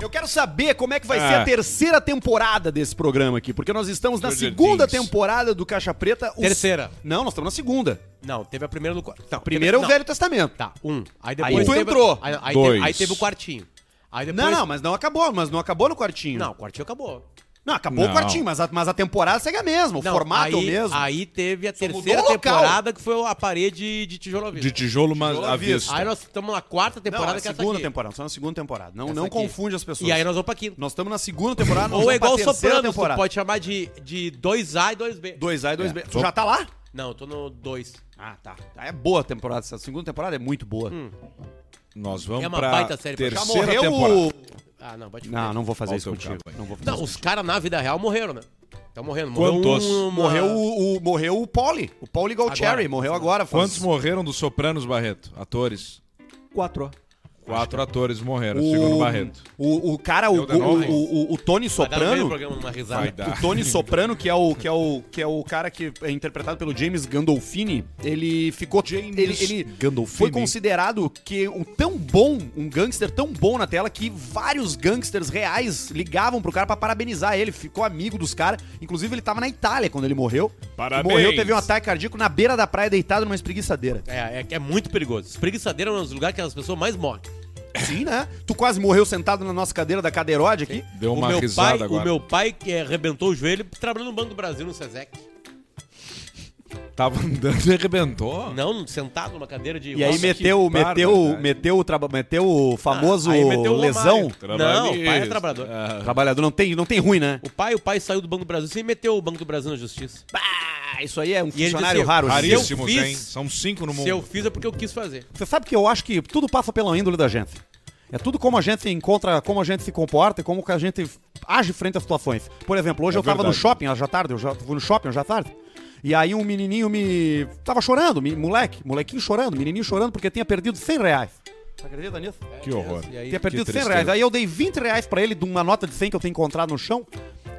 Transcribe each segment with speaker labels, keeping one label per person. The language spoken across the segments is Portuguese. Speaker 1: Eu quero saber como é que vai ser
Speaker 2: Ah.
Speaker 1: a terceira temporada desse programa aqui, porque nós estamos na
Speaker 2: Stranger
Speaker 1: segunda
Speaker 2: Things.
Speaker 1: temporada do Caixa Preta. o-
Speaker 3: Terceira.
Speaker 1: Não, nós estamos na segunda.
Speaker 3: Não, teve a primeira do quarto. Não,
Speaker 1: Primeiro é o
Speaker 3: teve-
Speaker 1: Velho Testamento.
Speaker 3: Tá, um. Aí
Speaker 1: Aí
Speaker 3: depois.
Speaker 1: tu
Speaker 3: teve-
Speaker 1: entrou.
Speaker 3: Aí, aí
Speaker 2: Dois.
Speaker 3: Teve, aí teve o quartinho. Aí depois.
Speaker 1: Não, não, mas não acabou, mas não acabou no quartinho.
Speaker 3: Não, o quartinho acabou.
Speaker 1: Não, acabou o
Speaker 2: Não.
Speaker 1: quartinho, mas a, mas a temporada segue a mesma, o
Speaker 3: Não,
Speaker 1: formato
Speaker 3: aí,
Speaker 1: é o mesmo.
Speaker 3: Aí teve a
Speaker 1: Só mudou
Speaker 3: terceira
Speaker 1: o local.
Speaker 3: temporada que foi a parede de tijolo à vista.
Speaker 2: De tijolo, mas
Speaker 1: Tijolo
Speaker 2: à
Speaker 1: à vista.
Speaker 2: vista.
Speaker 3: Aí nós estamos na quarta temporada
Speaker 1: não, é
Speaker 3: que é
Speaker 1: a
Speaker 3: essa
Speaker 1: segunda
Speaker 3: aqui.
Speaker 1: temporada, só na segunda temporada. Não,
Speaker 3: Essa
Speaker 1: não
Speaker 3: aqui.
Speaker 1: confunde as pessoas.
Speaker 3: E aí nós vamos pra quinta.
Speaker 1: Nós estamos na segunda temporada, nós
Speaker 3: Ou é
Speaker 1: vamos
Speaker 3: igual
Speaker 1: pra terceira
Speaker 3: Sopranos, tu
Speaker 1: temporada.
Speaker 3: pode chamar de 2A e 2B.
Speaker 1: 2A e 2B. Tu
Speaker 2: Vou-
Speaker 1: já tá lá?
Speaker 3: Não, eu tô no 2.
Speaker 1: Ah, tá. É boa a temporada, essa segunda temporada é muito boa.
Speaker 3: Hum.
Speaker 2: Nós vamos
Speaker 3: É uma
Speaker 2: pra
Speaker 3: baita série, pô. Já
Speaker 1: Já
Speaker 2: terceira
Speaker 1: morreu
Speaker 2: temporada.
Speaker 1: o...
Speaker 3: Ah, não, pode
Speaker 1: Não, não vou fazer
Speaker 2: Olha
Speaker 1: isso
Speaker 2: o teu
Speaker 1: contigo.
Speaker 2: cabo aí.
Speaker 1: Não vou fazer
Speaker 3: Não,
Speaker 1: isso.
Speaker 3: os caras na vida real morreram, né? Estão morrendo.
Speaker 2: Quantos?
Speaker 3: um, uma-
Speaker 2: Ah.
Speaker 1: Morreu o, o- morreu o Pauli. O Pauli Golcherry
Speaker 3: Agora.
Speaker 1: morreu agora. faz-
Speaker 2: Quantos morreram dos Sopranos, Barreto? Atores.
Speaker 1: Quatro.
Speaker 2: Quatro atores morreram,
Speaker 1: O,
Speaker 2: É segundo Barreto.
Speaker 1: o, o cara, o,
Speaker 2: Eu da
Speaker 1: o-
Speaker 2: nova, hein?
Speaker 1: o- o- o Tony
Speaker 3: Vai dar no meio do
Speaker 1: Soprano...
Speaker 3: programa uma
Speaker 2: Vai
Speaker 3: risada.
Speaker 2: dar.
Speaker 1: O Tony Soprano, que é o que é o que é o cara que é interpretado pelo James Gandolfini, ele ficou
Speaker 2: James
Speaker 1: ele, ele
Speaker 2: Gandolfini.
Speaker 1: foi considerado que um tão bom, um gangster tão bom na tela que vários gangsters reais ligavam pro cara pra parabenizar ele, ficou amigo dos caras. Inclusive ele tava na Itália quando ele morreu.
Speaker 2: Parabéns.
Speaker 1: Morreu, teve um ataque cardíaco na beira da praia deitado numa espreguiçadeira.
Speaker 3: É, é, que é muito perigoso. Espreguiçadeira é um dos lugares que as pessoas mais morrem.
Speaker 1: Sim, né? Tu quase morreu sentado na nossa cadeira da cadeirode aqui.
Speaker 2: Deu uma
Speaker 3: o meu
Speaker 2: risada
Speaker 3: pai,
Speaker 2: agora.
Speaker 3: O meu pai que é, arrebentou o joelho trabalhando no Banco do Brasil, no SESEC.
Speaker 2: Tava andando e arrebentou.
Speaker 3: Não, sentado numa cadeira de...
Speaker 1: E aí
Speaker 3: Nossa,
Speaker 1: meteu,
Speaker 2: que
Speaker 1: meteu,
Speaker 2: barbaridade.
Speaker 1: meteu, o traba- meteu Ah, o
Speaker 3: que-
Speaker 1: famoso
Speaker 3: Aí meteu o
Speaker 1: lesão.
Speaker 3: Romário. Não, o pai é trabalhador.
Speaker 2: Ah,
Speaker 1: Trabalhador não tem, não tem ruim, né?
Speaker 3: O pai, o pai saiu do Banco do Brasil e meteu o Banco do Brasil na justiça.
Speaker 1: Bah, isso aí é um
Speaker 3: ele
Speaker 1: funcionário
Speaker 3: disse,
Speaker 1: raro.
Speaker 3: "Rari-
Speaker 1: Seu-
Speaker 2: raríssimos,
Speaker 3: Se eu fiz-
Speaker 2: hein? São cinco no mundo.
Speaker 3: Se eu fiz é porque eu quis fazer.
Speaker 1: Você sabe que eu acho que tudo passa pela índole da gente. É tudo como a gente encontra, como a gente se comporta e como que a gente age frente às situações. Por exemplo, hoje
Speaker 2: É
Speaker 1: eu tava
Speaker 2: verdade.
Speaker 1: no shopping hoje à tarde, eu já fui no shopping hoje à tarde. E aí um menininho me... Tava chorando, me- moleque, molequinho chorando, menininho chorando porque tinha perdido 100 reais. Você acredita nisso?
Speaker 2: Que horror.
Speaker 3: E aí,
Speaker 1: Tinha perdido 100
Speaker 2: tristeza.
Speaker 1: reais. Aí eu dei 20 reais pra ele de uma nota de 100 que eu tenho encontrado no chão,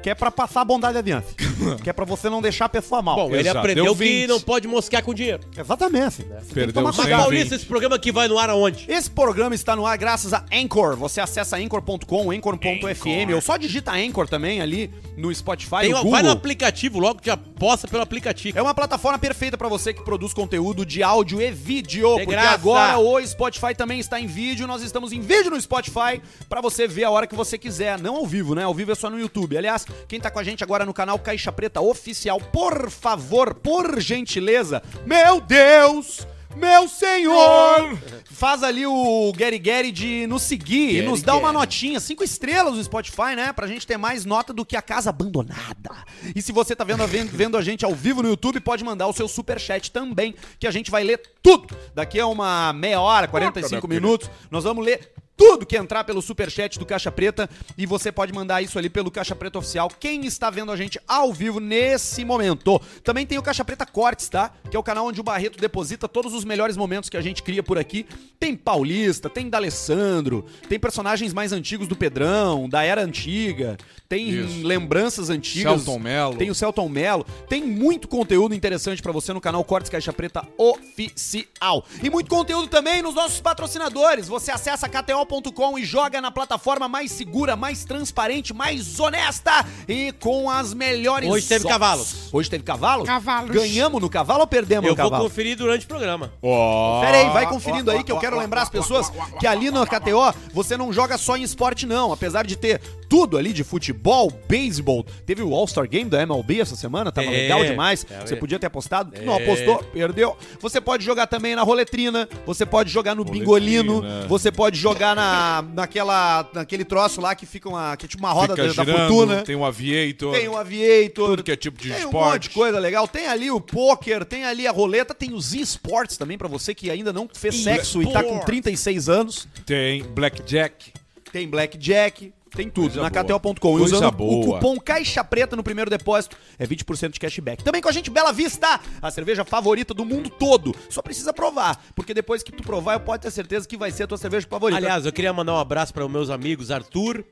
Speaker 1: que é pra passar a bondade adiante. que é pra você não deixar a pessoa mal.
Speaker 3: Bom, ele
Speaker 2: Exato.
Speaker 3: aprendeu
Speaker 2: Deu
Speaker 3: que
Speaker 2: 20.
Speaker 3: não pode mosquear com dinheiro.
Speaker 1: Exatamente. Você tem que
Speaker 2: Perdeu
Speaker 1: tomar
Speaker 2: os
Speaker 3: Mas,
Speaker 1: cuidado.
Speaker 2: 120.
Speaker 3: Paulista, esse programa aqui vai no ar aonde?
Speaker 1: Esse programa está no ar graças a Anchor. Você acessa anchor.com, anchor.fm, ou só digita Anchor também ali no Spotify,
Speaker 3: Tem
Speaker 1: no
Speaker 3: uma-
Speaker 1: Google.
Speaker 3: vai no aplicativo logo, já posta pelo aplicativo.
Speaker 1: É uma plataforma perfeita pra você que produz conteúdo de áudio e vídeo,
Speaker 3: De
Speaker 1: porque
Speaker 3: graça.
Speaker 1: agora o Spotify também está em vídeo. Nós estamos em vídeo no Spotify pra você ver a hora que você quiser, não ao vivo, né? Ao vivo é só no YouTube. Aliás, quem tá com a gente agora no canal Caixa Preta Oficial, por favor, por gentileza, meu Deus! Meu senhor! Então, Faz ali o Gary Gary de nos seguir e
Speaker 3: Gary
Speaker 1: nos dá uma
Speaker 3: Gary.
Speaker 1: notinha notinha, cinco estrelas no Spotify, né? Pra gente ter mais nota do que a casa abandonada. E se você tá vendo a, ven- vendo a gente ao vivo no YouTube, pode mandar o seu superchat também, que a gente vai ler tudo. Daqui a uma meia hora, 45 minutos, nós vamos ler tudo que entrar pelo superchat do Caixa Preta e você pode mandar isso ali pelo Caixa Preta Oficial, quem está vendo a gente ao vivo nesse momento. Também tem o Caixa Preta Cortes, tá? Que é o canal onde o Barreto deposita todos os melhores momentos que a gente cria por aqui. Tem Paulista, tem D'Alessandro, tem personagens mais antigos do Pedrão, da Era Antiga, tem
Speaker 2: Isso.
Speaker 1: lembranças antigas.
Speaker 2: Celton Mello.
Speaker 1: Tem o Celton Mello. Tem muito conteúdo interessante pra você no canal Cortes Caixa Preta Oficial. E muito conteúdo também nos nossos patrocinadores. Você acessa kto.com e joga na plataforma mais segura, mais transparente, mais honesta e com as melhores
Speaker 3: Hoje teve
Speaker 1: odds.
Speaker 3: cavalos.
Speaker 1: Hoje teve cavalo? Cavalos. Ganhamos no cavalo ou perdemos
Speaker 3: Eu
Speaker 1: no
Speaker 3: vou
Speaker 1: cavalo?
Speaker 3: conferir durante o programa.
Speaker 2: Ó.
Speaker 1: Pera aí, vai conferindo aí que eu quero lembrar as pessoas que ali no KTO você não joga só em esporte não, apesar de ter tudo ali de futebol, beisebol. Teve o All-Star Game da MLB essa semana, tava
Speaker 3: É.
Speaker 1: legal demais.
Speaker 3: É.
Speaker 1: Você podia ter apostado, não apostou, perdeu. Você pode jogar também na roletrina, você pode jogar no
Speaker 2: Roletrina.
Speaker 1: bingolino, você pode jogar na naquela naquele troço lá que fica uma que é tipo uma roda
Speaker 2: Fica
Speaker 1: da, da
Speaker 2: girando,
Speaker 1: fortuna.
Speaker 2: Tem um aviator.
Speaker 1: Tem o Aviator.
Speaker 2: Tudo que é tipo de
Speaker 1: tem um
Speaker 2: esporte.
Speaker 1: monte de coisa legal. Tem ali o pôquer, tem ali a roleta, tem os esportes também pra você que ainda não fez sexo e tá com
Speaker 3: Esportes.
Speaker 1: 36 anos.
Speaker 2: Tem blackjack.
Speaker 1: Tem blackjack. Tem tudo
Speaker 2: Coisa
Speaker 1: na
Speaker 2: boa.
Speaker 1: KTO.com. E
Speaker 2: Coisa
Speaker 1: usando o
Speaker 2: boa.
Speaker 1: cupom Caixa Preta no primeiro depósito, é 20% de cashback. Também com a gente Bela Vista, a cerveja favorita do mundo todo. Só precisa provar, porque depois que tu provar, eu posso ter certeza que vai ser a tua cerveja favorita.
Speaker 3: Aliás, eu queria mandar um abraço para os meus amigos Arthur,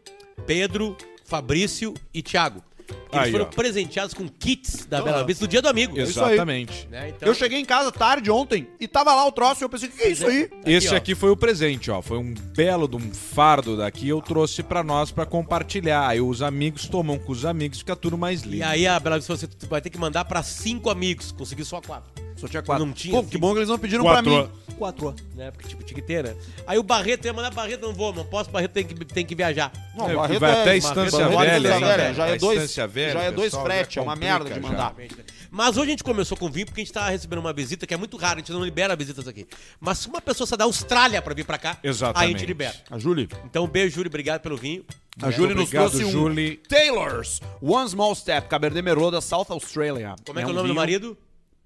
Speaker 3: Pedro, Fabrício e Thiago.
Speaker 2: Aí,
Speaker 3: Eles foram
Speaker 2: ó.
Speaker 3: presenteados com kits da
Speaker 1: Então, ó.
Speaker 3: Bela Vista do Dia do Amigo.
Speaker 1: Isso aí.
Speaker 2: Exatamente.
Speaker 3: Né, então-
Speaker 1: Eu cheguei em casa tarde ontem e tava lá o troço e eu pensei, o que é isso aí?
Speaker 3: Aqui,
Speaker 2: Esse
Speaker 3: ó.
Speaker 2: aqui foi o presente, ó. Foi um belo de um fardo daqui. Eu trouxe pra nós pra compartilhar. Aí os amigos tomam com os amigos, fica tudo mais
Speaker 3: E
Speaker 2: lindo.
Speaker 3: aí a Bela Vista falou assim, "Tu vai ter que mandar pra cinco amigos. Conseguiu só quatro.
Speaker 1: Só tinha quatro.
Speaker 3: Não tinha,
Speaker 1: Pô, que bom que eles não pediram pra
Speaker 2: Quatro.
Speaker 1: mim. Quatro.
Speaker 3: Né? Porque, tipo, tinha que ter, né? Aí o Barreto ia mandar Barreto, não vou, não posso, Barreto tem que, tem que viajar.
Speaker 1: Não,
Speaker 2: É,
Speaker 1: Barreto
Speaker 2: vai até
Speaker 1: é-
Speaker 2: Estância
Speaker 1: Barreto é
Speaker 2: Velha
Speaker 1: Estância
Speaker 2: ainda,
Speaker 1: Velha, Já
Speaker 2: né?
Speaker 1: é dois,
Speaker 2: Estância Velha,
Speaker 1: já é dois
Speaker 2: pessoal, já
Speaker 1: frete, é uma
Speaker 2: complica
Speaker 1: merda de
Speaker 2: já.
Speaker 1: mandar.
Speaker 3: né. Mas hoje a gente começou com vinho porque a gente tá recebendo uma visita que é muito rara, a gente não libera visitas aqui. Mas se uma pessoa sai da Austrália pra vir pra cá,
Speaker 2: Exatamente.
Speaker 3: aí a gente libera.
Speaker 1: A Julie.
Speaker 3: Então, beijo, Júlio, obrigado pelo vinho.
Speaker 1: A Julie nos
Speaker 2: Obrigado,
Speaker 1: trouxe um
Speaker 2: Julie.
Speaker 1: Taylor's One Small Step, Cabernet Merlot da South Australia.
Speaker 3: Como é, que
Speaker 1: um
Speaker 3: é o nome do
Speaker 1: vinho.
Speaker 3: marido?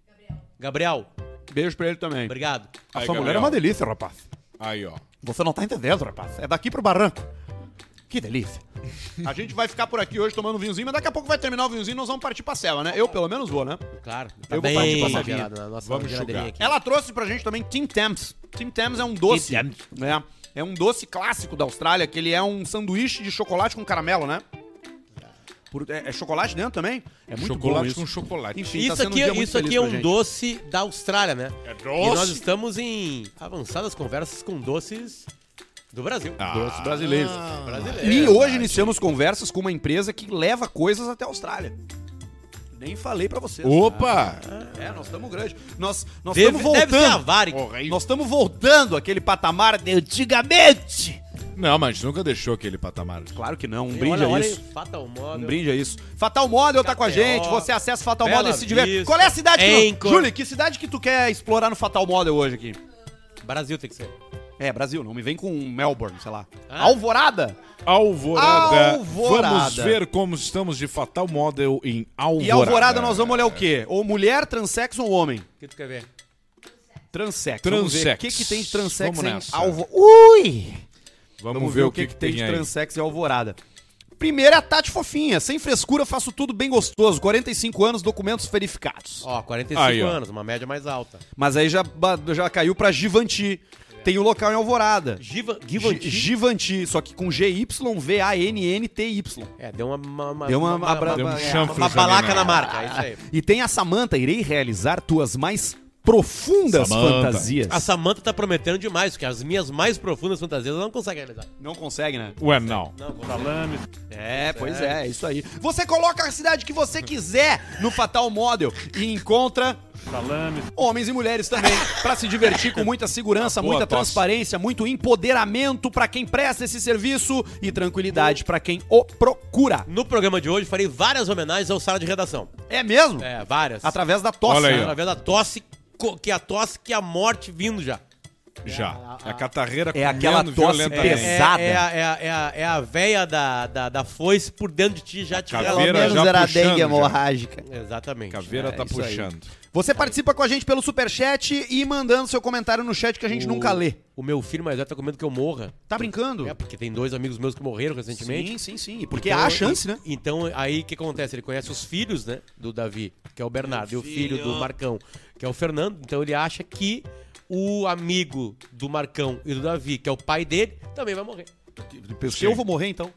Speaker 3: Gabriel. Gabriel,
Speaker 1: Beijo pra ele também.
Speaker 3: obrigado.
Speaker 1: A
Speaker 2: Aí,
Speaker 1: sua
Speaker 2: Gabriel.
Speaker 1: mulher é uma delícia, rapaz.
Speaker 2: Aí, ó.
Speaker 1: Você não tá entendendo, rapaz. É daqui pro barranco. Que delícia. A gente vai ficar por aqui hoje tomando um vinhozinho, mas daqui a pouco vai terminar o vinhozinho e nós vamos partir pra cela, né? Eu, pelo menos, vou, né?
Speaker 3: Claro, tá
Speaker 1: Eu vou partir
Speaker 3: bem
Speaker 1: pra Sabinha.
Speaker 3: gelado na nossa
Speaker 2: Vamos
Speaker 3: geladeirinha
Speaker 2: enxugar.
Speaker 3: aqui.
Speaker 1: Ela trouxe pra gente também Tim Tams. Tim Tams é um doce,
Speaker 3: Tim Tams.
Speaker 1: né? É um doce clássico da Austrália, que ele é um sanduíche de chocolate com caramelo, né? Por- é, é chocolate dentro também? É muito bom
Speaker 2: chocolate
Speaker 1: isso.
Speaker 2: com chocolate.
Speaker 1: Enfim, tá
Speaker 3: Isso
Speaker 1: sendo um
Speaker 3: aqui,
Speaker 1: dia muito
Speaker 3: isso aqui
Speaker 1: feliz
Speaker 3: é
Speaker 1: pra
Speaker 3: um
Speaker 1: gente.
Speaker 3: doce da Austrália, né?
Speaker 2: É
Speaker 3: E nós
Speaker 2: doce.
Speaker 3: estamos em avançadas conversas com doces do Brasil.
Speaker 2: Ah,
Speaker 1: Doce Ah, brasileiro. Hum.
Speaker 3: Brasileiro.
Speaker 1: E hoje iniciamos conversas com uma empresa que leva coisas até a Austrália. Nem falei pra vocês.
Speaker 2: Opa!
Speaker 1: É, nós estamos grande. Nós nós
Speaker 3: Deve-
Speaker 1: estamos
Speaker 3: Deve ser a
Speaker 1: voltando.
Speaker 3: Varig.
Speaker 1: Nós estamos voltando àquele patamar de antigamente.
Speaker 2: Não, mas nunca deixou aquele patamar.
Speaker 1: Claro que não, um
Speaker 3: Olha,
Speaker 1: brinde a
Speaker 3: olha,
Speaker 1: isso.
Speaker 3: Fatal Model.
Speaker 1: Um brinde a isso. Fatal Model tá com a
Speaker 3: KTO,
Speaker 1: gente. Você acessa Fatal
Speaker 3: Bela
Speaker 1: Model e se diverte.
Speaker 3: Vista,
Speaker 1: Qual é a cidade que tu...
Speaker 3: Anchor.
Speaker 1: Júlio, que cidade que tu quer explorar no Fatal Model hoje aqui?
Speaker 3: Brasil tem que ser.
Speaker 1: É, Brasil, não me vem com Melbourne, sei lá.
Speaker 3: Ah.
Speaker 1: Alvorada?
Speaker 2: Alvorada.
Speaker 1: Alvorada.
Speaker 2: Vamos ver como estamos de Fatal Model em Alvorada.
Speaker 1: E Alvorada é. nós vamos olhar o quê? Ou mulher, transexo ou homem?
Speaker 3: O que tu quer ver?
Speaker 1: Transexo. Vamos
Speaker 2: Transexo.
Speaker 1: ver. O que, que tem de transexo
Speaker 2: Vamos
Speaker 1: em
Speaker 2: nessa.
Speaker 1: Alvo... Ui!
Speaker 2: Vamos, ver, o que, que tem,
Speaker 1: de
Speaker 2: aí.
Speaker 1: transexo e alvorada. Primeiro é a Tati Fofinha. Sem frescura, faço tudo bem gostoso. 45 anos, documentos verificados.
Speaker 3: Ó, 45
Speaker 2: Aí, ó.
Speaker 3: anos, uma média mais alta.
Speaker 1: Mas aí já, ba- já caiu pra Givanti. Tem o local em Alvorada.
Speaker 3: Giva,
Speaker 1: Givanti,
Speaker 3: Givenchy.
Speaker 1: Givanti só que com G-Y-V-A-N-N-T-Y.
Speaker 3: É, deu uma... uma, uma
Speaker 1: Deu uma- uma bra-
Speaker 2: Deu um
Speaker 1: é,
Speaker 2: chanfro
Speaker 3: uma
Speaker 2: já,
Speaker 3: balaca
Speaker 2: né?
Speaker 3: na marca, é isso aí.
Speaker 1: E tem a Samanta. Irei realizar tuas mais profundas
Speaker 2: Samantha.
Speaker 1: fantasias.
Speaker 3: A Samanta tá prometendo demais, porque as minhas mais profundas fantasias ela não consegue realizar.
Speaker 1: Não consegue, né?
Speaker 2: Ué, não.
Speaker 3: Não,
Speaker 1: É, pois é, é isso aí. Você coloca a cidade que você quiser no Fatal Model e encontra homens e mulheres também pra se divertir com muita segurança,
Speaker 2: Boa
Speaker 1: muita
Speaker 2: tosse.
Speaker 1: transparência, muito empoderamento pra quem presta esse serviço e tranquilidade pra quem o procura.
Speaker 3: No programa de hoje farei várias homenagens ao sala de redação.
Speaker 1: É mesmo?
Speaker 3: É, várias.
Speaker 1: Através da tosse.
Speaker 2: Olha aí,
Speaker 1: né?
Speaker 3: Através da tosse, co- que é a tosse que é a morte vindo já.
Speaker 2: Já. É a catarreira
Speaker 1: É aquela
Speaker 2: comendo
Speaker 1: tosse
Speaker 2: violentamente.
Speaker 1: pes- Pesada.
Speaker 3: É, é, a- é, a- é a- é a véia da, da, da foice por dentro de ti já te
Speaker 2: caveira Pelo menos já era puxando, dengue já.
Speaker 1: hemorrágica.
Speaker 3: Exatamente.
Speaker 2: Caveira
Speaker 1: É,
Speaker 2: tá
Speaker 1: isso aí.
Speaker 2: puxando.
Speaker 1: Você participa com a gente pelo superchat e mandando seu comentário no chat que a gente nunca lê.
Speaker 3: O meu filho mais velho tá com medo que eu morra.
Speaker 1: Tá brincando?
Speaker 3: É, porque tem dois amigos meus que morreram recentemente.
Speaker 1: sim, sim. E Porque
Speaker 3: Então,
Speaker 1: há a chance, né?
Speaker 3: Então, aí o que acontece? Ele conhece os filhos, né? Do Davi, que é o Bernardo, e o filho do Marcão, que é o Fernando. Então ele acha que o amigo do Marcão e do Davi, que é o pai dele, também vai morrer.
Speaker 1: Se eu vou morrer, então.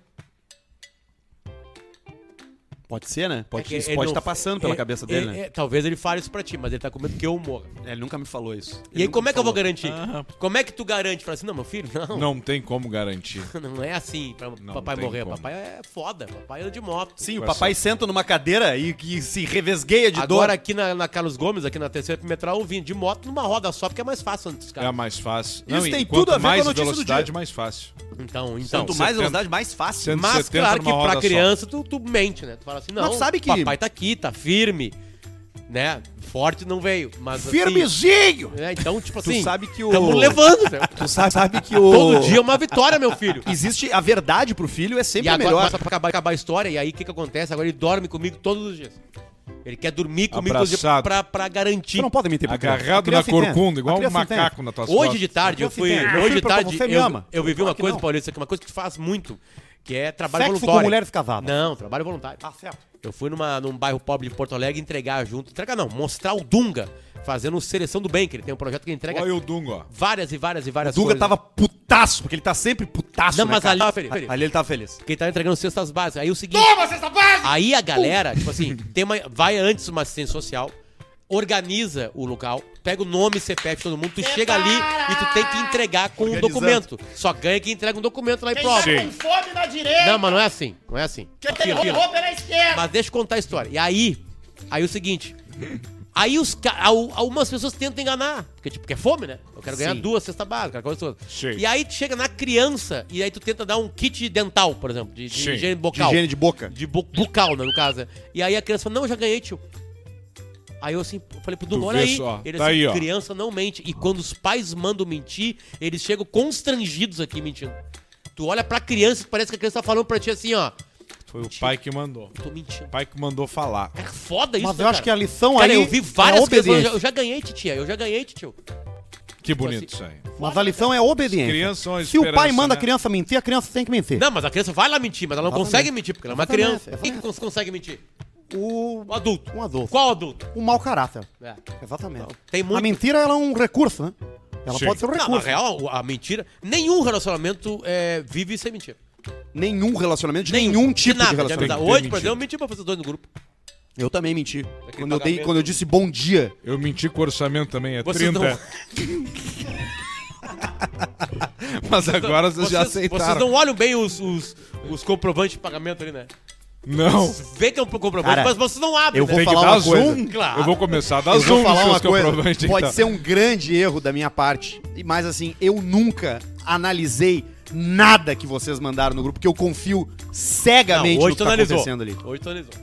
Speaker 1: Pode ser, né?
Speaker 3: É
Speaker 1: Pode
Speaker 3: que
Speaker 1: isso
Speaker 3: ele
Speaker 1: pode
Speaker 3: não-
Speaker 1: estar passando pela
Speaker 3: é-
Speaker 1: cabeça
Speaker 3: é-
Speaker 1: dele, né?
Speaker 3: é, talvez ele fale isso pra ti, mas ele tá com medo que eu morra.
Speaker 1: é, Ele nunca me falou isso.
Speaker 3: E aí, como é que eu vou garantir?
Speaker 2: Ah,
Speaker 3: Como é que tu garante? Fala assim, não, meu filho, não.
Speaker 2: Não tem como garantir.
Speaker 3: Não, é assim pra
Speaker 2: Não
Speaker 3: papai
Speaker 2: tem
Speaker 3: morrer.
Speaker 2: como.
Speaker 3: Papai é foda. Papai anda de moto.
Speaker 1: Sim, o
Speaker 2: Vai
Speaker 1: papai senta numa cadeira e, e se revesgueia de
Speaker 3: Agora
Speaker 1: dor.
Speaker 3: aqui na, na Carlos Gomes, aqui na terceira metral, eu vim de moto numa roda só, porque é mais fácil antes dos
Speaker 2: É a
Speaker 3: caras.
Speaker 2: mais fácil.
Speaker 1: Isso
Speaker 2: e
Speaker 1: tem
Speaker 2: quanto
Speaker 1: tudo a ver com a
Speaker 2: mais
Speaker 1: notícia do
Speaker 2: velocidade,
Speaker 1: dia. Tipo,
Speaker 2: mais fácil.
Speaker 3: Então, então.
Speaker 1: Quanto mais
Speaker 2: Não, 70,
Speaker 1: velocidade, mais fácil.
Speaker 2: cento-
Speaker 3: Mas
Speaker 2: 70
Speaker 3: claro que
Speaker 2: numa
Speaker 3: pra
Speaker 2: roda só.
Speaker 3: criança tu, tu mente, né? Tu fala assim, não,
Speaker 1: Mas tu sabe que-
Speaker 3: papai tá aqui, tá firme, né? Forte não veio, mas assim,
Speaker 1: Firmezinho!
Speaker 3: né? Então, tipo
Speaker 1: Tu
Speaker 3: assim,
Speaker 1: sabe que o-
Speaker 3: tamo levando, né?
Speaker 1: Tu sabe, sabe que o...
Speaker 3: Todo dia é uma vitória, meu filho.
Speaker 1: Existe a verdade pro filho é sempre
Speaker 3: E
Speaker 1: a
Speaker 3: agora
Speaker 1: melhor.
Speaker 3: passa pra acabar, acabar a história, e aí o que que acontece? Agora ele dorme comigo todos os dias. Ele quer dormir comigo todos os dias
Speaker 2: Abraçado.
Speaker 3: pra, pra garantir.
Speaker 1: Tu pode mentir pra criança. A
Speaker 2: Agarrado na
Speaker 1: é. criança entende.
Speaker 2: corcunda,
Speaker 1: A
Speaker 2: igual um
Speaker 1: criança entende.
Speaker 2: macaco na tua
Speaker 3: Hoje de tarde eu
Speaker 1: Criança
Speaker 3: fui,
Speaker 1: entende. Meu
Speaker 3: hoje
Speaker 1: filho,
Speaker 3: de
Speaker 1: pra-
Speaker 3: tarde
Speaker 1: você me
Speaker 3: eu,
Speaker 1: ama.
Speaker 3: eu vivi
Speaker 1: Claro
Speaker 3: uma
Speaker 1: que
Speaker 3: coisa,
Speaker 1: não.
Speaker 3: Paulista, que é uma coisa que tu faz muito, que é trabalho
Speaker 1: Sexo com
Speaker 3: voluntário.
Speaker 1: mulheres cavadas.
Speaker 3: Não, trabalho voluntário.
Speaker 1: Tá certo.
Speaker 3: Eu fui numa, num bairro pobre de Porto Alegre entregar junto. Entregar não, mostrar o Dunga, fazendo o Seleção do Bem, que ele tem um projeto que entrega
Speaker 2: Olha o Dunga, ó.
Speaker 3: várias e várias e várias
Speaker 1: Duga
Speaker 3: coisas.
Speaker 1: tava putaço, porque ele tá sempre putaço.
Speaker 3: Não,
Speaker 1: né,
Speaker 3: mas
Speaker 1: cara?
Speaker 3: ali tava feliz, feliz.
Speaker 1: né? Ali ele tá feliz.
Speaker 3: Quem tá entregando cestas básicas. Aí o seguinte. Aí a galera, tipo assim, tem uma, vai antes uma assistência social, organiza o local, pega o nome e CPF de todo mundo, tu chega ali e tu tem que entregar com um
Speaker 1: Organizando.
Speaker 3: documento. Só ganha quem entrega um documento lá e
Speaker 4: Quem
Speaker 3: prova.
Speaker 4: tá com fome na direita.
Speaker 3: Não, mas não é assim, não é assim.
Speaker 4: Quem tem
Speaker 3: Aquilo, aquilo.
Speaker 4: robô pela esquerda.
Speaker 3: Mas deixa eu contar a história. E aí, aí é o seguinte. Aí os ca- al- algumas pessoas tentam enganar, porque tipo, que é fome, né? Eu quero ganhar
Speaker 1: Sim.
Speaker 3: duas cestas básicas, coisa toda.
Speaker 2: Sim.
Speaker 3: E aí tu chega na criança e aí tu tenta dar um kit dental, por exemplo, de, de
Speaker 2: Sim.
Speaker 3: higiene
Speaker 1: De
Speaker 3: bucal.
Speaker 1: higiene de boca.
Speaker 3: De bu- bucal, né, no caso. né? E aí a criança fala, não, eu já ganhei, tio. Aí eu assim, eu falei pro Dudu,
Speaker 2: Tu
Speaker 3: olha
Speaker 2: vê
Speaker 3: aí.
Speaker 2: só.
Speaker 3: Ele
Speaker 2: Tá
Speaker 3: assim,
Speaker 2: aí, ó.
Speaker 3: criança não mente. E quando os pais mandam mentir, eles chegam constrangidos aqui mentindo. Tu olha pra criança e parece que a criança tá falando pra ti assim, ó.
Speaker 2: Foi o pai que mandou.
Speaker 3: Tô mentindo.
Speaker 2: O pai que mandou falar.
Speaker 3: Cara, foda isso,
Speaker 1: Mas
Speaker 3: né,
Speaker 1: eu acho
Speaker 3: cara?
Speaker 1: que a lição
Speaker 3: Cara,
Speaker 1: aí.
Speaker 3: eu vi
Speaker 1: é
Speaker 3: várias pessoas. Eu
Speaker 1: obediência.
Speaker 3: já, eu já ganhei, titia. Eu já ganhei, tio.
Speaker 2: Que bonito
Speaker 3: assim,
Speaker 2: isso aí.
Speaker 1: Mas a lição é obediência.
Speaker 2: Crianças são a
Speaker 1: Se o pai
Speaker 2: esperança,
Speaker 1: manda
Speaker 2: né?
Speaker 1: a criança mentir, a criança tem que mentir.
Speaker 3: Não, mas a criança vai lá mentir, mas ela não
Speaker 1: Exatamente.
Speaker 3: consegue mentir, porque ela é uma
Speaker 1: Exatamente,
Speaker 3: criança. Quem que
Speaker 1: exatamente.
Speaker 3: cons- consegue mentir?
Speaker 1: O...
Speaker 3: O adulto.
Speaker 1: Um adulto.
Speaker 3: Qual adulto?
Speaker 1: o mau caráter.
Speaker 3: É.
Speaker 1: Exatamente.
Speaker 3: Tem muito-
Speaker 1: A mentira ela é um recurso, né? Ela
Speaker 2: Sim.
Speaker 1: pode ser um
Speaker 3: Não,
Speaker 1: recurso.
Speaker 3: na real, a mentira. Nenhum relacionamento é, vive sem mentira.
Speaker 1: Nenhum relacionamento, de nenhum tipo de,
Speaker 3: nada,
Speaker 1: relacionamento.
Speaker 3: amizade.
Speaker 2: Tem que ter
Speaker 3: Hoje, por
Speaker 2: mentira.
Speaker 3: exemplo, eu menti pra vocês dois no grupo.
Speaker 1: Eu também menti. Quando eu, dei,
Speaker 3: pagamento-
Speaker 1: quando eu disse bom dia.
Speaker 2: Eu menti com o orçamento também, é
Speaker 3: Vocês
Speaker 2: 30.
Speaker 3: não-
Speaker 2: Mas agora vocês, já
Speaker 3: Vocês-
Speaker 2: aceitaram.
Speaker 3: Vocês não olham bem os, os, os comprovantes de pagamento ali, né?
Speaker 2: não...
Speaker 3: Vê que é um comprovante,
Speaker 1: Cara,
Speaker 3: mas vocês não abrem,
Speaker 1: eu
Speaker 3: né?
Speaker 1: vou
Speaker 2: Tem que
Speaker 1: falar
Speaker 2: dar
Speaker 1: uma coisa.
Speaker 2: zoom?
Speaker 3: Claro.
Speaker 2: Eu vou começar a dar
Speaker 1: Eu
Speaker 2: zoom
Speaker 1: vou falar
Speaker 2: nos
Speaker 1: uma
Speaker 2: seus
Speaker 1: coisa.
Speaker 2: comprovantes,
Speaker 1: Pode
Speaker 2: então.
Speaker 1: ser um grande erro da minha parte. e- Mas assim, eu nunca analisei nada que vocês mandaram no grupo, porque eu confio
Speaker 3: Não,
Speaker 1: cegamente no
Speaker 3: hoje
Speaker 1: que
Speaker 3: tu
Speaker 1: tá
Speaker 3: analisou.
Speaker 1: acontecendo ali.
Speaker 3: Hoje tu analisou.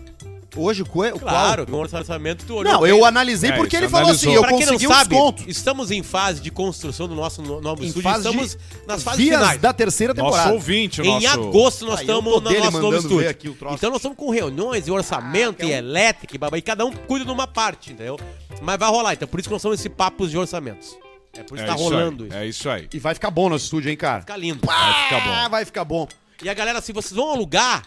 Speaker 1: Hoje, o que- o
Speaker 3: Claro, com o orçamento tu
Speaker 1: qual?
Speaker 3: olhou.
Speaker 1: Não,
Speaker 3: bem. né?
Speaker 1: eu analisei
Speaker 2: É,
Speaker 1: porque
Speaker 2: isso,
Speaker 1: ele falou assim,
Speaker 2: analisou.
Speaker 1: eu
Speaker 3: pra quem não
Speaker 1: consegui um
Speaker 3: sabe,
Speaker 1: desconto.
Speaker 3: estamos em fase de construção do nosso no- novo
Speaker 1: Em
Speaker 3: estúdio.
Speaker 1: fase
Speaker 3: Estamos nas fases
Speaker 1: vias
Speaker 3: finais.
Speaker 1: da terceira temporada.
Speaker 2: Nosso ouvinte,
Speaker 3: Em
Speaker 2: nosso...
Speaker 3: agosto nós
Speaker 1: Ah, eu
Speaker 3: estamos
Speaker 1: tô
Speaker 3: no
Speaker 1: dele
Speaker 3: nosso novo
Speaker 1: mandando ver
Speaker 3: estúdio.
Speaker 1: aqui o troço. Ah, é
Speaker 3: Então nós estamos com reuniões e orçamento e elétrica e babá, e cada um cuida de uma parte, entendeu? Mas vai rolar, então por isso que nós estamos esses papos de orçamentos. É por isso
Speaker 2: É
Speaker 3: que tá
Speaker 2: isso
Speaker 3: rolando
Speaker 2: aí,
Speaker 3: isso.
Speaker 2: É isso aí.
Speaker 1: E vai ficar bom nosso estúdio, hein, cara?
Speaker 3: Fica lindo.
Speaker 2: Vai ficar bom.
Speaker 1: Ah, vai ficar bom.
Speaker 3: E a galera, assim, vocês vão alugar?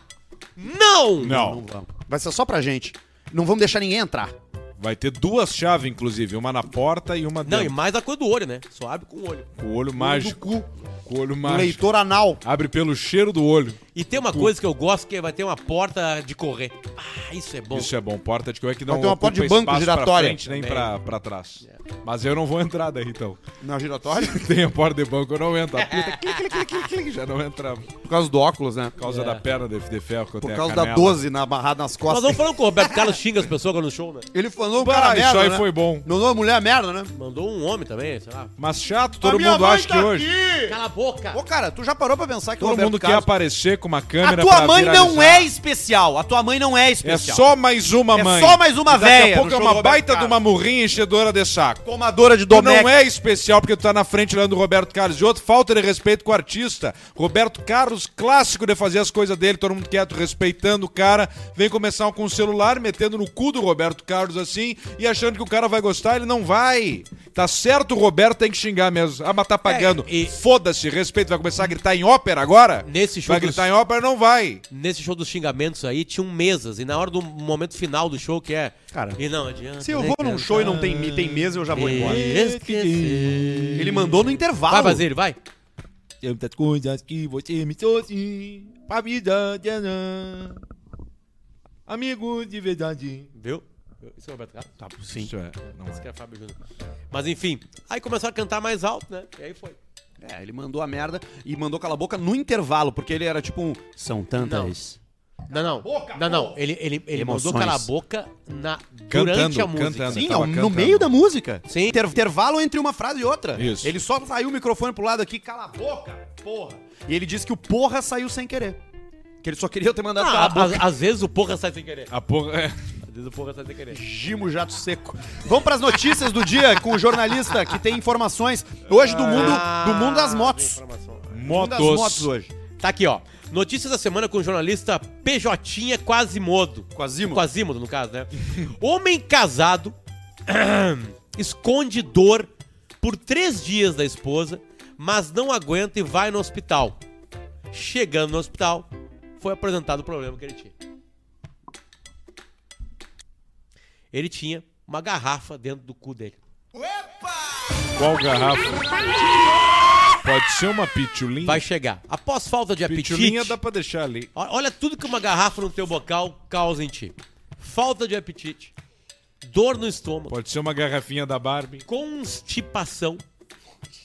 Speaker 3: Não!
Speaker 2: Não,
Speaker 1: Vai ser só pra gente. Não vamos deixar ninguém entrar.
Speaker 2: vai ter duas chaves, inclusive. Uma na porta e uma
Speaker 3: Não, e
Speaker 2: dentro.
Speaker 3: mais a cor do olho, né? Só abre com o olho.
Speaker 2: Com o olho mágico.
Speaker 1: Do cu.
Speaker 2: Com o olho
Speaker 1: Do
Speaker 2: mágico.
Speaker 1: Um leitor anal.
Speaker 2: Abre pelo cheiro do olho.
Speaker 3: E tem uma coisa que eu gosto que vai ter uma porta de correr. Ah, isso é bom.
Speaker 2: Isso é bom. Porta de que é que não
Speaker 1: Vai ter uma
Speaker 2: ocupa
Speaker 1: porta de banco
Speaker 2: espaço
Speaker 1: giratória.
Speaker 2: Pra frente, nem
Speaker 3: Também.
Speaker 2: pra, pra trás. Mas eu não vou entrar daí, então.
Speaker 1: Na giratória?
Speaker 2: Tem a porta de banco, eu não entro. A pita, clic, clic, clic, clic, clic, já não entrava. Por
Speaker 1: Por causa do óculos, né?
Speaker 2: causa
Speaker 3: É.
Speaker 2: da perna de, de ferro que eu
Speaker 1: Por
Speaker 2: tenho a
Speaker 1: causa da
Speaker 2: canela.
Speaker 1: 12 na barrada nas
Speaker 2: é
Speaker 3: Nós
Speaker 1: costas.
Speaker 3: vamos falando com o Roberto Carlos xinga as pessoas quando no show, né?
Speaker 1: Ele falou um
Speaker 2: Bah,
Speaker 1: cara
Speaker 2: isso
Speaker 1: merda,
Speaker 2: aí
Speaker 1: né?
Speaker 2: foi bom.
Speaker 1: Não é mulher merda, né?
Speaker 3: Mandou um homem também, sei lá.
Speaker 2: Mas chato,
Speaker 4: A
Speaker 2: todo
Speaker 4: minha
Speaker 2: mundo
Speaker 4: mãe
Speaker 2: acha
Speaker 4: tá
Speaker 2: que hoje.
Speaker 4: aqui.
Speaker 3: Cala a boca!
Speaker 1: Ô, cara, tu já parou pra pensar que
Speaker 2: Todo
Speaker 1: o Roberto
Speaker 2: mundo quer
Speaker 1: Carlos...
Speaker 2: aparecer com uma
Speaker 1: A
Speaker 2: câmera
Speaker 1: tua
Speaker 2: pra
Speaker 1: mãe não
Speaker 2: viralizar.
Speaker 1: é especial. A tua mãe não é
Speaker 2: É
Speaker 1: especial.
Speaker 2: só mais uma
Speaker 1: É
Speaker 2: mãe.
Speaker 1: só mais uma
Speaker 2: E Daqui
Speaker 1: véia
Speaker 2: a
Speaker 1: no
Speaker 2: pouco é
Speaker 1: show do
Speaker 2: uma
Speaker 1: Roberto
Speaker 2: baita de
Speaker 1: Carlos.
Speaker 2: uma murrinha enchedora de saco.
Speaker 1: tomadora de
Speaker 2: Tu
Speaker 1: Domecq.
Speaker 2: não é especial porque tu tá na frente lá do Roberto Carlos. E outro, falta de respeito com o artista. Roberto Carlos, clássico de fazer as coisas dele, todo mundo quieto, respeitando o cara. Vem começar com o celular, metendo no cu do Roberto Carlos assim e achando que o cara vai gostar, ele não vai. Tá certo, o Roberto tem que xingar mesmo. Ah, mas tá pagando.
Speaker 3: É, e-
Speaker 2: Foda-se, respeito. Vai começar a gritar em ópera agora?
Speaker 3: Nesse show
Speaker 2: Vai
Speaker 3: dos-
Speaker 2: gritar em ópera? Não vai.
Speaker 3: Nesse show dos xingamentos aí, tinham mesas. E na hora do momento final do show, que é.
Speaker 1: Cara,
Speaker 3: E não adianta.
Speaker 1: Se eu
Speaker 3: né,
Speaker 1: vou num
Speaker 3: cantar,
Speaker 1: show e não tem, tem mesa, eu já vou embora.
Speaker 3: esquecer.
Speaker 1: É. Ele mandou no intervalo.
Speaker 3: Vai, Basílio, vai.
Speaker 2: Tem muitas coisas que você me trouxe pra vida de anã. Amigo de verdade.
Speaker 3: Viu? Isso é o Roberto Carlos? Tá.
Speaker 1: Sim.
Speaker 2: Isso é, não
Speaker 3: Esse
Speaker 2: é.
Speaker 3: que é Fábio Júnior. Mas enfim, aí começaram a cantar mais alto, né? E aí foi.
Speaker 1: É, ele mandou a merda e mandou cala a boca no intervalo, porque ele era tipo um. São tantas.
Speaker 3: Não, não. não, não. Ele, ele, ele mandou
Speaker 1: Emoções.
Speaker 3: calar a boca na,
Speaker 2: Cantando,
Speaker 3: durante a música.
Speaker 2: cantando.
Speaker 1: Sim,
Speaker 2: Tava
Speaker 1: ó, no
Speaker 2: cantando.
Speaker 1: meio da música.
Speaker 3: Sim.
Speaker 1: Inter- intervalo entre uma frase e outra.
Speaker 2: Isso.
Speaker 1: Ele só saiu o microfone pro lado aqui, cala a boca, porra. E ele disse que o porra saiu sem querer. Que ele só queria ter mandado
Speaker 3: Ah,
Speaker 1: calar a boca.
Speaker 3: às, às vezes o porra sai sem querer.
Speaker 2: A porra. é.
Speaker 3: Às vezes o porra sai sem querer.
Speaker 1: Gimo Jato Seco. Vamos pras notícias do dia com o jornalista que tem informações hoje do mundo, do mundo das motos. Do mundo das motos
Speaker 2: Motos.
Speaker 1: hoje.
Speaker 3: Tá aqui, ó. Notícias da semana com o jornalista PJ Quasimodo.
Speaker 1: Quasimo.
Speaker 3: Quasimodo, no caso, né? Homem casado esconde dor por três dias da esposa, mas não aguenta e vai no hospital. Chegando no hospital, foi apresentado o problema que ele tinha. Ele tinha uma garrafa dentro do cu dele.
Speaker 2: Qual garrafa? Pode ser uma pitulinha?
Speaker 3: Vai chegar. Após falta de apetite.
Speaker 2: pitulinha dá pra deixar ali.
Speaker 3: Ó- Olha tudo que uma garrafa no teu bocal causa em ti. Falta de apetite, dor no estômago,
Speaker 2: Pode ser uma garrafinha da Barbie.
Speaker 3: constipação.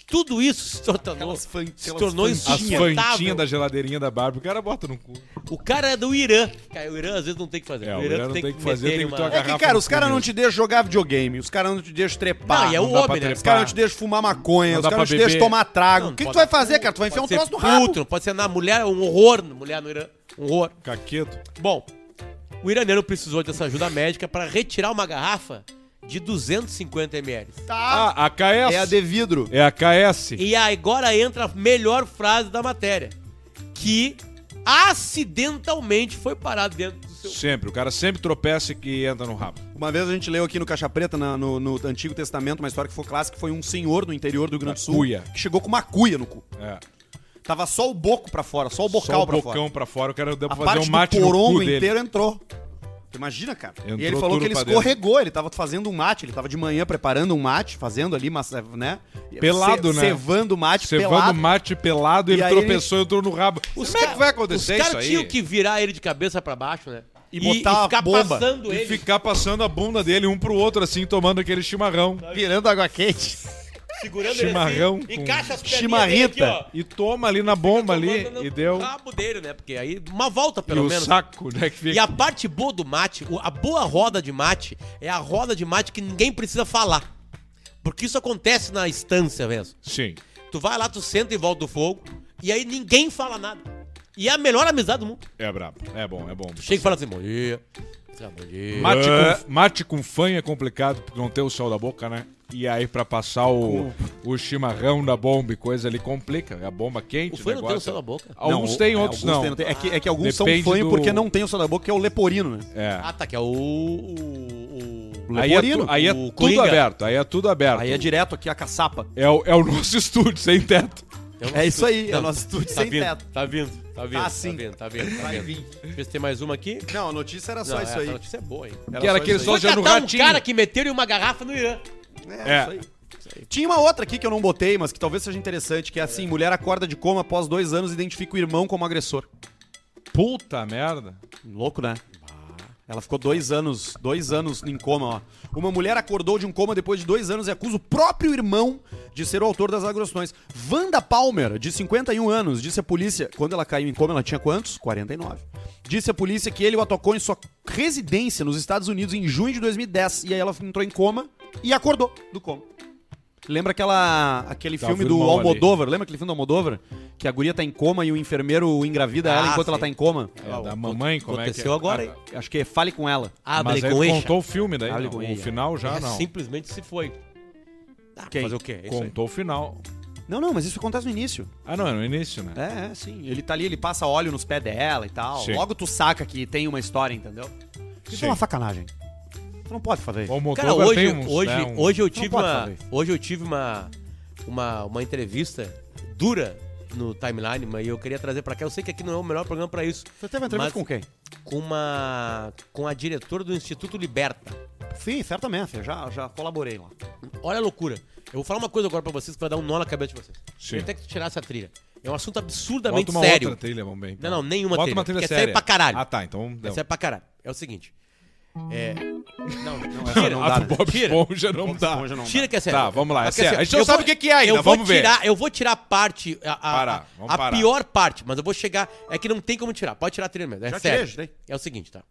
Speaker 3: Tudo isso se tornou,
Speaker 1: Aquelas fan-
Speaker 3: se
Speaker 1: aquelas
Speaker 3: tornou
Speaker 2: As fantinhas
Speaker 3: insuportável.
Speaker 2: da geladeirinha da Barbie. O cara bota no cu.
Speaker 3: O cara é do Irã. Cara, o Irã às vezes não tem o que fazer.
Speaker 2: É, o Irã não tem o que fazer,
Speaker 3: meter
Speaker 2: tem
Speaker 3: em
Speaker 2: que tocar.
Speaker 1: É que, cara, os caras não te deixam jogar videogame, os caras não te deixam trepar.
Speaker 3: Não, e é o
Speaker 2: não dá pra
Speaker 3: homem, né?
Speaker 2: trepar.
Speaker 1: Os caras não te deixam fumar maconha,
Speaker 2: Não
Speaker 1: os
Speaker 2: dá
Speaker 1: caras não
Speaker 2: pra
Speaker 1: te deixam
Speaker 2: beber.
Speaker 1: tomar trago.
Speaker 3: Não,
Speaker 1: O que, que
Speaker 3: pode-
Speaker 1: tu vai fazer, cara? Tu vai enfiar um
Speaker 3: Pode
Speaker 1: troço
Speaker 3: ser
Speaker 1: no rabo.
Speaker 3: puto, não pode ser na mulher, é um horror, mulher no Irã, um horror.
Speaker 2: Caqueto.
Speaker 3: Bom, o iraniano precisou dessa ajuda médica para retirar uma garrafa de 250 ml.
Speaker 1: Tá.
Speaker 2: Ah, a KS.
Speaker 1: é a de vidro.
Speaker 2: É a KS.
Speaker 3: E agora entra a melhor frase da matéria, que acidentalmente foi parado dentro do seu...
Speaker 2: Sempre. O cara sempre tropeça e entra no rabo.
Speaker 1: Uma vez a gente leu aqui no Caixa Preta, na- no, no Antigo Testamento, uma história que foi clássica, foi um senhor do interior do Rio Grande do Sul
Speaker 2: Cuia.
Speaker 1: que chegou com uma cuia no cu.
Speaker 2: É.
Speaker 1: Tava só o boco pra fora, só o bocal
Speaker 2: Só o
Speaker 1: pra
Speaker 2: bocão
Speaker 1: fora.
Speaker 2: pra fora. O cara deu
Speaker 1: A
Speaker 2: pra fazer
Speaker 1: parte
Speaker 2: um mate
Speaker 1: do
Speaker 2: no
Speaker 1: porongo
Speaker 2: cu dele.
Speaker 1: inteiro entrou. Tu imagina, cara. e ele
Speaker 2: Entrou
Speaker 1: falou
Speaker 2: tudo
Speaker 1: que ele
Speaker 2: pra dentro.
Speaker 1: escorregou, ele tava fazendo um mate, ele tava de manhã preparando um mate, fazendo ali, mas, né?
Speaker 2: Pelado, né?
Speaker 1: Cevando o mate,
Speaker 2: Você vai
Speaker 1: pelado.
Speaker 2: no mate pelado,
Speaker 1: E
Speaker 2: ele
Speaker 1: aí
Speaker 2: tropeçou e entrou no rabo. Os Será é que vai acontecer
Speaker 3: os
Speaker 2: isso
Speaker 3: caras
Speaker 2: aí?
Speaker 3: tinham que virar ele de cabeça pra baixo, né?
Speaker 1: E botar a
Speaker 3: ficar
Speaker 1: bomba.
Speaker 3: passando
Speaker 2: E
Speaker 3: ele.
Speaker 2: ficar passando a bunda dele um pro outro, assim, tomando aquele chimarrão.
Speaker 1: Virando água quente.
Speaker 3: segurando
Speaker 2: Chimarrão
Speaker 3: ele assim,
Speaker 2: com
Speaker 3: encaixa as perninhas dele aqui,
Speaker 1: chimarrita.
Speaker 3: ó.
Speaker 2: E toma ali na bomba ali
Speaker 3: Tomando no
Speaker 2: e deu.
Speaker 3: rabo dele, né? Porque aí uma volta
Speaker 2: E
Speaker 3: pelo
Speaker 2: o
Speaker 3: menos.
Speaker 2: saco, né? Que
Speaker 3: E
Speaker 2: fica.
Speaker 3: a parte boa do mate, o- a boa roda de mate é a roda de mate que ninguém precisa falar. Porque isso acontece na estância mesmo.
Speaker 2: Sim.
Speaker 3: Tu vai lá, tu senta em volta do fogo e aí ninguém fala nada. E é a melhor amizade do mundo.
Speaker 2: É brabo. É bom, é bom.
Speaker 3: Tu chega e fala assim: "Bom dia". Fala, "Bom dia".
Speaker 2: Mate
Speaker 1: É.
Speaker 2: com, mate com fanha é complicado porque não tem o céu da boca, né? E aí pra passar o, o chimarrão da bomba e coisa ali complica. É A bomba quente.
Speaker 3: O fã não tem
Speaker 2: negócio.
Speaker 3: o céu da boca?
Speaker 2: Alguns
Speaker 1: Não,
Speaker 2: têm,
Speaker 1: é,
Speaker 2: outros
Speaker 1: alguns
Speaker 2: não.
Speaker 1: têm, tem. É, que, é que alguns
Speaker 2: Depende
Speaker 1: são fanho
Speaker 2: do-
Speaker 1: porque não tem o céu da boca, que é o leporino, né?
Speaker 2: É.
Speaker 3: Ah, tá, que é o. o, o...
Speaker 2: Aí é, tu-
Speaker 1: Leporino,
Speaker 2: aí é
Speaker 3: o
Speaker 2: tudo
Speaker 3: Coringa.
Speaker 2: aberto. Aí é tudo aberto.
Speaker 1: Aí é direto aqui a caçapa.
Speaker 2: É o, é o nosso estúdio, sem teto.
Speaker 1: É isso aí, é o nosso
Speaker 3: estúdio
Speaker 1: estúdio
Speaker 3: tá
Speaker 1: sem
Speaker 3: vindo,
Speaker 1: teto. Ah,
Speaker 3: Tá vindo, tá vindo.
Speaker 1: sim.
Speaker 3: Tá vindo, tá vindo. Tá
Speaker 1: Vai
Speaker 3: vindo. Deixa eu ver se tem mais uma aqui.
Speaker 1: Não, a notícia era só
Speaker 3: Não,
Speaker 1: isso
Speaker 3: essa
Speaker 1: aí.
Speaker 3: notícia é boa, hein?
Speaker 2: Que era aquele
Speaker 1: isso
Speaker 2: só
Speaker 1: aí.
Speaker 3: Foi
Speaker 2: já no
Speaker 3: catar um
Speaker 2: ratinho.
Speaker 3: cara que meteram uma garrafa no Irã.
Speaker 1: É,
Speaker 2: É.
Speaker 1: Isso aí. Tinha uma outra aqui que eu não botei, mas que talvez seja interessante, que é assim, mulher acorda de coma após dois anos e identifica o irmão como agressor.
Speaker 2: Puta merda.
Speaker 1: Louco, né? Ela ficou dois anos, dois anos em coma, ó. Uma mulher acordou de um coma depois de dois anos e acusa o próprio irmão de ser o autor das agressões. Wanda Palmer, de 51 anos, disse à polícia. Quando ela caiu em coma, ela tinha quantos? 49. Disse à polícia que ele o atacou em sua residência nos Estados Unidos em junho de 2010. E aí ela entrou em coma e acordou do coma. Lembra aquela, aquele
Speaker 2: Tava
Speaker 1: filme
Speaker 2: o
Speaker 1: do
Speaker 2: irmão ali.
Speaker 1: Almodóvar? Lembra aquele filme do Almodóvar? Que a guria tá em coma e o enfermeiro engravida ela
Speaker 3: Ah,
Speaker 1: enquanto ela
Speaker 3: sim.
Speaker 1: tá em coma?
Speaker 2: É,
Speaker 3: Ah,
Speaker 2: da
Speaker 3: o-
Speaker 2: mamãe, como é que
Speaker 3: aconteceu
Speaker 2: é?
Speaker 3: agora,
Speaker 2: Ah,
Speaker 3: hein?
Speaker 1: Acho que é fale com ela.
Speaker 3: Ah,
Speaker 2: Mas aí tu contou o filme daí,
Speaker 1: Abre
Speaker 2: não.
Speaker 1: com
Speaker 2: O
Speaker 1: eixa.
Speaker 2: final já
Speaker 3: É,
Speaker 2: não.
Speaker 3: Simplesmente se foi. Ah,
Speaker 1: Quem?
Speaker 3: fazer o quê? É isso aí.
Speaker 2: Contou o final.
Speaker 1: Não, não, mas isso acontece no início.
Speaker 2: Ah, não, é no início, né?
Speaker 1: É, é, sim. Ele tá ali, ele passa óleo nos pés dela e tal.
Speaker 2: Sim.
Speaker 1: Logo tu saca que tem uma história, entendeu? Isso
Speaker 2: Sim.
Speaker 1: é uma sacanagem. Tu não pode fazer isso.
Speaker 2: O motor
Speaker 3: É. Cara,
Speaker 2: vai
Speaker 3: hoje,
Speaker 2: ter uns,
Speaker 3: hoje,
Speaker 2: né, um-
Speaker 3: hoje eu
Speaker 1: Não
Speaker 3: tive
Speaker 1: pode
Speaker 3: uma,
Speaker 1: fazer.
Speaker 3: hoje eu tive uma, uma, uma entrevista dura no timeline, mas eu queria trazer pra cá. Eu sei que aqui não é o melhor programa pra isso.
Speaker 1: Você teve uma entrevista
Speaker 3: Mas-
Speaker 1: com quem?
Speaker 3: Com uma com a diretora do Instituto Liberta.
Speaker 1: Sim, certamente. Eu já, já colaborei lá.
Speaker 3: Olha a loucura. Eu vou falar uma coisa agora pra vocês que vai dar um nó na cabeça de vocês.
Speaker 2: Sim.
Speaker 3: Eu até que tu tirasse a trilha. É um assunto
Speaker 2: Bota
Speaker 3: absurdamente
Speaker 2: uma
Speaker 3: sério.
Speaker 2: outra trilha, vamos bem. então.
Speaker 3: Não, não, nenhuma
Speaker 2: Bota
Speaker 3: trilha,
Speaker 2: uma trilha
Speaker 3: porque é
Speaker 2: séria.
Speaker 3: sério pra caralho.
Speaker 2: Ah, tá, então... Não.
Speaker 3: Essa é pra caralho. É o seguinte. É. Não, não,
Speaker 1: essa
Speaker 3: tira,
Speaker 1: não
Speaker 2: Ah,
Speaker 1: dá,
Speaker 2: do Bob
Speaker 3: tira.
Speaker 2: Esponja não dá.
Speaker 1: Esponja não
Speaker 3: Tira
Speaker 1: dá.
Speaker 3: que é sério.
Speaker 2: Tá, vamos lá, é
Speaker 3: Porque,
Speaker 2: sério.
Speaker 3: assim,
Speaker 2: A gente não
Speaker 3: eu
Speaker 2: sabe
Speaker 3: vou-
Speaker 2: o que que é ainda,
Speaker 3: eu vou
Speaker 2: vamos ver.
Speaker 3: tirar- eu vou tirar a parte, a, a-
Speaker 2: Parar,
Speaker 3: a-
Speaker 2: vamos
Speaker 3: a
Speaker 2: parar.
Speaker 3: pior parte, mas eu vou chegar. É que não tem como tirar. Pode tirar a trilha mesmo. É
Speaker 1: Já
Speaker 3: sério.
Speaker 1: tirei, já tirei.
Speaker 3: É o seguinte, tá?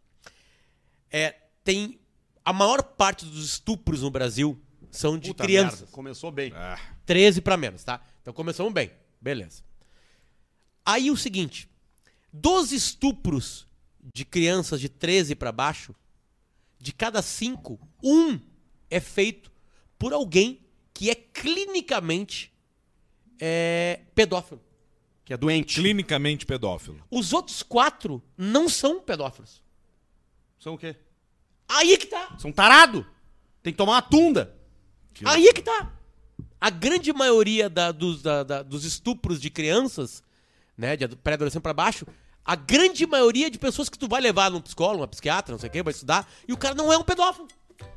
Speaker 3: É, tem. A maior parte dos estupros no Brasil são de crianças.
Speaker 1: merda, Começou bem.
Speaker 2: Ah,
Speaker 3: 13 pra menos, tá? Então começamos bem. Beleza. Aí o seguinte, dos estupros de crianças de 13 pra baixo, de cada cinco, um é feito por alguém que é clinicamente é, pedófilo.
Speaker 1: Que é doente.
Speaker 2: clinicamente pedófilo.
Speaker 3: Os outros quatro não são pedófilos.
Speaker 1: São o quê?
Speaker 3: Aí que tá.
Speaker 1: São tarado. Tem que tomar uma tunda.
Speaker 3: Aí é que tá. A grande maioria da- dos, da- da- dos estupros de crianças, né, de ado- pré-adolescente pra baixo, a grande maioria de pessoas que tu vai levar num psicólogo, uma psiquiatra, não sei o quê, vai estudar, e o cara não é um pedófilo. Puta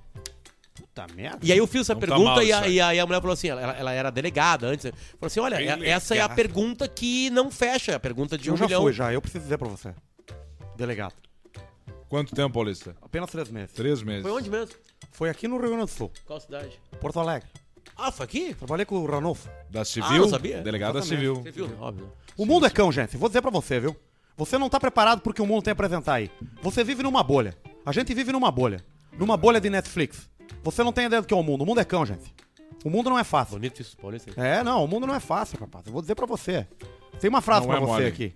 Speaker 1: Puta merda.
Speaker 3: é E aí eu fiz essa
Speaker 2: Não tá
Speaker 3: pergunta
Speaker 2: mal
Speaker 3: e,
Speaker 2: isso
Speaker 3: a,
Speaker 2: aí.
Speaker 3: e aí a mulher falou assim, ela, ela era delegada antes, né? falou assim, olha,
Speaker 2: Delegada.
Speaker 3: é- essa é a pergunta que não fecha, é a pergunta de um
Speaker 1: eu já
Speaker 3: milhão.
Speaker 1: fui, já. Eu preciso dizer pra você. Delegado.
Speaker 2: Quanto tempo, Paulista?
Speaker 1: Apenas três meses.
Speaker 2: Três meses.
Speaker 3: Foi onde mesmo?
Speaker 1: Foi aqui no Rio Grande do Sul,
Speaker 3: Qual cidade?
Speaker 1: Porto Alegre.
Speaker 3: Ah, foi aqui?
Speaker 1: Trabalhei com o Ranolfo.
Speaker 2: Da civil?
Speaker 3: Ah, não sabia.
Speaker 2: Delegada
Speaker 1: Exatamente.
Speaker 2: civil.
Speaker 3: Você viu? Óbvio. né?
Speaker 1: O mundo é cão, gente. Vou dizer pra você, viu? Você não tá preparado pro que o mundo tem a apresentar aí. Você vive numa bolha. A gente vive numa bolha. Numa bolha de Netflix. Você não tem ideia do que é o mundo. O mundo é cão, gente. O mundo não é fácil.
Speaker 3: Bonito isso, Paulista.
Speaker 1: É, não. O mundo não é fácil, rapaz. Eu vou dizer pra você. Tem uma frase
Speaker 2: Não
Speaker 1: pra
Speaker 2: é
Speaker 1: você
Speaker 2: mole.
Speaker 1: aqui.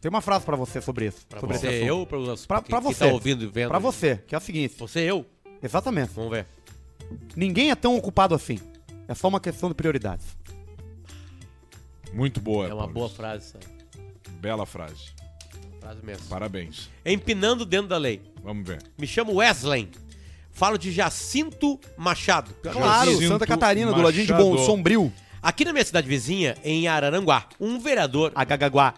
Speaker 1: Tem uma frase pra você sobre isso.
Speaker 3: Pra
Speaker 1: sobre
Speaker 3: você,
Speaker 1: esse assunto.
Speaker 3: eu, pra, os-
Speaker 1: Pra,
Speaker 3: quem-
Speaker 1: pra
Speaker 3: quem
Speaker 1: você.
Speaker 3: tá ouvindo e vendo.
Speaker 1: Pra você, que é a seguinte.
Speaker 3: Você, eu?
Speaker 1: Exatamente.
Speaker 3: Vamos ver.
Speaker 1: Ninguém é tão ocupado assim. É só uma questão de prioridades.
Speaker 2: Muito boa.
Speaker 3: É uma boa
Speaker 2: Paulista.
Speaker 3: frase, essa
Speaker 2: Bela frase.
Speaker 3: frase mesmo.
Speaker 2: Parabéns.
Speaker 3: Empinando dentro da lei.
Speaker 2: Vamos ver.
Speaker 3: Me chamo Wesley. Falo de Jacinto Machado.
Speaker 1: Claro,
Speaker 2: Jacinto
Speaker 1: Santa Catarina, do ladinho de
Speaker 2: Machado.
Speaker 1: Bom Sombrio,
Speaker 3: Aqui na minha cidade vizinha, em Araranguá, um vereador
Speaker 1: Agagaguá.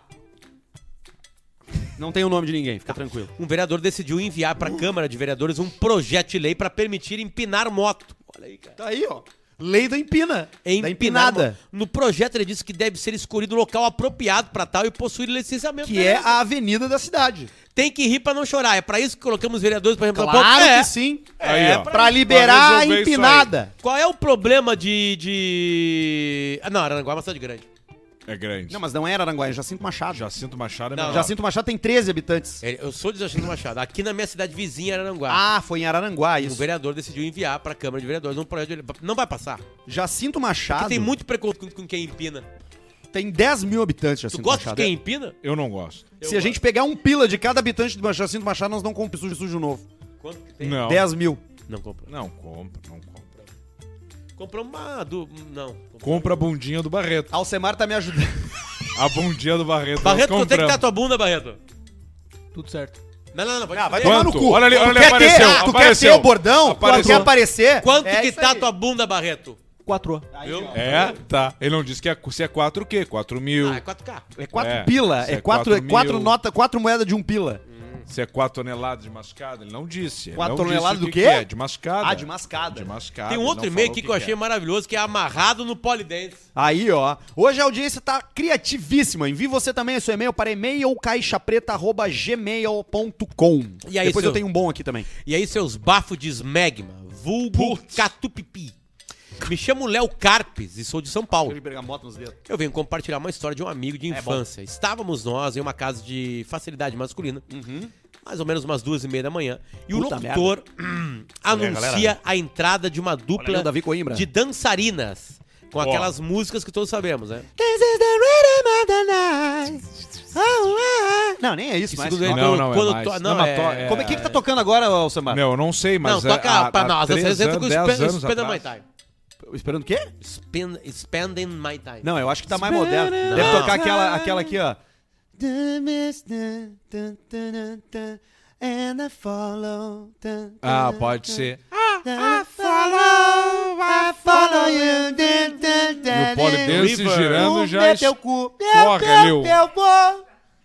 Speaker 1: Não tem o nome de ninguém, fica tranquilo.
Speaker 3: um vereador decidiu enviar para a Câmara de Vereadores um projeto de lei para permitir empinar moto. Olha aí, cara.
Speaker 1: Tá aí, ó. Lei da empina. da empinada.
Speaker 3: mo- No projeto ele disse que deve ser escolhido o local apropriado para tal e possuir licenciamento.
Speaker 1: Que é
Speaker 3: Beleza.
Speaker 1: a avenida da cidade.
Speaker 3: Tem que rir para não chorar. É para isso que colocamos os vereadores para
Speaker 1: Claro
Speaker 3: É.
Speaker 1: que sim.
Speaker 2: Aí, ó.
Speaker 1: Pra,
Speaker 3: pra
Speaker 1: liberar a
Speaker 2: resolver isso
Speaker 1: empinada.
Speaker 3: Qual é o problema de... de... Ah, não, Araranguá é uma cidade grande.
Speaker 2: É grande.
Speaker 1: Não, mas não era Aranguá, é Jacinto Machado.
Speaker 2: Jacinto Machado é
Speaker 3: Não,
Speaker 2: melhor.
Speaker 1: Jacinto Machado tem 13 habitantes.
Speaker 3: É, Eu sou de Jacinto Machado. Aqui na minha cidade vizinha, Araranguá.
Speaker 1: Ah, foi em Araranguá
Speaker 3: O
Speaker 1: isso.
Speaker 3: vereador decidiu enviar para a Câmara de Vereadores um projeto de lei. Não vai passar.
Speaker 1: Jacinto Machado
Speaker 3: Porque tem muito preconceito com quem empina.
Speaker 1: tem 10 mil habitantes,
Speaker 3: Tu
Speaker 1: Jacinto
Speaker 3: gosta
Speaker 1: Machado. é-
Speaker 3: de quem empina?
Speaker 2: Eu não gosto.
Speaker 1: Se a gente pegar um pila de cada habitante do Jacinto Machado, nós não compramos sujo sujo novo.
Speaker 3: Quanto que tem?
Speaker 2: Não.
Speaker 1: 10 mil.
Speaker 3: Não comprou.
Speaker 2: Não, compra, não compra.
Speaker 3: Comprou uma do. Não. comprou.
Speaker 2: Compra a bundinha do Barreto.
Speaker 1: Alcemar tá me ajudando.
Speaker 2: A bundinha do Barreto.
Speaker 3: Barreto,
Speaker 2: nós
Speaker 3: quanto é que tá a
Speaker 2: compramos.
Speaker 3: tua bunda, Barreto?
Speaker 4: Tudo certo.
Speaker 3: Não, não, não. Vai,
Speaker 1: Ah, vai
Speaker 3: te fuder.
Speaker 1: tomar
Speaker 2: Quanto?
Speaker 1: no cu.
Speaker 2: Olha ali,
Speaker 1: Tu
Speaker 2: olha ali,
Speaker 1: quer Ter,
Speaker 2: apareceu,
Speaker 1: tu
Speaker 2: apareceu.
Speaker 1: quer ter o bordão?
Speaker 2: Apareceu.
Speaker 1: Tu quer aparecer? É
Speaker 3: Quanto que tá
Speaker 1: a
Speaker 3: a tua bunda, Barreto?
Speaker 4: 4
Speaker 3: Viu?
Speaker 2: É, tá. Ele não disse que é, se é 4 o quê? 4 mil.
Speaker 3: Ah, é 4K.
Speaker 1: É quatro
Speaker 2: É,
Speaker 1: pila.
Speaker 2: isso
Speaker 1: É
Speaker 2: é
Speaker 1: quatro, é
Speaker 2: quatro
Speaker 1: quatro
Speaker 2: mil.
Speaker 1: nota, quatro moedas de um pila.
Speaker 2: Se é 4 toneladas de mascada, ele não disse. Ele
Speaker 1: Quatro
Speaker 2: não disse
Speaker 1: toneladas
Speaker 2: o
Speaker 1: do
Speaker 2: que
Speaker 1: quê?
Speaker 2: que é, de mascada.
Speaker 1: Ah, de mascada.
Speaker 2: De mascada.
Speaker 3: Tem um
Speaker 2: ele
Speaker 3: outro
Speaker 2: não
Speaker 3: e-mail
Speaker 2: falou
Speaker 3: aqui
Speaker 2: o
Speaker 3: que eu achei
Speaker 2: é.
Speaker 3: maravilhoso, que é amarrado no polidense.
Speaker 1: Aí, ó. Hoje a audiência tá criativíssima. Envie você também o seu e-mail para e-mailcaixapreta.gmail.com.
Speaker 3: E aí,
Speaker 1: Depois
Speaker 3: seu-
Speaker 1: eu tenho um bom aqui também.
Speaker 3: E aí seus bafos de esmegma, vulgo catupipi. Me chamo Léo Carpes e sou de São Paulo.
Speaker 1: bergamota nos dedos.
Speaker 3: Eu venho compartilhar uma história de um amigo
Speaker 2: É
Speaker 3: de infância. Estávamos nós em uma casa de facilidade masculina,
Speaker 2: Uhum.
Speaker 3: mais ou menos umas duas e meia da manhã, e o
Speaker 1: Puta
Speaker 3: locutor hum, anuncia
Speaker 1: galera.
Speaker 3: a entrada de uma
Speaker 1: Olha aí
Speaker 3: dupla
Speaker 1: o Davi Coimbra.
Speaker 3: de dançarinas. Com
Speaker 2: Ó.
Speaker 3: aquelas músicas que todos sabemos, né?
Speaker 1: Não, nem é isso,
Speaker 3: Que
Speaker 1: mas...
Speaker 3: segundo ele,
Speaker 2: Não,
Speaker 3: quando-
Speaker 2: não, é
Speaker 3: quando
Speaker 2: mais.
Speaker 3: to-
Speaker 2: Não,
Speaker 3: não,
Speaker 2: mas to-
Speaker 3: é...
Speaker 2: é-
Speaker 1: Como é que, que tá tocando agora, Alcemar?
Speaker 2: Não, eu não sei, mas.
Speaker 3: não, toca
Speaker 2: há-
Speaker 3: pra
Speaker 2: há
Speaker 3: nós. Às
Speaker 2: três
Speaker 3: vezes entra
Speaker 2: anos,
Speaker 3: com
Speaker 2: dez
Speaker 3: Spend,
Speaker 2: anos
Speaker 3: spend My
Speaker 2: atrás.
Speaker 3: Time.
Speaker 1: Esperando o quê?
Speaker 3: Spend, spending My Time.
Speaker 1: Não, eu acho que tá mais moderno. Deve
Speaker 3: Não.
Speaker 1: tocar aquela, aquela aqui, ó.
Speaker 2: Ah, pode ser.
Speaker 3: É,
Speaker 2: E o polidense
Speaker 3: River.
Speaker 2: girando já es- corre ali o-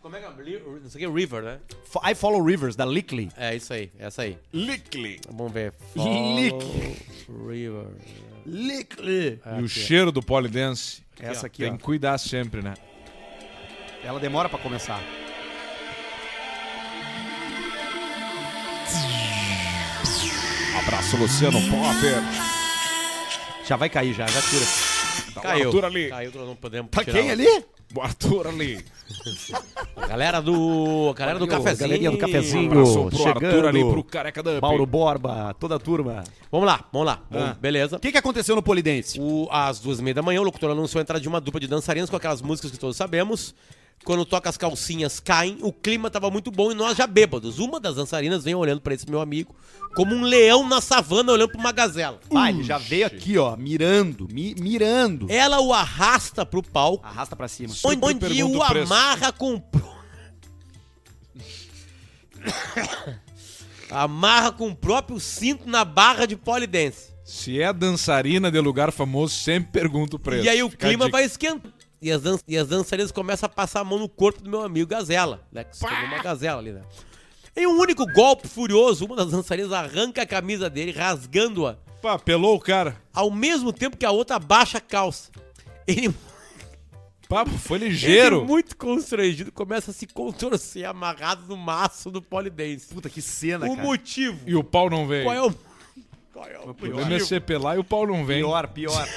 Speaker 3: Como é que é? Li- Não sei o que, River, né?
Speaker 1: Fo- I Follow Rivers, da Lickley.
Speaker 3: É isso aí, é essa aí.
Speaker 2: Lickley.
Speaker 3: Vamos ver.
Speaker 1: Lick.
Speaker 3: Follow River.
Speaker 1: Lickley.
Speaker 2: E o cheiro do polidense.
Speaker 1: Essa aqui,
Speaker 2: Tem
Speaker 1: ó.
Speaker 2: que cuidar sempre, né?
Speaker 1: Ela demora pra começar.
Speaker 2: Abraço, Luciano Popper. Tá
Speaker 1: Já vai cair, já, já tira.
Speaker 3: Caiu.
Speaker 2: Arthur ali.
Speaker 3: Caiu, então nós não podemos
Speaker 1: Pra
Speaker 3: tirar
Speaker 1: Tá quem
Speaker 3: o-
Speaker 1: ali?
Speaker 2: O Arthur ali.
Speaker 3: A galera do. A galera do
Speaker 1: Valeu,
Speaker 3: cafezinho.
Speaker 1: galerinha do cafezinho.
Speaker 2: Abraço pro Arthur
Speaker 1: chegando.
Speaker 2: ali, pro Careca Dump.
Speaker 1: Mauro Borba, toda a turma.
Speaker 3: Vamos lá, vamos lá. Bom,
Speaker 1: Ah.
Speaker 3: Beleza.
Speaker 1: O que, que aconteceu no Polidense?
Speaker 3: O- às duas e meia da manhã, o locutor anunciou a entrada de uma dupla de dançarinas com aquelas músicas que todos sabemos. Quando toca as calcinhas caem, o clima tava muito bom e nós já bêbados. Uma das dançarinas vem olhando pra esse meu amigo como um leão na savana olhando pra uma gazela.
Speaker 1: Ah, ele já veio aqui, ó, mirando, mi- mirando.
Speaker 3: Ela o arrasta pro palco,
Speaker 1: Arrasta pra cima.
Speaker 3: onde,
Speaker 2: Sempre
Speaker 3: onde
Speaker 2: pergunta
Speaker 3: o
Speaker 2: o preço.
Speaker 3: amarra com. pro- amarra com o próprio cinto na barra de polidense.
Speaker 2: Se é dançarina de lugar famoso, sempre pergunta o preço.
Speaker 3: E aí o
Speaker 2: Fica a
Speaker 3: clima
Speaker 2: dica.
Speaker 3: vai esquentando. E as, dan- e as dançarinas começam a passar a mão no corpo do meu amigo Gazela, né? Que se tornou uma gazela ali, né? Em um único golpe furioso, uma das dançarinas arranca a camisa dele, rasgando-a
Speaker 2: Pá, pelou o cara.
Speaker 3: ao mesmo tempo que a outra baixa a calça. Ele,
Speaker 2: Papo, foi
Speaker 3: ele
Speaker 2: ligeiro.
Speaker 3: muito constrangido, começa a se contorcer amarrado no maço do polidense.
Speaker 1: Puta, que cena,
Speaker 3: O
Speaker 1: cara.
Speaker 3: motivo.
Speaker 2: E o pau não veio.
Speaker 3: né, Qual é o. Qual é o
Speaker 2: O problema é
Speaker 3: motivo?
Speaker 2: ser pelar e o pau não vem.
Speaker 1: Pior, pior.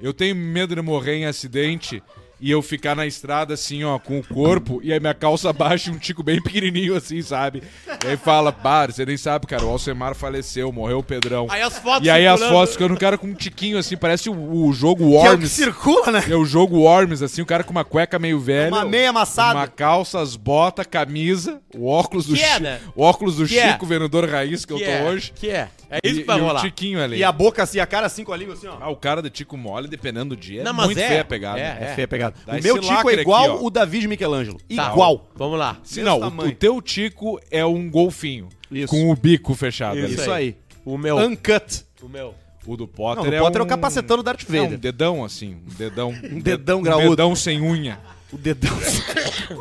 Speaker 2: Eu tenho medo de morrer em acidente e eu ficar na estrada assim, ó, com o corpo e aí minha calça baixa e um tico bem pequenininho assim, sabe? E aí fala, bar, você nem sabe, cara, o Alcemar faleceu, morreu o Pedrão.
Speaker 3: Aí as fotos.
Speaker 2: e aí as
Speaker 3: circulando.
Speaker 2: fotos ficando o cara com um tiquinho assim, parece o, o jogo
Speaker 1: Que é o que
Speaker 2: Worms.
Speaker 1: circula, né?
Speaker 2: É o jogo Worms, assim, o cara com uma cueca meio
Speaker 3: É
Speaker 2: velha.
Speaker 1: Uma meia amassada.
Speaker 2: Uma calça, as botas, camisa, o óculos do
Speaker 3: Que é,
Speaker 2: Chico.
Speaker 3: né?
Speaker 2: O óculos do
Speaker 3: Que é.
Speaker 2: Chico, vendedor raiz que, eu
Speaker 3: Que
Speaker 2: tô
Speaker 3: é,
Speaker 2: hoje.
Speaker 3: Que é. É isso
Speaker 2: e,
Speaker 3: que vai
Speaker 2: e o
Speaker 3: rolar.
Speaker 2: Tiquinho ali.
Speaker 1: E a boca assim, a cara assim com a língua assim, ó.
Speaker 2: Ah, o cara do Tico Mole, dependendo do dia, é
Speaker 3: Não, mas
Speaker 2: muito
Speaker 3: é.
Speaker 2: feia a pegada. né?
Speaker 3: É.
Speaker 1: É feia a pegada.
Speaker 2: Dá
Speaker 1: o meu
Speaker 2: esse
Speaker 1: tico
Speaker 2: lacre
Speaker 1: é
Speaker 2: aqui,
Speaker 1: igual
Speaker 2: ó.
Speaker 1: o Davi de Michelangelo.
Speaker 3: Tá,
Speaker 1: Igual.
Speaker 3: Vamos lá.
Speaker 2: Se
Speaker 1: Mesmo
Speaker 2: não, o,
Speaker 1: tamanho.
Speaker 2: o teu Tico é um golfinho.
Speaker 1: Isso.
Speaker 2: Com o bico fechado. ali.
Speaker 1: Isso aí.
Speaker 3: É O meu.
Speaker 1: Uncut.
Speaker 3: O meu.
Speaker 2: O do
Speaker 1: Não,
Speaker 2: Potter
Speaker 1: o
Speaker 2: é
Speaker 1: Potter é
Speaker 2: um-
Speaker 1: o capacetão do Darth
Speaker 2: É
Speaker 1: Vader.
Speaker 2: um dedão, assim. Um dedão. um
Speaker 1: dedão
Speaker 2: Um
Speaker 1: graúdo.
Speaker 2: dedão sem unha.
Speaker 1: O dedão.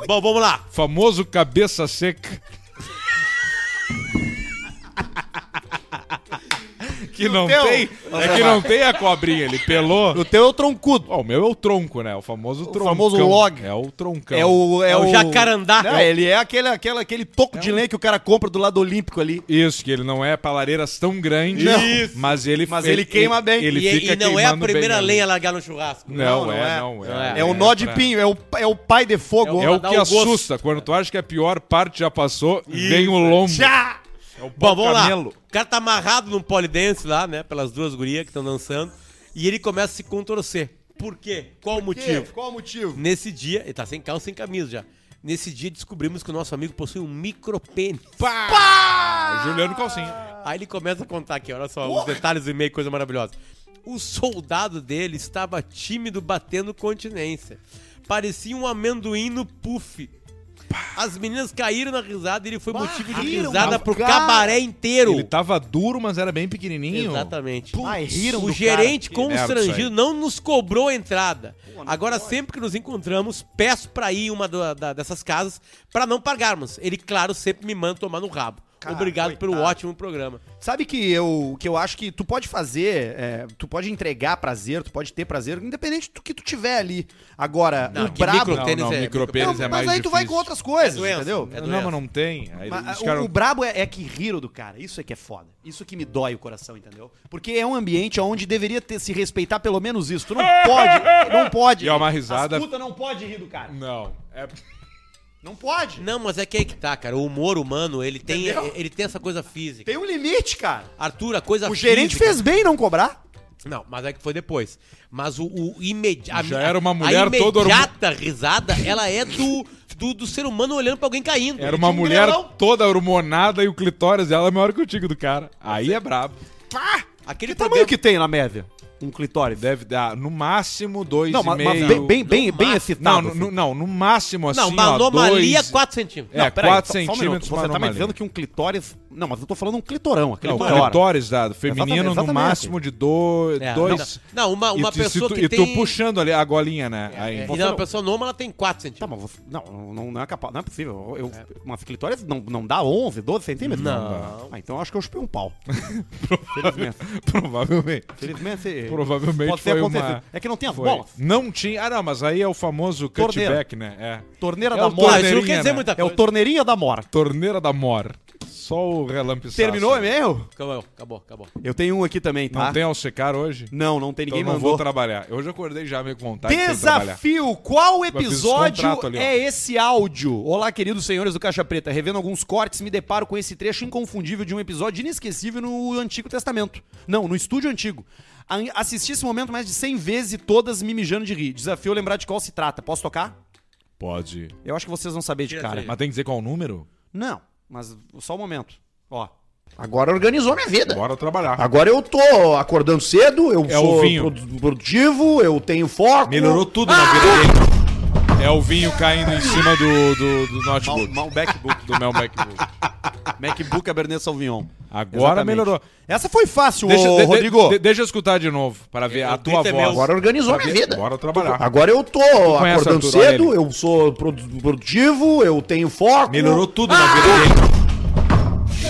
Speaker 3: Bom, vamos lá.
Speaker 2: Famoso cabeça seca. que não
Speaker 1: teu-
Speaker 2: tem. É que não tem a cobrinha, ele pelou.
Speaker 1: o teu é o troncudo.
Speaker 2: Ó, o meu é o tronco, né? O famoso tronco.
Speaker 1: famoso log.
Speaker 2: É o troncão.
Speaker 1: É o, é
Speaker 3: É o jacarandá.
Speaker 1: Não, ele é aquele, aquele, aquele toco de lenha que o cara compra do lado olímpico ali.
Speaker 2: Isso, que ele não é pra lareiras tão grandes,
Speaker 1: Não.
Speaker 2: mas ele
Speaker 1: Mas ele queima bem.
Speaker 2: Ele
Speaker 3: e,
Speaker 2: fica
Speaker 3: e não é a
Speaker 2: queimando
Speaker 3: primeira
Speaker 2: bem,
Speaker 3: lenha
Speaker 2: né?
Speaker 3: a largar no churrasco.
Speaker 1: Não,
Speaker 2: Não,
Speaker 1: não
Speaker 2: é,
Speaker 1: é.
Speaker 2: não é.
Speaker 3: Não
Speaker 1: É, o nó de
Speaker 2: pra-
Speaker 1: pinho, é o, é o pai de fogo.
Speaker 2: É o
Speaker 3: Dá
Speaker 2: que
Speaker 3: o gosto.
Speaker 2: assusta. Quando tu acha que a pior parte já passou, vem o lombo.
Speaker 1: Tchá!
Speaker 2: É o
Speaker 3: Bom, vamos lá.
Speaker 2: camelo.
Speaker 3: O cara tá amarrado num polidense lá, né? Pelas duas gurias que estão dançando. E ele começa a se contorcer. Por quê? Qual o motivo?
Speaker 1: Qual o motivo?
Speaker 3: Nesse dia, ele tá sem calça, sem camisa já. Nesse dia descobrimos que o nosso amigo possui um micropênis.
Speaker 2: Pá! É Juliano Calcinha.
Speaker 3: Aí ele começa a contar aqui, olha só, os detalhes do e-mail, coisa maravilhosa. O soldado dele estava tímido batendo continência. Parecia um amendoim no puff. As meninas caíram na risada e ele foi motivo de
Speaker 1: riram,
Speaker 3: risada
Speaker 1: mas
Speaker 3: pro
Speaker 1: cara,
Speaker 3: cabaré inteiro.
Speaker 2: Ele tava duro, mas era bem pequenininho.
Speaker 3: Exatamente.
Speaker 1: Ai, riram
Speaker 3: o
Speaker 1: do
Speaker 3: gerente
Speaker 1: cara.
Speaker 2: merda isso aí.
Speaker 3: constrangido não nos cobrou a entrada. Agora, sempre que nos encontramos, peço pra ir em uma da- da- dessas casas pra não pagarmos. Ele, claro, sempre me manda tomar no rabo.
Speaker 1: Cara,
Speaker 3: Obrigado pelo
Speaker 1: coitado.
Speaker 3: ótimo programa.
Speaker 1: Sabe que eu, que eu acho que tu pode fazer, é, tu pode entregar prazer, tu pode ter prazer, independente do que tu tiver ali. Agora,
Speaker 3: Não,
Speaker 1: o
Speaker 3: que
Speaker 1: brabo...
Speaker 3: micro-
Speaker 2: Não,
Speaker 3: Tênis
Speaker 2: não,
Speaker 3: é-
Speaker 2: micropênis é
Speaker 1: Não, mas
Speaker 2: mais
Speaker 1: aí tu vai
Speaker 2: difícil.
Speaker 1: com outras coisas,
Speaker 3: É doença,
Speaker 1: entendeu?
Speaker 3: é
Speaker 2: Não, mas não tem. Aí
Speaker 1: Mas, ah,
Speaker 2: os
Speaker 1: o-
Speaker 2: caras-
Speaker 1: O brabo é, é que riram do cara. Isso é que é foda. Isso que me dói o coração, entendeu? Porque é um ambiente onde deveria ter, se respeitar pelo menos isso. Tu não pode, não pode.
Speaker 2: E é uma risada-
Speaker 1: As puta não pode rir do cara.
Speaker 2: Não. É...
Speaker 1: Não pode.
Speaker 3: Não, mas é que aí que tá, cara. O humor humano, ele tem, é,
Speaker 1: Entendeu?
Speaker 3: ele tem essa coisa física.
Speaker 1: Tem um limite, cara.
Speaker 3: Arthur, a coisa
Speaker 1: O gerente
Speaker 3: física-
Speaker 1: fez um- bem em não cobrar.
Speaker 3: Não, mas é que foi depois. Mas o, o imediato.
Speaker 2: Já era uma mulher toda
Speaker 3: A
Speaker 2: hormo-
Speaker 3: imediata risada, ela é do, do, do ser humano olhando pra alguém caindo.
Speaker 2: Era uma
Speaker 1: um
Speaker 2: mulher
Speaker 1: melão.
Speaker 2: toda hormonada e o clitóris dela é maior que o tico do cara. Aí é brabo.
Speaker 3: Aquele
Speaker 1: Que tamanho que tem na média? Um clitóris.
Speaker 2: Deve dar no máximo dois
Speaker 1: Não,
Speaker 2: e
Speaker 1: mas, mas
Speaker 2: meio.
Speaker 1: bem, bem, bem,
Speaker 3: No
Speaker 1: bem
Speaker 3: máximo.
Speaker 1: excitado.
Speaker 2: Não, no,
Speaker 1: assim.
Speaker 2: no- não, no máximo assim,
Speaker 3: Não, uma
Speaker 2: ó,
Speaker 3: anomalia
Speaker 2: dois...
Speaker 3: 4 centímetros.
Speaker 2: É,
Speaker 1: Não, peraí,
Speaker 2: 4
Speaker 1: só- só um minuto.
Speaker 2: centímetros uma
Speaker 1: Você tá me
Speaker 2: anomalia.
Speaker 1: dizendo que um clitóris... Não, mas eu tô falando um clitorão. Aquele
Speaker 2: Não,
Speaker 1: maior.
Speaker 2: clitóris dado, feminino
Speaker 1: Exatamente,
Speaker 2: no
Speaker 1: exatamente.
Speaker 2: máximo de do,
Speaker 3: É,
Speaker 2: dois.
Speaker 3: Não, não, uma, uma
Speaker 2: e tu,
Speaker 3: pessoa
Speaker 2: se tu,
Speaker 3: que
Speaker 2: e tu
Speaker 3: tem...
Speaker 2: puxando ali a golinha, né?
Speaker 1: É,
Speaker 2: Aí.
Speaker 3: E não, uma pessoa normal, ela tem 4
Speaker 1: Tá,
Speaker 3: centímetros.
Speaker 1: mas você, não, não, não é capaz, não é possível. Eu, eu- Uma clitóris não, não dá 11, 12 centímetros?
Speaker 3: Não.
Speaker 1: Ah, então eu acho que eu chupei um pau.
Speaker 2: Provavelmente.
Speaker 1: Felizmente,
Speaker 2: Provavelmente
Speaker 1: pode ter
Speaker 2: foi
Speaker 1: acontecido.
Speaker 2: uma-
Speaker 1: É que não tem as
Speaker 2: Foi.
Speaker 1: bolas.
Speaker 2: Não tinha. Ah, não, mas aí é o famoso
Speaker 1: Torneira.
Speaker 2: cutback, né? É.
Speaker 1: Torneira
Speaker 2: É
Speaker 1: da
Speaker 2: o
Speaker 1: mora.
Speaker 3: Ah, isso não quer dizer
Speaker 2: né?
Speaker 3: muita
Speaker 1: É
Speaker 3: coisa.
Speaker 1: o torneirinha da mora.
Speaker 2: Torneira da Mor. Só o relâmpago.
Speaker 1: Terminou o e-mail?
Speaker 3: Acabou, acabou, acabou.
Speaker 1: Eu tenho um aqui também,
Speaker 2: Não
Speaker 1: tá?
Speaker 2: tem ao secar hoje?
Speaker 1: não, não tem
Speaker 2: Então
Speaker 1: ninguém
Speaker 2: não
Speaker 1: mandou.
Speaker 2: vou trabalhar. Hoje eu acordei já meio com vontade de Tá trabalhar.
Speaker 1: Desafio, qual
Speaker 2: fiz os
Speaker 1: episódio
Speaker 2: contratos ali, ó.
Speaker 1: é esse áudio? Olá, queridos senhores do Caixa Preta. Revendo alguns cortes, me deparo com esse trecho inconfundível de um episódio inesquecível no Antigo Testamento. Não, no Estúdio Antigo. A- Assisti esse momento mais de 100 vezes e todas me mijando de rir. Desafio é lembrar de qual se trata. Posso tocar?
Speaker 2: Pode.
Speaker 1: Eu acho que vocês vão saber de
Speaker 3: Tira
Speaker 1: cara.
Speaker 3: essa
Speaker 2: Mas tem que dizer qual o número?
Speaker 1: Não, mas só um momento. Ó. Agora organizou minha vida.
Speaker 2: Bora trabalhar.
Speaker 1: Agora eu tô acordando cedo, eu
Speaker 2: É o sou vinho.
Speaker 1: produtivo, eu tenho foco.
Speaker 2: Melhorou tudo na
Speaker 1: Ah!
Speaker 2: vida dele. É o vinho caindo em cima do, do, do
Speaker 1: Mal,
Speaker 2: notebook.
Speaker 1: MacBook.
Speaker 2: Do meu MacBook.
Speaker 1: MacBook Cabernet Sauvignon.
Speaker 2: Agora
Speaker 1: Exatamente.
Speaker 2: melhorou.
Speaker 1: Essa foi fácil,
Speaker 2: Deixa,
Speaker 1: ô,
Speaker 2: de- de-
Speaker 1: Rodrigo.
Speaker 2: de- deixa eu escutar de novo, para ver a
Speaker 3: eu
Speaker 2: tua
Speaker 3: grito é
Speaker 2: voz.
Speaker 3: meu. Agora
Speaker 1: organizou
Speaker 2: Pra ver- Bora trabalhar.
Speaker 4: Agora eu tô
Speaker 2: conhece,
Speaker 4: acordando
Speaker 2: Arthur, olha
Speaker 4: cedo,
Speaker 2: ele.
Speaker 4: eu sou produ- produtivo, eu tenho foco.
Speaker 2: Melhorou tudo na vida dele.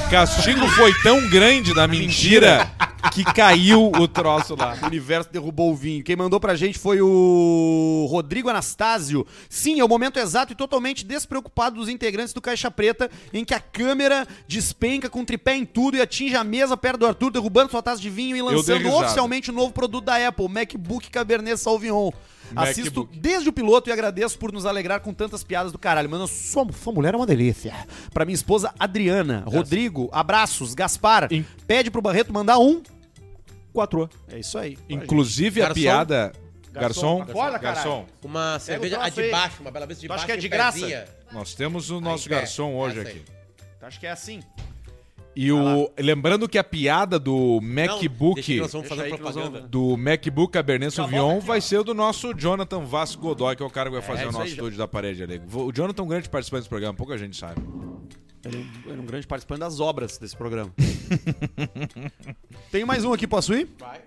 Speaker 2: O castigo foi tão grande da mentira que caiu o troço lá.
Speaker 1: O universo derrubou o vinho. Quem mandou pra gente foi o Rodrigo Anastasio. Sim, é o momento exato e totalmente despreocupado dos integrantes do Caixa Preta, em que a câmera despenca com tripé em tudo e atinge a mesa perto do Arthur, derrubando sua taça de vinho e
Speaker 2: dei
Speaker 1: lançando
Speaker 2: risada.
Speaker 1: oficialmente o novo produto da Apple, MacBook Cabernet Sauvignon. Assisto
Speaker 2: MacBook.
Speaker 1: desde o piloto e agradeço por nos alegrar com tantas piadas do caralho. Mano, sua, sua mulher é uma delícia. Pra minha esposa Adriana, Rodrigo, abraços, Gaspar. Pede pro Barreto mandar um. Quatro. É isso aí.
Speaker 2: Inclusive a
Speaker 3: Garçom.
Speaker 2: piada. Garçom,
Speaker 1: Acorda, caralho.
Speaker 3: Uma cerveja
Speaker 1: troço
Speaker 3: a de
Speaker 1: aí.
Speaker 3: baixo, uma bela vez de
Speaker 1: Tu acha
Speaker 3: baixo.
Speaker 1: que é
Speaker 3: em
Speaker 1: de graça?
Speaker 3: pezinha.
Speaker 2: nós temos o nosso
Speaker 3: é,
Speaker 2: garçom hoje
Speaker 3: essa aí.
Speaker 2: aqui.
Speaker 1: Acho que é assim.
Speaker 2: E o lembrando que a piada do
Speaker 3: Não, deixa
Speaker 2: MacBook
Speaker 3: que nós vamos fazer
Speaker 1: Deixa aí que nós vamos
Speaker 3: propaganda.
Speaker 2: do MacBook Cabernet Sauvignon vai ser do nosso Jonathan Vasco Godoy, que é o cara que vai fazer
Speaker 1: isso
Speaker 2: o nosso
Speaker 1: aí,
Speaker 2: estúdio da parede ali. O Jonathan é um grande participante desse programa, pouca gente sabe.
Speaker 1: Ele era um grande participante das obras desse programa. Tenho mais um aqui, posso ir?
Speaker 3: Vai.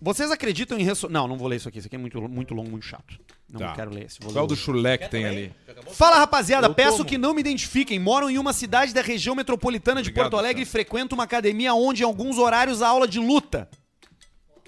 Speaker 1: Vocês acreditam em ressonância. Não, não vou ler isso aqui. Isso aqui é muito, muito longo, muito chato. Não
Speaker 2: Tá.
Speaker 1: quero ler esse. Vou
Speaker 2: Qual
Speaker 1: ler
Speaker 2: do
Speaker 1: outro.
Speaker 2: chulé que tem ali?
Speaker 1: Fala rapaziada,
Speaker 3: Eu
Speaker 1: peço
Speaker 3: tomo.
Speaker 1: que não me identifiquem. Moro em uma cidade da região metropolitana de
Speaker 2: Obrigado,
Speaker 1: Porto Alegre
Speaker 2: cara.
Speaker 1: e frequento uma academia onde em alguns horários há aula de luta.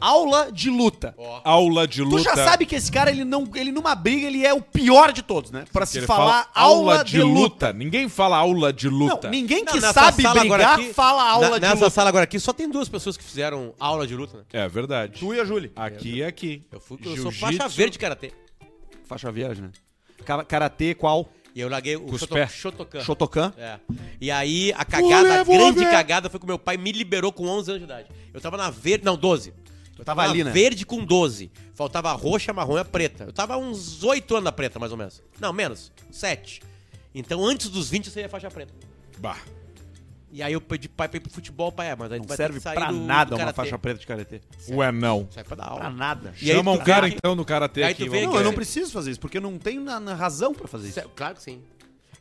Speaker 1: Aula de luta.
Speaker 2: Aula de luta.
Speaker 1: Tu já sabe que esse cara, ele, não, ele numa briga, ele é o pior de todos, né? Pra
Speaker 2: que
Speaker 1: se
Speaker 2: ele
Speaker 1: falar
Speaker 2: fala
Speaker 1: aula, de luta.
Speaker 2: Ninguém fala aula de luta.
Speaker 1: Não, ninguém que
Speaker 3: Não, nessa
Speaker 1: sabe
Speaker 3: sala
Speaker 1: brigar
Speaker 3: agora aqui-
Speaker 1: fala aula
Speaker 3: na,
Speaker 1: de
Speaker 3: Nessa
Speaker 1: luta.
Speaker 3: sala agora aqui só tem duas pessoas que fizeram aula de luta, né?
Speaker 2: É verdade.
Speaker 1: Tu e a Júlia.
Speaker 2: Aqui e aqui.
Speaker 3: Eu, fui, eu sou faixa verde karatê.
Speaker 1: Faixa verde, né? Ca- Karatê qual?
Speaker 3: E eu larguei o
Speaker 2: os
Speaker 3: shoto-
Speaker 2: pés.
Speaker 3: Shotokan.
Speaker 1: Shotokan.
Speaker 3: É. E aí, a cagada, a grande cagada foi que o meu pai me liberou com 11 anos de idade. Eu tava na verde, não, 12. Eu
Speaker 1: Tava
Speaker 3: na
Speaker 1: ali, né?
Speaker 3: verde com 12. Faltava a roxa, a marrom e a preta. Eu tava uns 8 anos na preta, mais ou menos. Não, menos. 7. Então, antes dos 20, eu seria faixa preta.
Speaker 2: Bah.
Speaker 3: E aí eu pedi pro pai pra ir pro futebol, pai, é, mas aí tu
Speaker 1: Não
Speaker 3: vai ter
Speaker 1: serve
Speaker 3: que sair
Speaker 1: pra
Speaker 3: do- do
Speaker 1: nada uma
Speaker 3: karatê.
Speaker 1: faixa preta de karatê.
Speaker 2: Ué, não.
Speaker 3: Sai pra dar
Speaker 1: Pra
Speaker 3: aula.
Speaker 1: nada.
Speaker 3: E aí
Speaker 2: Chama
Speaker 3: tu
Speaker 2: um cara,
Speaker 3: vê que-
Speaker 2: então, no Karatê
Speaker 3: aí
Speaker 2: aqui.
Speaker 3: tu vê
Speaker 2: vamos
Speaker 1: Não, eu
Speaker 2: ver.
Speaker 1: não preciso fazer isso, porque não tem na, na razão pra fazer isso.
Speaker 3: Cê- é, Claro que sim.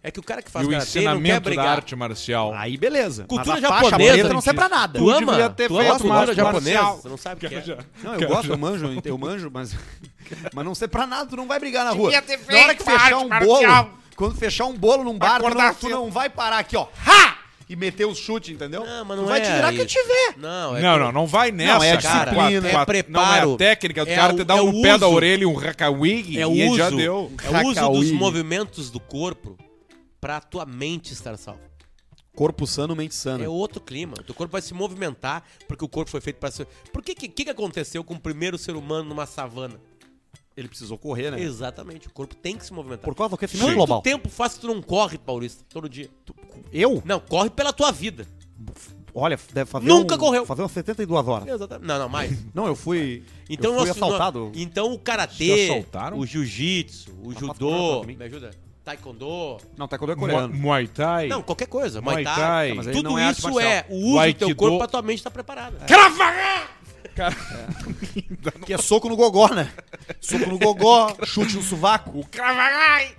Speaker 3: É que o cara que
Speaker 2: E
Speaker 3: faz
Speaker 2: o
Speaker 3: karatê não quer
Speaker 2: ensinamento da
Speaker 3: brigar.
Speaker 2: arte marcial.
Speaker 1: Aí beleza.
Speaker 3: Cultura
Speaker 1: Mas a faixa
Speaker 3: japonesa,
Speaker 1: preta não serve pra nada.
Speaker 3: Tu ama,
Speaker 2: devia
Speaker 3: tu
Speaker 2: ter
Speaker 3: ama
Speaker 2: feito
Speaker 3: a cultura
Speaker 2: arte
Speaker 3: japonesa,
Speaker 2: marcial.
Speaker 3: tu não sabe o que, é.
Speaker 1: Não, eu gosto, eu manjo, eu manjo, mas. mas não serve pra nada, tu não vai brigar na rua. Na hora que fechar um bolo, quando fechar um bolo num bar, tu não, tu não vai parar aqui, ó. Ha! E meter os chutes, entendeu?
Speaker 3: Não, mas
Speaker 1: Tu
Speaker 3: não
Speaker 1: vai
Speaker 3: é
Speaker 1: te virar
Speaker 3: aí.
Speaker 1: quem te vê.
Speaker 3: Não, é
Speaker 2: Não,
Speaker 3: que-
Speaker 2: não, não vai nessa.
Speaker 1: é
Speaker 2: cara.
Speaker 1: disciplina,
Speaker 2: Com a-
Speaker 1: é
Speaker 2: com a-
Speaker 3: preparo,
Speaker 2: Não é a técnica. O
Speaker 3: é
Speaker 2: cara
Speaker 3: o-
Speaker 2: te dá
Speaker 3: é
Speaker 2: um
Speaker 3: o
Speaker 2: pé da
Speaker 3: uso.
Speaker 2: orelha, um hakawig
Speaker 3: É o
Speaker 2: e
Speaker 3: uso,
Speaker 2: já deu.
Speaker 3: é o uso dos
Speaker 1: Hakauí.
Speaker 3: movimentos do corpo pra tua mente estar salva.
Speaker 1: Corpo sano, mente sana.
Speaker 3: É outro clima. O teu corpo vai se movimentar porque o corpo foi feito pra ser. Por que que, que que aconteceu com o primeiro ser humano numa savana?
Speaker 1: Ele precisou correr,
Speaker 2: É.
Speaker 1: né?
Speaker 3: Exatamente, o corpo tem que se movimentar.
Speaker 1: Por causa do que?
Speaker 2: Sim.
Speaker 1: Final
Speaker 2: Quanto
Speaker 1: global.
Speaker 3: Quanto tempo faz que tu não corre, Paulista, todo dia?
Speaker 1: Eu?
Speaker 3: Não, corre pela tua vida.
Speaker 1: Olha, deve fazer
Speaker 3: Nunca
Speaker 1: um-
Speaker 3: correu.
Speaker 1: Fazer umas 72 horas.
Speaker 3: Exatamente. Não, não, mais.
Speaker 1: Não, eu fui.
Speaker 3: Então,
Speaker 1: eu fui
Speaker 3: nós-
Speaker 1: assaltado.
Speaker 3: nós- então o
Speaker 2: Te
Speaker 3: karatê,
Speaker 2: assaltaram?
Speaker 3: o jiu-jitsu, o
Speaker 1: procurando
Speaker 3: judô,
Speaker 1: pra mim.
Speaker 3: me ajuda? Taekwondo.
Speaker 1: Não, tá quando é
Speaker 2: Mu-
Speaker 1: coreano.
Speaker 2: Muay Thai.
Speaker 3: Não, qualquer coisa,
Speaker 2: Muay
Speaker 3: Muay Thai.
Speaker 2: Thai.
Speaker 1: Tá, mas aí
Speaker 3: Tudo
Speaker 1: não é arte
Speaker 3: isso
Speaker 1: marcial.
Speaker 3: é o
Speaker 2: O
Speaker 3: uso do
Speaker 2: Aikido.
Speaker 3: teu corpo pra tua mente estar preparada.
Speaker 1: Que é soco no gogó, né? Soco no gogó, chute no sovaco.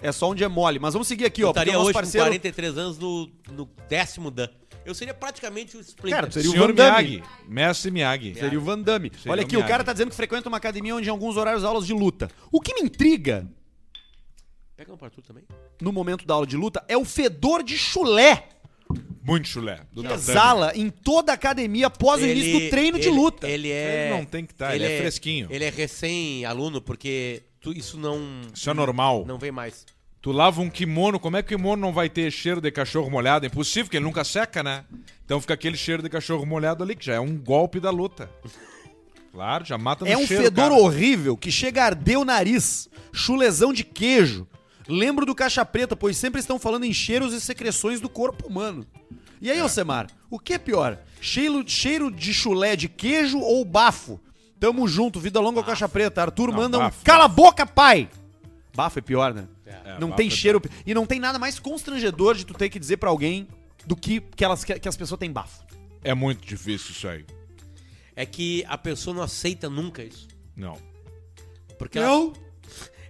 Speaker 1: É só onde é mole. Mas vamos seguir aqui,
Speaker 3: Eu
Speaker 1: ó. Porque
Speaker 3: estaria
Speaker 1: o nosso
Speaker 3: hoje
Speaker 1: parceiro.
Speaker 3: com 43 anos no, no décimo dan. Eu seria praticamente um o Splinter.
Speaker 1: Cara, tu é- seria o
Speaker 2: Senhor
Speaker 1: Van Damme.
Speaker 2: Miyagi. Mestre Miyagi.
Speaker 1: Seria o Van Damme.
Speaker 2: É. Seria
Speaker 1: Olha
Speaker 2: o
Speaker 1: aqui, o
Speaker 2: Miyagi.
Speaker 1: cara tá dizendo que frequenta uma academia onde em alguns horários há aulas de luta. O que me intriga
Speaker 3: Pega um pra tu também.
Speaker 1: no momento da aula de luta é o fedor de chulé
Speaker 2: Muito chulé. Do
Speaker 1: que
Speaker 2: tatame.
Speaker 1: exala em toda a academia após o início do treino de
Speaker 3: ele-
Speaker 1: luta.
Speaker 3: Ele é...
Speaker 2: Ele não tem que
Speaker 1: tá,
Speaker 2: estar, ele é fresquinho.
Speaker 3: Ele é recém-aluno, porque tu- isso não...
Speaker 2: Isso é normal.
Speaker 3: Não vem mais.
Speaker 2: Tu lava um kimono, como é que o kimono não vai ter cheiro de cachorro molhado? É impossível, porque ele nunca seca, né? Então fica aquele cheiro de cachorro molhado ali, que já é um golpe da luta. Claro, já mata Tá no
Speaker 1: É um
Speaker 2: cheiro,
Speaker 1: fedor
Speaker 2: cara.
Speaker 1: horrível que chega a arder o nariz, chulezão de queijo. Lembro do Caixa Preta, pois sempre estão falando em cheiros e secreções do corpo humano. E aí, Alcemar, o que é pior? Cheiro, cheiro de chulé de queijo ou bafo? Tamo junto, vida longa ao Caixa Preta. Arthur
Speaker 2: Não,
Speaker 1: manda
Speaker 2: bafo,
Speaker 1: um cala a boca, pai! Bafo é pior, né?
Speaker 2: É,
Speaker 1: não
Speaker 2: bafo
Speaker 1: tem
Speaker 2: é
Speaker 1: cheiro. E não tem nada mais constrangedor de tu ter que dizer pra alguém do que que, elas, que as pessoas têm bafo.
Speaker 2: É muito difícil isso aí.
Speaker 3: É que a pessoa não aceita nunca isso.
Speaker 2: Não.
Speaker 3: Porque ela,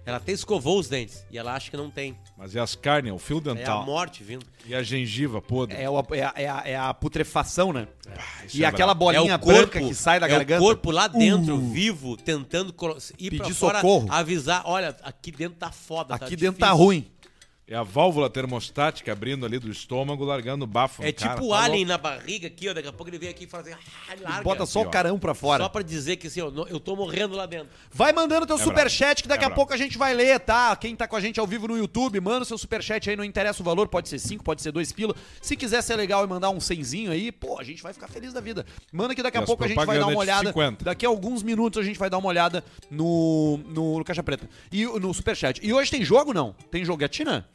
Speaker 3: ela até escovou os dentes e ela acha que não tem.
Speaker 2: Mas é as carnes, é o fio
Speaker 3: É a
Speaker 1: Então,
Speaker 2: dental.
Speaker 3: morte vindo.
Speaker 2: e a gengiva podre.
Speaker 1: É, o- é a- é a- é a putrefação, né?
Speaker 2: Ah, isso
Speaker 1: E
Speaker 2: é
Speaker 1: aquela
Speaker 2: brabo.
Speaker 1: bolinha
Speaker 3: é o corpo,
Speaker 1: branca que sai da
Speaker 3: é
Speaker 1: garganta. Uh.
Speaker 3: o corpo lá dentro, vivo, tentando colo- ir
Speaker 1: Pedir
Speaker 3: pra fora,
Speaker 1: socorro.
Speaker 3: avisar, olha, aqui dentro tá foda, tá
Speaker 1: Aqui dentro tá
Speaker 3: difícil.
Speaker 1: ruim.
Speaker 2: É a válvula termostática abrindo ali do estômago, largando o bafo. no
Speaker 3: É
Speaker 2: cara,
Speaker 3: tipo
Speaker 2: tá
Speaker 3: alien na barriga aqui, ó. Daqui a pouco ele vem aqui e fala assim, ah, larga.
Speaker 1: Bota só
Speaker 2: Aqui,
Speaker 1: o
Speaker 2: ó.
Speaker 1: carão pra fora.
Speaker 3: Só pra dizer que assim, ó, no- eu tô morrendo lá dentro.
Speaker 1: Vai mandando teu
Speaker 2: É
Speaker 1: superchat
Speaker 2: brabo.
Speaker 1: que daqui
Speaker 2: É
Speaker 1: a
Speaker 2: brabo.
Speaker 1: pouco a gente vai ler, tá? Quem tá com a gente ao vivo no YouTube, manda o seu superchat aí, não interessa o valor, pode ser 5, pode ser 2 pila. Se quiser ser legal e mandar um cenzinho aí, pô, a gente vai ficar feliz da vida. Manda que daqui a
Speaker 2: E as
Speaker 1: pouco a gente vai dar
Speaker 2: propagandas
Speaker 1: uma
Speaker 2: de
Speaker 1: olhada.
Speaker 2: 50.
Speaker 1: Daqui a alguns minutos a gente vai dar uma olhada no, no, no Caixa Preta e o- no superchat. E hoje tem jogo, não? Tem jogatina?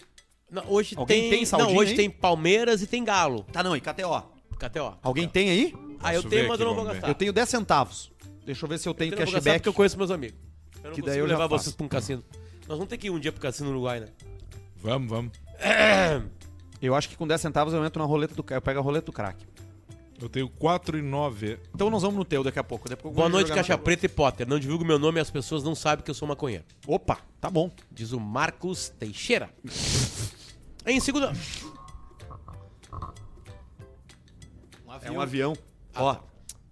Speaker 3: Não, hoje
Speaker 1: Alguém tem
Speaker 3: tem. não,
Speaker 1: saldinho
Speaker 3: hoje
Speaker 1: aí?
Speaker 3: tem Palmeiras e tem Galo.
Speaker 1: Tá não, e KTO.
Speaker 3: KTO.
Speaker 1: Alguém tem aí?
Speaker 3: Ah, eu
Speaker 2: Posso
Speaker 3: tenho,
Speaker 2: ver
Speaker 3: mas
Speaker 2: aqui,
Speaker 3: eu não vou
Speaker 2: vamos ver.
Speaker 3: gastar.
Speaker 1: Eu tenho 10 centavos. Deixa eu ver se eu tenho
Speaker 3: Eu não vou gastar é
Speaker 1: cashback.
Speaker 3: porque eu conheço meus amigos. Eu não
Speaker 1: Que
Speaker 3: que
Speaker 1: daí eu já
Speaker 3: levar
Speaker 1: faço.
Speaker 3: vocês pra um cassino. Nós vamos ter que ir um dia pro cassino no Uruguai, né?
Speaker 2: Vamos, vamos.
Speaker 1: Eu acho que com 10 centavos eu entro na roleta do. Eu pego a roleta do crack.
Speaker 2: Eu tenho 4,9.
Speaker 1: Então nós vamos no teu daqui a pouco. Daqui a pouco
Speaker 3: Boa
Speaker 1: vamos
Speaker 3: noite,
Speaker 1: jogar
Speaker 3: Caixa
Speaker 1: na-
Speaker 3: Preta e Potter. Não divulgo meu nome e as pessoas não sabem que eu sou maconheiro.
Speaker 1: Opa, tá bom.
Speaker 3: Diz o Marcos Teixeira. em segunda.
Speaker 1: É um avião. Ó,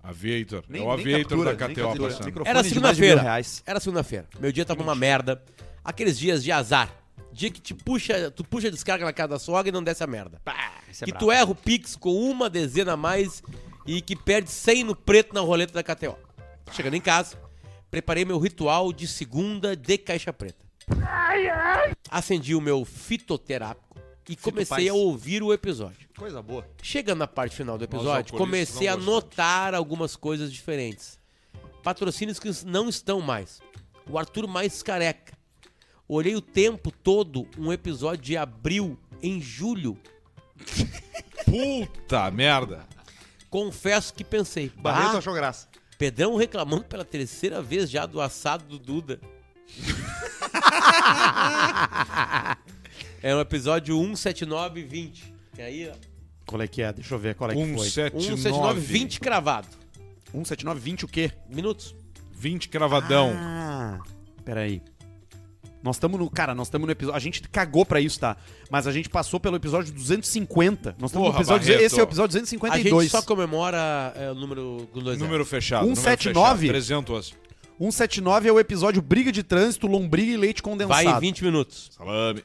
Speaker 2: Aviator.
Speaker 1: Nem-
Speaker 2: é o
Speaker 1: nem
Speaker 2: aviator
Speaker 1: captura,
Speaker 2: da
Speaker 1: nem
Speaker 2: KTO
Speaker 1: captura.
Speaker 2: passando.
Speaker 1: Microfone de
Speaker 3: Era
Speaker 1: mais de mil
Speaker 3: segunda-feira.
Speaker 1: reais.
Speaker 3: Era segunda-feira. Meu dia tava uma merda. Aqueles dias de azar. Dia que te puxa, tu puxa a descarga na casa da sogra e não desce a merda.
Speaker 1: Isso é
Speaker 3: que
Speaker 1: brabo.
Speaker 3: tu erra o Pix com uma dezena a mais e que perde 100 no preto na roleta da KTO. Chegando em casa, preparei meu ritual de segunda de caixa preta. Acendi o meu fitoterápico e comecei
Speaker 1: Fitopaz.
Speaker 3: a ouvir o episódio.
Speaker 1: Coisa boa.
Speaker 3: Chegando na parte final do episódio,
Speaker 2: alcoolistas
Speaker 3: comecei
Speaker 2: não
Speaker 3: a
Speaker 2: gostamos.
Speaker 3: notar algumas coisas diferentes. Patrocínios que não estão mais. O Arthur mais careca. Olhei o tempo todo um episódio de abril em julho.
Speaker 2: Puta merda.
Speaker 3: Confesso que pensei,
Speaker 1: Barreto
Speaker 3: bah,
Speaker 1: achou graça.
Speaker 3: Pedrão reclamando pela terceira vez já do assado do Duda. é o episódio 17920. E aí, ó,
Speaker 1: Qual é que é? Deixa eu ver qual é que foi.
Speaker 2: 17920.
Speaker 3: 17920 cravado.
Speaker 1: 179, 20 o quê?
Speaker 3: Minutos.
Speaker 2: 20 cravadão.
Speaker 1: Ah, peraí. Nós estamos no. Cara, nós estamos no episódio. A gente cagou pra isso, tá? Mas a gente passou pelo episódio 250. Nós estamos no
Speaker 2: Porra,
Speaker 1: episódio.
Speaker 2: Barreto.
Speaker 1: Esse é o episódio
Speaker 3: A gente
Speaker 1: 252.
Speaker 3: só comemora é, o número com dois
Speaker 2: Número
Speaker 3: número...
Speaker 2: fechado. número
Speaker 1: 179?
Speaker 2: fechado, 300.
Speaker 1: 179 é o episódio Briga de Trânsito, Lombriga e Leite
Speaker 3: Vai
Speaker 1: Condensado.
Speaker 3: em 20 minutos.
Speaker 2: Salame.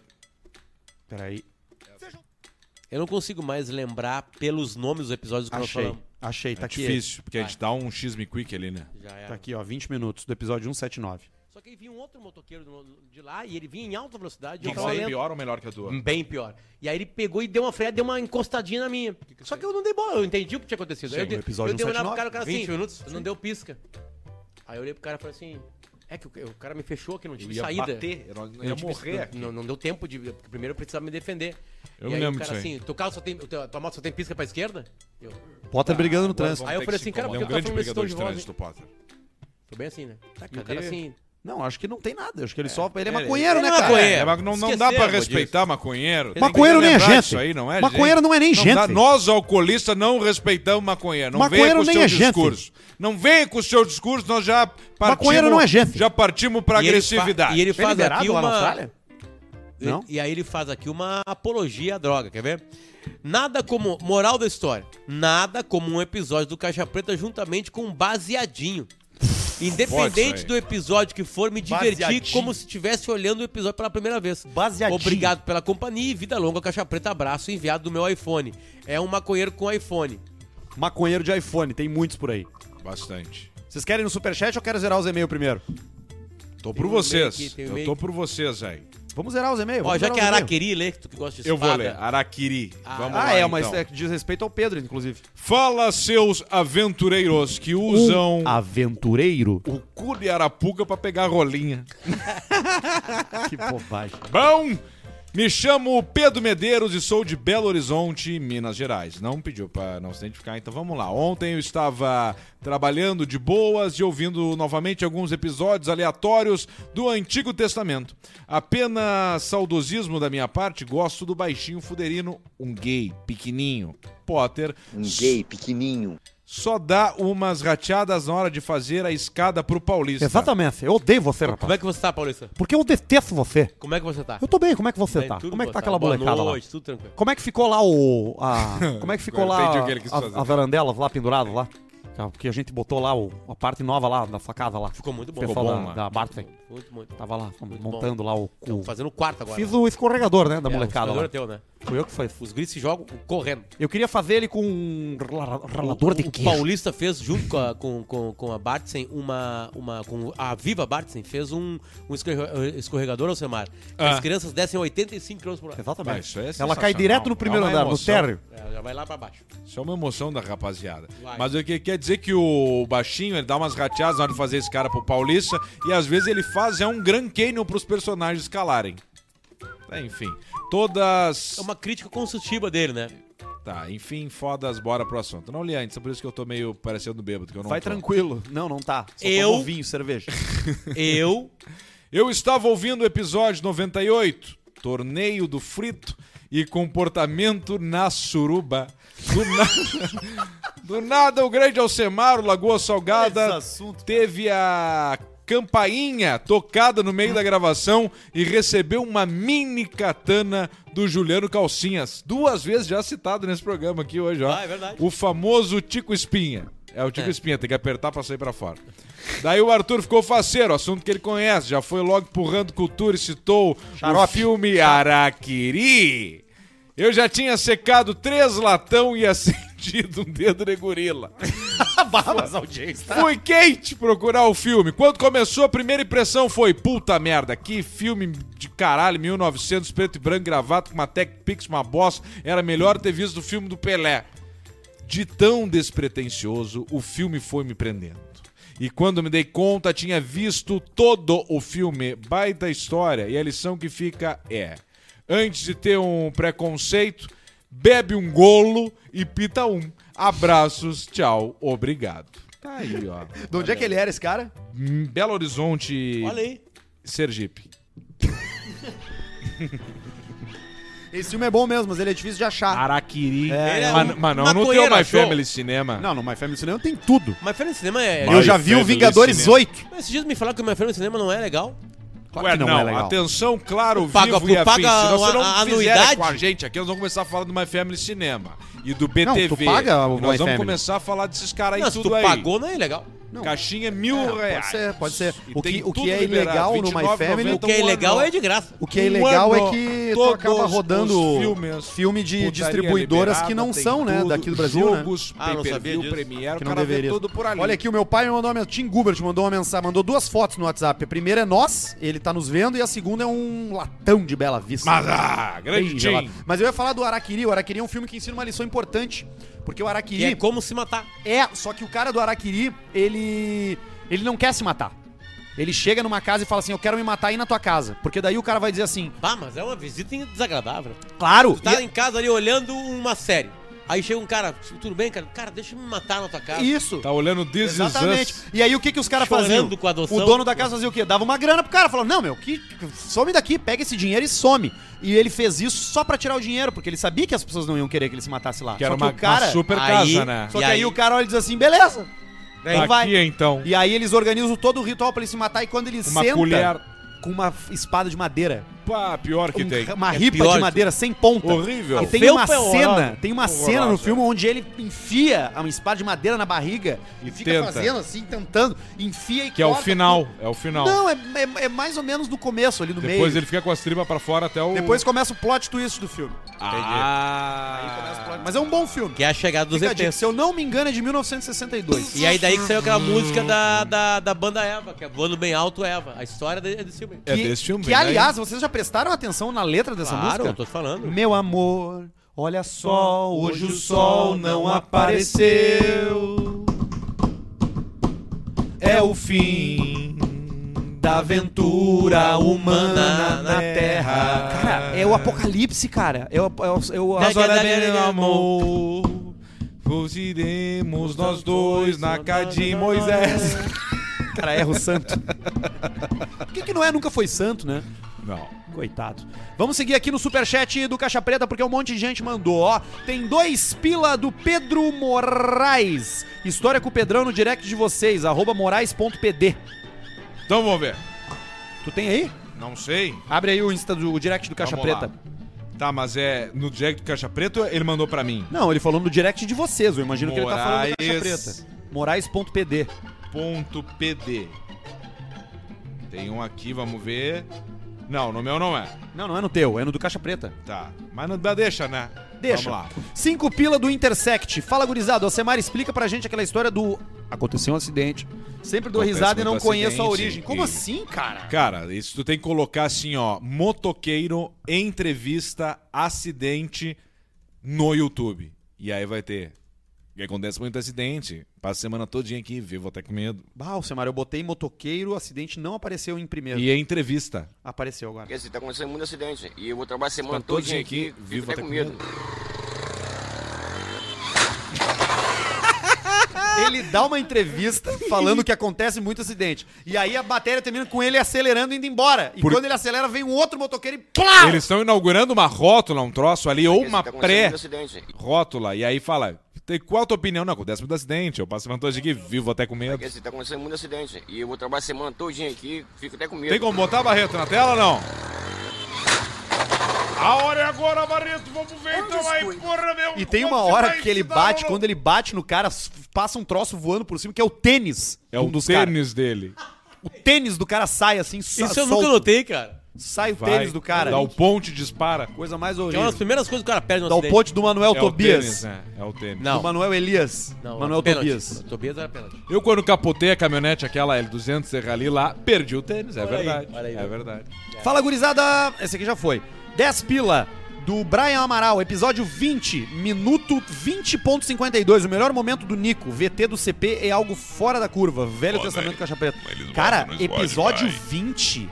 Speaker 1: Peraí.
Speaker 3: Eu não consigo mais lembrar pelos nomes dos episódios que nós
Speaker 1: Achei.
Speaker 3: falamos.
Speaker 1: Achei, tá
Speaker 2: É
Speaker 1: aqui.
Speaker 2: difícil, porque a gente dá um X-Me Quick ali, né?
Speaker 3: Já
Speaker 1: Tá
Speaker 3: era.
Speaker 1: aqui, ó, 20 minutos do episódio 179.
Speaker 3: Só que aí vinha um outro motoqueiro do- de lá e ele vinha em alta velocidade. e eu
Speaker 2: Isso
Speaker 3: tava
Speaker 2: aí é
Speaker 3: lendo.
Speaker 2: pior ou melhor que a tua?
Speaker 3: Bem pior. E aí ele pegou e deu uma freada, deu uma encostadinha na minha. Só que eu não dei bola, eu entendi o que tinha acontecido.
Speaker 1: Sim,
Speaker 3: Aí eu, dei-
Speaker 1: o episódio
Speaker 3: eu dei uma olhada pro cara,
Speaker 1: 179,
Speaker 3: o cara assim,
Speaker 2: 20
Speaker 3: minutos, não deu pisca. Aí eu olhei pro cara e falei assim, é que o, o cara me fechou aqui, não tive saída.
Speaker 2: eu não-
Speaker 3: Não tive- Não, não deu tempo de. porque Primeiro eu precisava me defender.
Speaker 2: Eu
Speaker 3: e aí
Speaker 2: lembro
Speaker 3: o cara
Speaker 2: disso aí.
Speaker 3: assim, teu carro só tem. Teu, tua moto só tem pisca pra esquerda? Eu.
Speaker 1: Potter brigando no
Speaker 2: Agora
Speaker 1: trânsito.
Speaker 2: vamos
Speaker 3: Aí eu
Speaker 2: ter
Speaker 3: falei
Speaker 2: que se
Speaker 3: assim, cara,
Speaker 2: incomodar.
Speaker 3: por que
Speaker 2: É um
Speaker 3: eu tava
Speaker 2: grande brigador
Speaker 3: falando
Speaker 2: de
Speaker 3: esse tom de
Speaker 2: trânsito, Potter.
Speaker 3: Foi bem assim, né? Tá,
Speaker 1: E o
Speaker 3: cara,
Speaker 1: cara
Speaker 3: assim.
Speaker 1: Não, acho que não tem nada. Acho que ele só. Ele é maconheiro,
Speaker 3: ele
Speaker 1: né,
Speaker 3: é
Speaker 1: cara?
Speaker 3: maconheiro.
Speaker 2: É, mas não, não dá pra
Speaker 3: Esquecemos
Speaker 2: respeitar maconheiro.
Speaker 1: Maconheiro
Speaker 2: Tem que
Speaker 1: nem é
Speaker 2: lembrar
Speaker 1: gente.
Speaker 2: disso Aí, não é
Speaker 1: Maconheiro não é nem
Speaker 2: dá.
Speaker 1: gente.
Speaker 2: Nós, alcoolistas, não respeitamos maconheiro. Não
Speaker 1: Maconheiro
Speaker 2: venha com o
Speaker 1: nem
Speaker 2: seu
Speaker 1: é gente.
Speaker 2: discurso. Não venha com o seu discurso, nós já partimos...
Speaker 1: Maconheiro não é gente.
Speaker 2: Já partimos pra
Speaker 3: E ele fa-
Speaker 2: agressividade.
Speaker 3: E ele
Speaker 1: Foi
Speaker 3: faz aqui
Speaker 1: é liberado lá na
Speaker 3: uma.
Speaker 1: Austrália?
Speaker 3: E-
Speaker 1: Não?
Speaker 3: E aí ele faz aqui uma apologia à droga, quer ver? Nada como. Moral da história. Nada como um episódio do Caixa Preta juntamente com um baseadinho.
Speaker 2: Pode
Speaker 3: Independente
Speaker 2: isso aí.
Speaker 3: do episódio que for, me diverti
Speaker 1: Baseadinho.
Speaker 3: como se estivesse olhando o episódio pela primeira vez.
Speaker 1: Baseadinho.
Speaker 3: Obrigado pela companhia e vida longa, Caixa Preta. Abraço enviado do meu iPhone. É um maconheiro com iPhone.
Speaker 1: Maconheiro de iPhone, tem muitos por aí.
Speaker 2: Bastante.
Speaker 1: Vocês querem no superchat ou quero zerar os e-mails primeiro?
Speaker 2: Tô
Speaker 3: Tem
Speaker 2: por
Speaker 3: um e-mail aqui,
Speaker 2: vocês.
Speaker 3: tem um
Speaker 2: Eu
Speaker 3: e-mail.
Speaker 2: tô por vocês aí.
Speaker 1: Vamos zerar os e-mails.
Speaker 3: Ó,
Speaker 1: vamos
Speaker 3: já
Speaker 1: zerar
Speaker 3: que é
Speaker 1: os e-mails.
Speaker 3: Araquiri lê, que tu que gosta de
Speaker 2: Eu vou
Speaker 3: espada.
Speaker 2: ler. Araquiri. Vamos
Speaker 1: Ah,
Speaker 2: lá,
Speaker 1: é, mas
Speaker 2: então.
Speaker 1: é que diz respeito ao Pedro, inclusive.
Speaker 2: Fala, seus aventureiros que usam...
Speaker 1: Um aventureiro?
Speaker 2: O cu de Arapuca pra pegar a rolinha.
Speaker 1: que bobagem.
Speaker 2: Bom, me chamo Pedro Medeiros e sou de Belo Horizonte, Minas Gerais. Não pediu pra não se identificar, então vamos lá. Ontem eu estava trabalhando de boas e ouvindo novamente alguns episódios aleatórios do Antigo Testamento. Apenas saudosismo da minha parte, gosto do baixinho fuderino, um gay pequenininho. Potter
Speaker 5: Um gay pequenininho.
Speaker 2: só dá umas rateadas na hora de fazer a escada pro Paulista.
Speaker 1: Exatamente, eu odeio você, rapaz.
Speaker 3: Como é que você tá, Paulista?
Speaker 1: Porque eu detesto você.
Speaker 3: Como é que você tá?
Speaker 1: Eu tô bem, como é que você
Speaker 3: Bem,
Speaker 1: tá?
Speaker 3: tudo
Speaker 1: Como é que tá
Speaker 3: bom,
Speaker 1: aquela molecada
Speaker 3: Boa
Speaker 1: lá?
Speaker 3: noite, tudo tranquilo.
Speaker 1: Como é que ficou lá o. a- como é que ficou
Speaker 2: Agora
Speaker 1: lá
Speaker 2: entendi o que ele quis
Speaker 1: a,
Speaker 2: fazer.
Speaker 1: a verandela lá pendurada lá?
Speaker 4: Tá, Porque a gente botou lá o- a parte nova lá da facada lá.
Speaker 3: Ficou muito bom.
Speaker 4: O pessoal
Speaker 3: Ficou
Speaker 4: da,
Speaker 3: bom,
Speaker 4: da Bartfen.
Speaker 3: Muito,
Speaker 1: Tá
Speaker 3: muito.
Speaker 4: Tava lá
Speaker 3: Muito
Speaker 4: montando lá o.
Speaker 3: Estão
Speaker 4: o-
Speaker 3: fazendo o quarto agora.
Speaker 4: Fiz
Speaker 3: né?
Speaker 4: o escorregador, né? Da
Speaker 3: É,
Speaker 4: molecada.
Speaker 3: o jogador
Speaker 4: Lá.
Speaker 3: é teu, né?
Speaker 4: Foi eu que fiz.
Speaker 3: Os gris se jogam correndo.
Speaker 4: Eu queria fazer ele com um rala- ralador de
Speaker 3: o
Speaker 4: queijo.
Speaker 3: Paulista fez, junto com a, com, com, com a Bartzen, uma, uma. com A Viva Bartzen fez um, um escorre- escorregador ao Semar.
Speaker 2: Ah.
Speaker 3: As crianças descem 85 km por hora.
Speaker 4: Exatamente.
Speaker 2: Vai, isso é
Speaker 4: Ela cai
Speaker 2: sensacional.
Speaker 4: direto no primeiro
Speaker 2: É uma
Speaker 4: andar, no
Speaker 2: emoção.
Speaker 4: térreo.
Speaker 3: É, já vai lá pra baixo.
Speaker 2: Isso é uma emoção da rapaziada.
Speaker 3: Vai.
Speaker 2: Mas o que quer dizer que o baixinho, ele dá umas rateadas na hora de fazer esse cara pro Paulista, e às vezes ele faz é um Grand Canyon pros personagens calarem. Tá, enfim. Todas.
Speaker 3: É uma crítica construtiva dele, né?
Speaker 2: Tá, enfim, fodas, bora pro assunto. Não li antes, é por isso que eu tô meio parecendo bêbado, que eu não
Speaker 4: Vai
Speaker 2: tô.
Speaker 4: tranquilo. Não, não tá. Só
Speaker 3: Eu-
Speaker 4: tomou vinho, cerveja.
Speaker 3: Eu.
Speaker 2: Eu estava ouvindo o episódio 98, Torneio do Frito e Comportamento na Suruba. Do nada, do nada o grande Alcemar, o Lagoa Salgada,
Speaker 4: Esse assunto,
Speaker 2: teve a campainha tocada no meio da gravação e recebeu uma mini katana do Juliano Calcinhas. Duas vezes já citado nesse programa aqui hoje, ó.
Speaker 3: Ah, é verdade.
Speaker 2: O famoso Tico Espinha. É o Tico Espinha, tem que apertar pra sair pra fora. Daí o Arthur ficou faceiro, assunto que ele conhece, já foi logo empurrando cultura e citou o
Speaker 4: Xarope.
Speaker 2: filme Araquiri. Eu já tinha secado três latão e acendido um dedo de gorila.
Speaker 4: Babas, audiência.
Speaker 2: Fui quente procurar o filme. Quando começou, a primeira impressão foi: puta merda, que filme de caralho, 1900, preto e branco, gravado com uma Tech Pix, uma bosta. Era melhor ter visto o filme do Pelé. De tão despretensioso, o filme foi me prendendo. E quando me dei conta, tinha visto todo o filme. Baita história. E a lição que fica é: antes de ter um preconceito, bebe um golo e pita um. Abraços, tchau, obrigado. Tá aí, ó.
Speaker 4: De onde é que ele era, esse cara?
Speaker 2: Hum, Belo Horizonte,
Speaker 3: Olha aí.
Speaker 2: Sergipe.
Speaker 4: Esse filme é bom mesmo, mas ele é difícil de achar.
Speaker 2: Ah, Araquiri.
Speaker 3: Ele é
Speaker 2: mas,
Speaker 3: um
Speaker 2: mas não no teu
Speaker 3: maconheiro,
Speaker 2: My
Speaker 3: achou?
Speaker 2: Family Cinema.
Speaker 4: Não, no My Family Cinema tem tudo.
Speaker 3: Mas Fernando Cinema é.
Speaker 2: Vai,
Speaker 4: eu já vi o
Speaker 2: Family
Speaker 4: Vingadores
Speaker 2: Cinema.
Speaker 4: 8.
Speaker 3: Mas Esses dias me falaram que o meu Fernando Cinema não é legal.
Speaker 4: Claro
Speaker 2: Ué,
Speaker 4: que
Speaker 2: não,
Speaker 4: não é legal.
Speaker 2: atenção, claro,
Speaker 3: Paga-
Speaker 2: vivo e
Speaker 3: tu paga
Speaker 2: afins. Se você não
Speaker 3: a- a
Speaker 2: fizer
Speaker 3: anuidade?
Speaker 2: com a gente aqui, nós vamos começar a falar do My Family Cinema e do BTV.
Speaker 4: Não, tu paga o
Speaker 2: E nós
Speaker 4: My
Speaker 2: vamos
Speaker 4: Family.
Speaker 2: começar a falar desses caras aí
Speaker 3: Não, se
Speaker 2: tudo
Speaker 3: tu
Speaker 2: aí.
Speaker 3: pagou, não é legal.
Speaker 4: Não.
Speaker 2: Caixinha é mil reais.
Speaker 4: Pode ser, pode ser.
Speaker 2: E
Speaker 4: O
Speaker 2: tem
Speaker 4: que, o
Speaker 2: tudo
Speaker 4: que é
Speaker 2: liberado,
Speaker 4: ilegal no My
Speaker 2: 29,90
Speaker 4: Family.
Speaker 3: O que é
Speaker 2: um
Speaker 3: ilegal
Speaker 2: ano.
Speaker 3: é de graça.
Speaker 4: O que é
Speaker 2: Um
Speaker 4: ilegal
Speaker 2: ano,
Speaker 4: é que tu
Speaker 2: todos
Speaker 4: acaba
Speaker 2: os
Speaker 4: rodando
Speaker 2: filmes,
Speaker 4: filme de
Speaker 2: putaria
Speaker 4: distribuidoras
Speaker 2: liberada,
Speaker 4: que não
Speaker 2: tem
Speaker 4: são, né,
Speaker 2: tudo,
Speaker 4: daqui do Brasil, né?
Speaker 2: jogos,
Speaker 3: Ah, não sabia
Speaker 2: pay-per-view,
Speaker 3: disso.
Speaker 2: Premiere,
Speaker 4: Que
Speaker 2: o
Speaker 4: não
Speaker 2: cara vê
Speaker 4: deveria.
Speaker 2: tudo por ali.
Speaker 4: Olha aqui, o meu pai me mandou uma mensagem. Tim Gubert mandou uma mensagem, mandou duas fotos no WhatsApp. A primeira é nós, ele tá nos vendo, e a segunda é um latão de Bela Vista.
Speaker 2: Mas, ah,
Speaker 4: Bem
Speaker 2: grande
Speaker 4: gelado.
Speaker 2: Tim.
Speaker 4: Mas eu ia falar do Araquiri. O Araquiri é um filme que ensina uma lição importante. Porque o
Speaker 3: E é
Speaker 4: Araquiri
Speaker 3: como se matar.
Speaker 4: é... só que o cara do Araquiri, ele. ele não quer se matar. Ele chega numa casa e fala assim: Eu quero me matar aí na tua casa. Porque daí o cara vai dizer assim:
Speaker 3: Pá, mas é uma visita desagradável.
Speaker 4: Claro!
Speaker 3: Tu tá
Speaker 4: e-
Speaker 3: em casa ali olhando uma série. Aí chega um cara, tudo bem, cara? Cara, deixa eu me matar na tua casa.
Speaker 4: Isso!
Speaker 2: Tá olhando This Is
Speaker 4: Exatamente.
Speaker 2: Us.
Speaker 4: E aí o que, que os caras
Speaker 3: Chorando
Speaker 4: faziam?
Speaker 3: com a adoção.
Speaker 4: O dono da casa fazia o quê? Dava uma grana pro cara, falou: "Não, meu, que some daqui, pega esse dinheiro e some". E ele fez isso só pra tirar o dinheiro, porque ele sabia que as pessoas não iam querer que ele se matasse lá.
Speaker 2: Que era
Speaker 4: só que
Speaker 2: uma,
Speaker 4: o cara,
Speaker 2: uma super
Speaker 3: Aí-
Speaker 2: casa, né?
Speaker 4: só que
Speaker 3: E
Speaker 4: aí,
Speaker 3: aí?
Speaker 4: o cara olha e diz assim: "Beleza".
Speaker 2: Tá
Speaker 4: Então vai.
Speaker 2: Aqui, então.
Speaker 4: E aí eles organizam todo o ritual pra ele se matar e quando ele
Speaker 2: Uma
Speaker 4: senta
Speaker 2: colher.
Speaker 4: com uma espada de madeira,
Speaker 2: Pá, pior que
Speaker 4: um-
Speaker 2: tem.
Speaker 4: uma
Speaker 3: É
Speaker 4: ripa
Speaker 3: pior
Speaker 4: de
Speaker 3: que-
Speaker 4: madeira sem ponta.
Speaker 2: Horrível.
Speaker 4: E tem
Speaker 3: Felpa
Speaker 4: uma
Speaker 3: é horrorosa.
Speaker 4: cena, tem uma cena no
Speaker 2: Horrorosa.
Speaker 4: filme onde ele enfia uma espada de madeira na barriga
Speaker 2: E
Speaker 4: e fica
Speaker 2: tenta.
Speaker 4: fazendo assim, tentando, enfia e
Speaker 2: Que é o
Speaker 4: corta.
Speaker 2: final. É o final.
Speaker 4: Não, é, é- é mais ou menos no começo, ali no
Speaker 2: Depois
Speaker 4: meio.
Speaker 2: ele fica um- com as tribas pra fora até o.
Speaker 4: Depois começa o plot twist do filme. Aí começa o
Speaker 2: Ah.
Speaker 4: plot- Mas é um bom filme.
Speaker 3: Que é a chegada dos
Speaker 4: Fica a dica.
Speaker 3: ETs.
Speaker 4: Se eu não me engano, é de 1962.
Speaker 3: E aí daí que saiu aquela
Speaker 4: Uhum.
Speaker 3: música da, da, da banda Eva, que é Voando Bem Alto Eva. A história de- é desse filme.
Speaker 2: É desse filme,
Speaker 4: Que,
Speaker 2: né?
Speaker 4: aliás, vocês já prestaram atenção na letra dessa
Speaker 3: Claro, eu
Speaker 4: música?
Speaker 3: tô te falando.
Speaker 4: Meu amor, olha só, hoje o sol não
Speaker 2: apareceu.
Speaker 4: apareceu. É o fim da aventura humana na Terra. Cara, é o apocalipse, cara. É o, é o, é o-
Speaker 2: Nós
Speaker 3: Daqui a
Speaker 2: olharemos,
Speaker 3: daqui a-
Speaker 2: amor. Fugiremos nós dois na casa de Moisés.
Speaker 4: Cara, erra o santo. Por que, que não é nunca foi santo, né?
Speaker 2: Não.
Speaker 4: Coitado. Vamos seguir aqui no superchat do Caixa Preta, porque um monte de gente mandou, ó. Tem dois pila do Pedro Moraes. História com o Pedrão no direct de vocês, arroba moraes.pd.
Speaker 2: Então vamos ver.
Speaker 4: Tu tem aí?
Speaker 2: Não sei.
Speaker 4: Abre aí o, Insta do, o direct do Caixa
Speaker 2: Vamos lá.
Speaker 4: Preta.
Speaker 2: Tá, mas é no direct do Caixa Preto ele mandou pra mim.
Speaker 4: Não, ele falou no direct de vocês, eu imagino que ele tá falando do Caixa
Speaker 2: Moraes
Speaker 4: Preta. Moraes.pd.
Speaker 2: Ponto .pd. Tem um aqui, vamos ver. Não, no meu não é.
Speaker 4: Não, não é no teu, é no do Caixa Preta.
Speaker 2: Tá. Mas não dá, deixa, né?
Speaker 4: Deixa.
Speaker 2: Vamos lá.
Speaker 4: Cinco pila do Intersect. Fala, gurizada. O Semar explica pra gente aquela história do. Aconteceu um acidente. Sempre dou
Speaker 2: Acontece
Speaker 4: risada e não
Speaker 2: muito
Speaker 4: conheço a
Speaker 2: acidente,
Speaker 4: origem. Como
Speaker 2: e-
Speaker 4: assim, cara?
Speaker 2: Cara, isso tu tem que colocar assim, ó, motoqueiro, entrevista, acidente no YouTube. E aí vai ter. E acontece muito acidente. Passa a semana todinha aqui, vivo até com medo.
Speaker 4: Bah, o Semar, eu botei motoqueiro, o acidente não apareceu em primeiro.
Speaker 2: E é entrevista.
Speaker 4: Apareceu agora.
Speaker 5: Porque assim, tá acontecendo muito acidente. E eu vou trabalhar a semana
Speaker 2: Tá todinha
Speaker 5: todinha
Speaker 2: aqui,
Speaker 5: aqui,
Speaker 2: vivo
Speaker 5: vivo até
Speaker 2: tá
Speaker 5: com
Speaker 2: com
Speaker 5: medo.
Speaker 4: Ele dá uma entrevista falando que acontece muito acidente. E aí a matéria termina com ele acelerando e indo embora. E
Speaker 2: Por-
Speaker 4: quando ele acelera, vem um outro motoqueiro e plá!
Speaker 2: Eles estão inaugurando uma rótula, um troço ali, ou
Speaker 5: Porque
Speaker 2: uma
Speaker 5: assim, tá acontecendo muito acidente.
Speaker 2: pré-rótula. E aí fala, "Tem- qual a tua opinião? Não, acontece muito acidente. Eu passo a semana todinha aqui, vivo até com medo.
Speaker 5: Porque assim, tá acontecendo muito acidente. E eu vou trabalhar a semana todinha aqui, fico até com medo.
Speaker 2: Tem como botar Barreto na tela ou não? A hora é agora, Barreto. Vamos ver então aí, porra, meu.
Speaker 4: E tem uma hora que ele bate, quando ele bate no cara, s- passa um troço voando por cima, que é o tênis.
Speaker 2: É
Speaker 4: de um
Speaker 2: o
Speaker 4: dos caras.
Speaker 2: tênis dele.
Speaker 4: O tênis do cara sai assim, sa-
Speaker 3: Isso eu
Speaker 4: solto.
Speaker 3: nunca notei, cara.
Speaker 4: Sai o
Speaker 2: Vai,
Speaker 4: tênis do cara.
Speaker 2: Dá o ponte e dispara.
Speaker 4: Coisa mais
Speaker 3: Que é uma das
Speaker 4: horrível.
Speaker 3: primeiras coisas que o cara perde no
Speaker 4: Dá o
Speaker 3: acidente.
Speaker 4: ponte do Manuel
Speaker 2: É
Speaker 4: Tobias.
Speaker 2: o tênis, né? É o tênis.
Speaker 4: Do
Speaker 3: Não,
Speaker 4: Manuel Elias.
Speaker 3: não. é
Speaker 4: Manuel
Speaker 3: pênalti.
Speaker 4: Tobias.
Speaker 3: Tobias era pênalti.
Speaker 2: Eu, quando capotei a caminhonete, aquela L200 Serrali lá, perdi o tênis. É
Speaker 3: Olha aí,
Speaker 2: verdade.
Speaker 3: olha aí.
Speaker 2: é verdade.
Speaker 4: Fala, gurizada! Esse aqui já foi. 10 pila do Brian Amaral, episódio 20, minuto 20.52. O melhor momento do Nico. VT do CP é algo fora da curva. Velho Testamento Caixa Preta. Cara, episódio 20.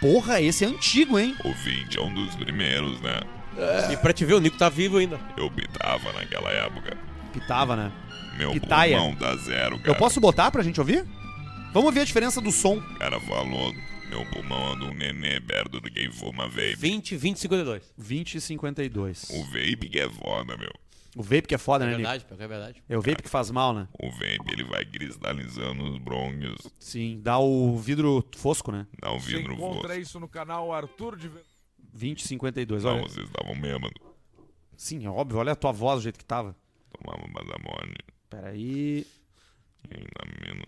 Speaker 4: Porra, esse é antigo, hein?
Speaker 6: Ouvinte é um dos primeiros, né?
Speaker 4: É.
Speaker 3: E pra te ver, o Nico tá vivo ainda.
Speaker 6: Eu pitava naquela época.
Speaker 4: Pitava, né?
Speaker 6: Meu
Speaker 4: Pitaia.
Speaker 6: pulmão dá zero, cara.
Speaker 4: Eu posso botar pra gente ouvir? Vamos ouvir a diferença do som.
Speaker 6: O cara falou, meu pulmão é do nenê perto do que fuma vape.
Speaker 3: 20, 20, 52.
Speaker 4: 20 e 52.
Speaker 6: O vape que é foda, meu.
Speaker 4: O vape que é foda,
Speaker 3: É
Speaker 4: né, Nico?
Speaker 3: verdade, pior que é verdade.
Speaker 4: É o vape que faz mal, né?
Speaker 6: O vape, ele vai cristalizando os brônquios.
Speaker 4: Sim, dá o vidro fosco, né?
Speaker 6: Dá um vidro fofo.
Speaker 2: isso no canal Arthur de...
Speaker 4: 20 e 52,
Speaker 6: Não,
Speaker 4: olha.
Speaker 6: Então, vocês estavam mesmo.
Speaker 4: Sim, é óbvio, olha a tua voz do jeito que tava.
Speaker 6: Tomava um Bazamone.
Speaker 4: Peraí,
Speaker 6: Ainda menos.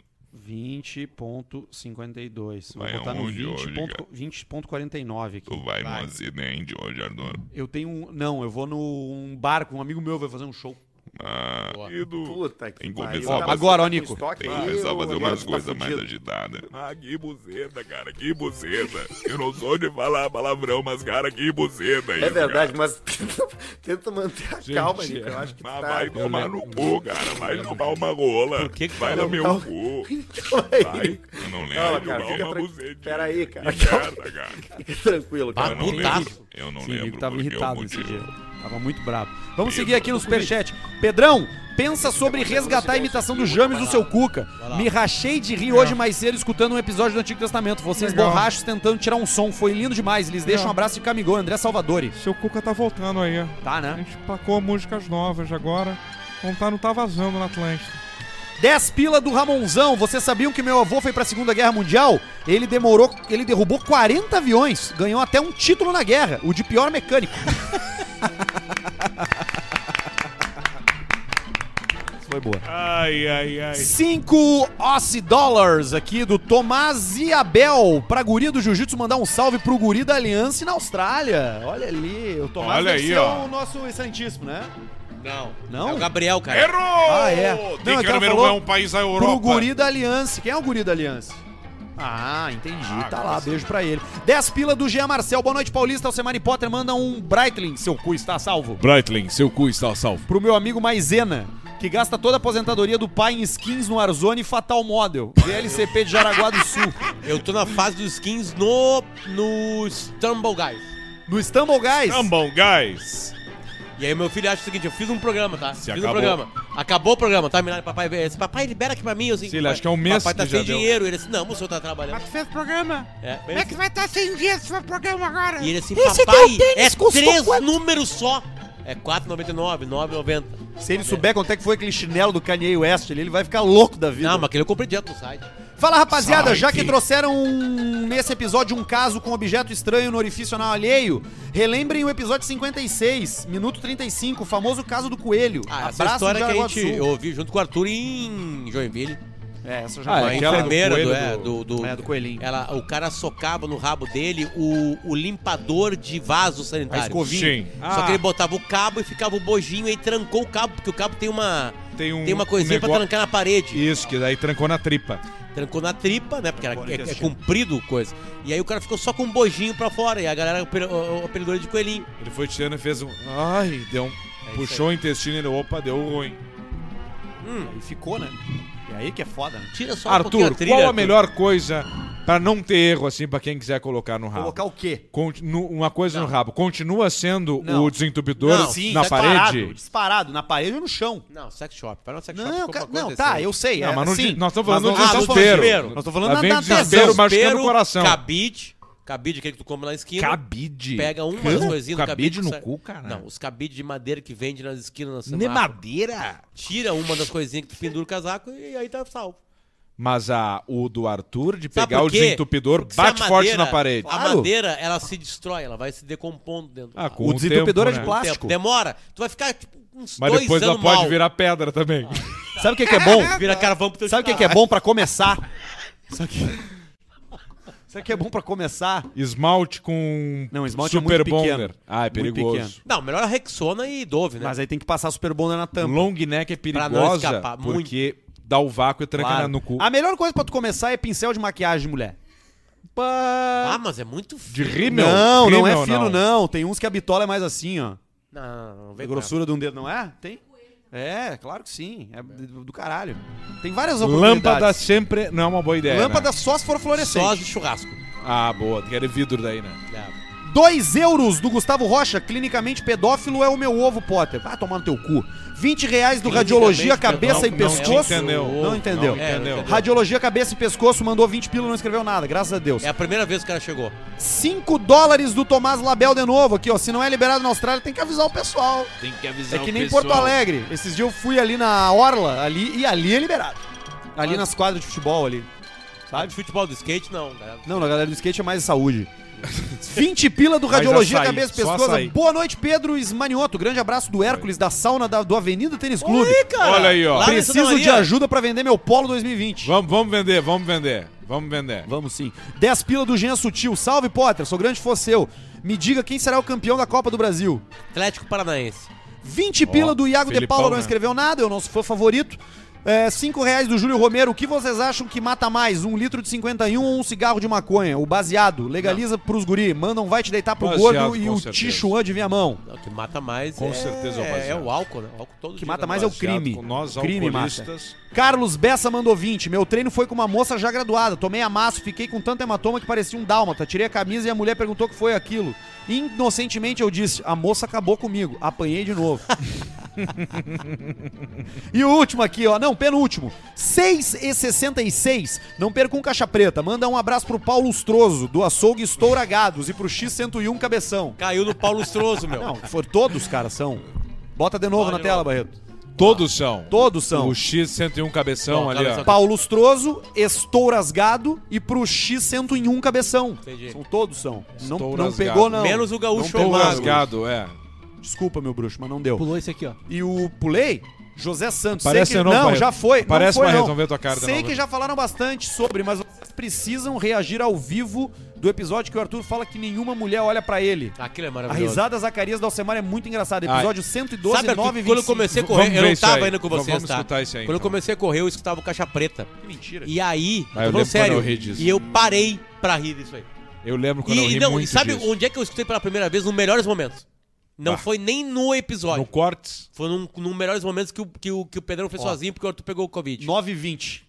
Speaker 4: 20.52. Vou
Speaker 6: Vai
Speaker 4: botar no
Speaker 6: aonde hoje,
Speaker 4: 20.49 20.49 aqui.
Speaker 6: Tu vai no acidente hoje, Ardor.
Speaker 4: Eu tenho um... Não, eu vou num bar com um amigo meu, vai fazer um show.
Speaker 6: Ah,
Speaker 3: Boa.
Speaker 6: querido.
Speaker 7: Puta que
Speaker 6: Tem que
Speaker 7: pariu.
Speaker 6: começar a fazer-
Speaker 4: agora, ó, Nico.
Speaker 6: Tem que começar a fazer umas
Speaker 7: tá
Speaker 6: coisas mais
Speaker 7: mais
Speaker 6: agitadas. tá Ah, que buceta, cara, que buceta. Eu não sou de falar palavrão, mas, cara, que buceta
Speaker 7: É verdade, mas tenta, tenta manter a calma, Nico. Eu acho que
Speaker 6: Mas
Speaker 7: tá-
Speaker 6: Ah, vai tomar no cu, cara. Vai tomar uma rola.
Speaker 3: Por que que
Speaker 6: vai
Speaker 3: tu
Speaker 6: no meu
Speaker 7: não- tá
Speaker 6: cu.
Speaker 7: Calma aí.
Speaker 6: Vai. Eu não lembro
Speaker 7: Calma,
Speaker 6: de
Speaker 7: é cara,
Speaker 6: tomar
Speaker 7: fica
Speaker 6: uma
Speaker 7: tran-
Speaker 6: buceta.
Speaker 7: Pera aí, cara.
Speaker 6: Que merda, cara.
Speaker 7: Fica
Speaker 8: Ah,
Speaker 7: tranquilo,
Speaker 6: Eu
Speaker 7: cara.
Speaker 6: não
Speaker 3: Putaço.
Speaker 6: lembro. Eu não
Speaker 4: um
Speaker 6: lembro porque é o motivo.
Speaker 4: Tava muito brabo. Vamos seguir aqui no superchat. Pedrão, pensa sobre resgatar a imitação do James do seu Cuca. Me rachei de
Speaker 8: É.
Speaker 4: rir hoje mais cedo escutando um episódio do Antigo Testamento. Vocês borrachos tentando tirar um som. Foi lindo demais. Lhes deixo um abraço de Camigão, André Salvadori.
Speaker 8: Seu Cuca tá voltando aí, ó.
Speaker 4: Tá,
Speaker 8: A
Speaker 4: né?
Speaker 8: gente placou músicas novas agora. Não tá, não tá vazando na Atlântica.
Speaker 4: 10 pila do Ramonzão. Vocês sabiam que meu avô foi pra Segunda Guerra Mundial? Ele demorou, ele derrubou 40 aviões, ganhou até um título na guerra, o de pior mecânico. Isso Foi boa.
Speaker 2: Ai, ai, ai.
Speaker 4: 5 Aussie Dollars aqui do Tomás e Abel pra guria do Jiu-Jitsu mandar um salve pro guri da Aliança na Austrália. Olha ali, o Tomás
Speaker 2: Olha
Speaker 4: deve
Speaker 2: aí,
Speaker 4: ser
Speaker 2: ó.
Speaker 4: o nosso Santíssimo, né?
Speaker 3: Não.
Speaker 4: Não?
Speaker 3: É o Gabriel, cara.
Speaker 2: Errou!
Speaker 4: Ah, é. Não,
Speaker 2: Tem
Speaker 4: é que
Speaker 2: que
Speaker 4: ela
Speaker 2: número um
Speaker 4: falou
Speaker 2: é um país da Europa.
Speaker 4: Pro guri da Aliança. Quem é o guri da Aliança? Ah, entendi. tá lá, beijo pra ele. 10 pila do Jean Marcel. Boa noite, Paulista. O Semani Potter manda um Breitling. Seu cu está salvo.
Speaker 2: Breitling, seu cu está salvo.
Speaker 4: Pro meu amigo Maisena, que gasta toda a aposentadoria do pai em skins no Arzoni Fatal Model. VLCP de Jaraguá do Sul.
Speaker 3: Eu tô na fase dos skins no. no Stumble Guys.
Speaker 4: No Istanbul Guys.
Speaker 2: Tambão, guys.
Speaker 3: E aí meu filho acha o seguinte, eu fiz um programa, tá?
Speaker 2: Se
Speaker 3: fiz
Speaker 2: acabou.
Speaker 3: um programa. Acabou o programa, tá? Milagre, papai, eh, disse, papai, libera aqui pra mim, eu assim,
Speaker 2: Se ele
Speaker 3: "Papai,
Speaker 2: acha que é um mês
Speaker 3: Papai tá
Speaker 2: que já
Speaker 3: sem
Speaker 2: deu."
Speaker 3: dinheiro. Ele assim, não, o senhor tá trabalhando.
Speaker 8: Mas tu fez programa?
Speaker 3: É,
Speaker 8: Como é que vai estar sem dia esse meu programa agora?
Speaker 3: E ele assim, papai, é três números só. É 4,99, 9,90.
Speaker 4: Se ele souber quanto é que foi aquele chinelo do Kanye West, ali, ele vai ficar louco da vida.
Speaker 3: Não, mas aquele eu comprei direto no site.
Speaker 4: Fala, rapaziada, já que trouxeram um- nesse episódio um caso com objeto estranho no orifício anal alheio, relembrem o episódio 56, minuto 35, o famoso caso do coelho.
Speaker 3: Ah, essa
Speaker 4: Abraço
Speaker 3: história
Speaker 4: de
Speaker 3: que a
Speaker 4: Jaraguá do
Speaker 3: gente
Speaker 4: Sul.
Speaker 3: ouviu junto com o Arthur em Joinville.
Speaker 4: É, essa já
Speaker 2: Ah,
Speaker 3: Uma
Speaker 4: vai.
Speaker 2: é aquela do
Speaker 3: enfermeira do,
Speaker 2: coelho
Speaker 3: é,
Speaker 2: do-
Speaker 3: do,
Speaker 4: É, do coelhinho.
Speaker 3: Ela, o cara socava no rabo dele o, o limpador de vaso sanitário.
Speaker 4: A escovinha.
Speaker 2: Sim.
Speaker 3: Só que ele botava o cabo e ficava o bojinho e trancou o cabo, porque o cabo tem uma.
Speaker 2: Tem um
Speaker 3: Tem uma coisinha pra
Speaker 2: negócio-
Speaker 3: trancar na parede.
Speaker 2: Isso, que daí trancou na tripa.
Speaker 3: Trancou na tripa, né? Porque era, é, é comprido o coisa. E aí o cara ficou só com um bojinho pra fora. E a galera apel- o- o- apelidou ele de coelhinho.
Speaker 2: Ele foi tirando e fez um. Ai, deu
Speaker 3: É
Speaker 2: um. puxou o intestino e ele, opa, deu ruim.
Speaker 4: E ficou, né? E aí que é foda, né?
Speaker 3: Tira só um pouquinho
Speaker 2: Arthur,
Speaker 3: a trilha.
Speaker 2: qual a
Speaker 3: Arthur.
Speaker 2: melhor coisa pra não ter erro, assim, pra quem quiser colocar
Speaker 3: Ah.
Speaker 2: no rabo?
Speaker 4: Colocar o quê?
Speaker 2: Continu- uma coisa no rabo. Continua sendo
Speaker 4: Não.
Speaker 2: o desentupidor
Speaker 4: Não,
Speaker 2: na
Speaker 3: é
Speaker 4: disparado,
Speaker 2: parede?
Speaker 4: Disparado, na parede ou no chão.
Speaker 3: Não, sex shop. Vai no sex shop.
Speaker 4: Não,
Speaker 3: compra
Speaker 4: ca-
Speaker 3: uma coisa
Speaker 4: não
Speaker 3: assim.
Speaker 4: tá,
Speaker 3: decente.
Speaker 4: eu sei.
Speaker 2: Não,
Speaker 4: é,
Speaker 2: mas não,
Speaker 4: sim.
Speaker 2: di- nós estamos falando
Speaker 4: Mas
Speaker 2: do
Speaker 4: nós- ah,
Speaker 3: desespero.
Speaker 2: desespero.
Speaker 3: Nós
Speaker 4: estamos falando
Speaker 2: Lá
Speaker 4: da-
Speaker 2: vem
Speaker 4: da-
Speaker 2: o desespero
Speaker 4: tesão,
Speaker 2: machucando
Speaker 3: Desespero,
Speaker 2: o coração.
Speaker 3: Cabide. Cabide, aquele que tu come lá na esquina.
Speaker 2: Cabide.
Speaker 3: Pega uma
Speaker 2: Cano?
Speaker 3: das coisinhas do
Speaker 2: cabide
Speaker 3: cabide
Speaker 2: no
Speaker 3: que sai-
Speaker 2: cu, cara.
Speaker 3: Não, os cabides de madeira que vende nas esquinas na
Speaker 2: Nem
Speaker 3: semana.
Speaker 2: madeira.
Speaker 3: Tira uma das coisinhas que tu pendura o casaco e aí tá salvo.
Speaker 2: Mas a, o do Arthur de
Speaker 3: Sabe
Speaker 2: pegar
Speaker 3: por
Speaker 2: o
Speaker 3: quê?
Speaker 2: desentupidor
Speaker 3: Porque se a
Speaker 2: bate forte
Speaker 3: madeira-
Speaker 2: na parede.
Speaker 3: A madeira, ela se destrói, ela vai se decompondo dentro. do
Speaker 2: Ah,
Speaker 3: ralo.
Speaker 2: com
Speaker 4: O desentupidor é
Speaker 2: tempo,
Speaker 4: de
Speaker 2: né?
Speaker 3: Tempo.
Speaker 4: plástico.
Speaker 3: Demora. Tu vai ficar tipo, uns
Speaker 2: Mas
Speaker 3: dois
Speaker 2: depois
Speaker 3: anos
Speaker 2: ela pode
Speaker 3: mal. Ah.
Speaker 2: virar Ah, pedra também.
Speaker 4: Sabe o que, que é bom?
Speaker 3: Vira carvão pro teu
Speaker 4: Sabe o que, que é bom pra começar? Sabe o que... é- Sabe o que é bom pra começar?
Speaker 2: Né? Esmalte com
Speaker 4: Não, esmalte é
Speaker 2: super
Speaker 4: muito pequeno.
Speaker 2: bonder. Ah, é
Speaker 4: Muito
Speaker 2: perigoso.
Speaker 3: Não, melhor a Rexona e Dove, né?
Speaker 4: Mas aí tem que passar super bonder na tampa.
Speaker 2: Long neck é
Speaker 3: Pra não
Speaker 2: perigosa
Speaker 3: escapar, muito.
Speaker 2: porque dá o vácuo e tranca
Speaker 4: Claro.
Speaker 2: na- é
Speaker 4: Ah,
Speaker 2: no cu.
Speaker 4: A melhor coisa pra tu começar é pincel de maquiagem, mulher.
Speaker 3: Ah, mas é muito
Speaker 2: De
Speaker 3: fino.
Speaker 2: rímel?
Speaker 4: não, não é
Speaker 2: Rímel,
Speaker 4: fino, não. Tem uns que a bitola é mais assim, ó.
Speaker 3: Não, não, não, não vem
Speaker 4: A
Speaker 3: com essa.
Speaker 4: grossura de um dedo, não é? Tem? É, claro que sim. É do do caralho. Tem várias
Speaker 2: Lâmpada
Speaker 4: oportunidades.
Speaker 2: sempre não é uma boa ideia. né?
Speaker 4: Lâmpada só se for fluorescente.
Speaker 3: Só de churrasco.
Speaker 2: Ah, boa. Quer vidro daí, né?
Speaker 3: É.
Speaker 4: 2 euros do Gustavo Rocha, clinicamente pedófilo é o meu ovo, Potter. Vai tomar no teu cu. 20 reais do Radiologia Cabeça e
Speaker 3: Não, não te
Speaker 4: Pescoço.
Speaker 2: entendeu.
Speaker 4: Não entendeu.
Speaker 3: É, não entendeu.
Speaker 4: Radiologia Cabeça e Pescoço mandou 20 pila e não escreveu nada, graças a Deus.
Speaker 3: É a primeira vez que o cara chegou.
Speaker 4: 5 dólares do Tomás Label de novo aqui, ó. Se não é liberado na Austrália, tem que avisar o pessoal.
Speaker 9: Tem que
Speaker 4: É
Speaker 9: avisar
Speaker 4: que
Speaker 9: o
Speaker 4: nem
Speaker 9: pessoal.
Speaker 4: Porto Alegre. Esses dias eu fui ali na Orla, ali, e ali é liberado. Ali nas quadras de futebol ali.
Speaker 3: Ah, de futebol do skate, não. né?
Speaker 4: Não, na galera do skate é mais saúde. 20 pila do
Speaker 2: Mais
Speaker 4: Radiologia
Speaker 2: açaí,
Speaker 4: Cabeça e
Speaker 2: só
Speaker 4: Pescoço.
Speaker 2: açaí.
Speaker 4: Boa noite, Pedro Esmanioto. Grande abraço do Hércules, da sauna da- do Avenida Tênis Clube.
Speaker 3: Oi, cara.
Speaker 2: Olha aí, ó.
Speaker 3: Lá na Santa
Speaker 4: Preciso de
Speaker 3: Maria.
Speaker 4: ajuda pra vender meu Polo 2020.
Speaker 2: Vamos, vamos vender, vamos vender. Vamos vender.
Speaker 4: Vamos sim. 10 pila do Jean Sutil. Salve, Potter. Sou grande fã seu. Me diga quem será o campeão da Copa do Brasil.
Speaker 3: Atlético Paranaense.
Speaker 4: 20 pila do Iago de
Speaker 2: Felipão,
Speaker 4: Paula não
Speaker 2: né?
Speaker 4: escreveu nada, é o nosso fã favorito. É, 5 reais do Júlio Romero. O que vocês acham que mata mais? Um litro de 51 ou um cigarro de maconha? O baseado. Legaliza pros guri. Manda um vai te deitar pro
Speaker 2: Baseado,
Speaker 4: gordo e
Speaker 2: com
Speaker 4: o
Speaker 2: certeza.
Speaker 4: Tichuan de minha mão.
Speaker 3: Não, O que mata mais
Speaker 2: Com
Speaker 3: é...
Speaker 2: certeza é o
Speaker 3: é,
Speaker 2: baseado.
Speaker 3: o álcool, né? O álcool todo
Speaker 4: que
Speaker 3: dia
Speaker 4: mata
Speaker 3: dá
Speaker 4: mais
Speaker 3: uma-
Speaker 4: é o crime.
Speaker 2: Com nós
Speaker 4: crime mata.
Speaker 2: alcoolistas.
Speaker 4: Carlos Bessa mandou 20. Meu treino foi com uma moça já graduada. Tomei amasso, fiquei com tanto hematoma que parecia um dálmata. Tirei a camisa e a mulher perguntou o que foi aquilo. Inocentemente eu disse: a moça acabou comigo. Apanhei de novo. E o último aqui, ó. Não, penúltimo. 6 e 66. Não perca um caixa preta. Manda um abraço pro Paulo Lustroso, do Açougue Estoura Gados e pro X101 Cabeção.
Speaker 3: Caiu no pau lustroso, meu.
Speaker 4: Não, for todos, cara, são. Bota de novo
Speaker 3: Bota
Speaker 4: na
Speaker 3: de
Speaker 4: tela,
Speaker 3: novo.
Speaker 4: Barreto.
Speaker 2: Todos são.
Speaker 4: Todos são.
Speaker 2: O X101 cabeção
Speaker 3: Bom,
Speaker 2: ali, ó.
Speaker 3: cabeção-
Speaker 4: Paulo Lustroso, Estouras Gado e pro X101 Cabeção.
Speaker 3: Entendi.
Speaker 4: São todos são. Não, não
Speaker 2: Estouras
Speaker 4: pegou,
Speaker 2: Gado.
Speaker 4: não.
Speaker 3: Menos o
Speaker 2: Não
Speaker 3: gaúcho
Speaker 2: tão
Speaker 3: Amado.
Speaker 2: rasgado, é.
Speaker 4: Desculpa, meu bruxo, mas não deu.
Speaker 10: Pulou esse aqui, ó.
Speaker 4: E o Pulei, José Santos.
Speaker 2: Parece
Speaker 4: Sei que...
Speaker 2: não, Barreto.
Speaker 4: já foi.
Speaker 2: Parece,
Speaker 4: não foi,
Speaker 2: Barreto,
Speaker 4: não.
Speaker 2: vamos ver tua cara de
Speaker 4: Sei
Speaker 2: novo.
Speaker 4: que já falaram bastante sobre, mas vocês precisam reagir ao vivo do episódio que o Arthur fala que nenhuma mulher olha pra ele.
Speaker 3: Aquilo é
Speaker 4: A
Speaker 3: maravilhoso.
Speaker 4: risada é Zacarias da Alcemar é muito engraçada.
Speaker 2: Ai.
Speaker 4: Episódio 112,
Speaker 3: Sabe, Arthur,
Speaker 4: 9
Speaker 3: quando eu comecei a correr,
Speaker 2: Vamos
Speaker 3: eu
Speaker 2: ver
Speaker 3: não
Speaker 2: isso
Speaker 3: tava
Speaker 2: aí.
Speaker 3: ainda com
Speaker 2: Vamos-
Speaker 3: vocês,
Speaker 2: vamos
Speaker 3: tá?
Speaker 2: escutar isso aí,
Speaker 3: quando eu
Speaker 2: então.
Speaker 3: comecei a correr, eu escutava o Caixa Preta.
Speaker 4: Que mentira.
Speaker 3: E aí,
Speaker 2: Ah, eu
Speaker 3: tô
Speaker 2: lembro
Speaker 3: falando sério,
Speaker 2: quando eu ri disso.
Speaker 3: e eu parei pra rir disso aí.
Speaker 2: Eu lembro quando eu
Speaker 3: E,
Speaker 2: ri
Speaker 3: não, e
Speaker 2: muito
Speaker 3: sabe
Speaker 2: disso.
Speaker 3: onde é que eu escutei pela primeira vez? Nos melhores momentos. Não
Speaker 2: Bah.
Speaker 3: foi nem no episódio.
Speaker 2: No Cortes.
Speaker 3: Foi num, num melhores momentos que o, que o, que o Pedrão fez sozinho porque o Arthur pegou o Covid.
Speaker 4: 9 e 20.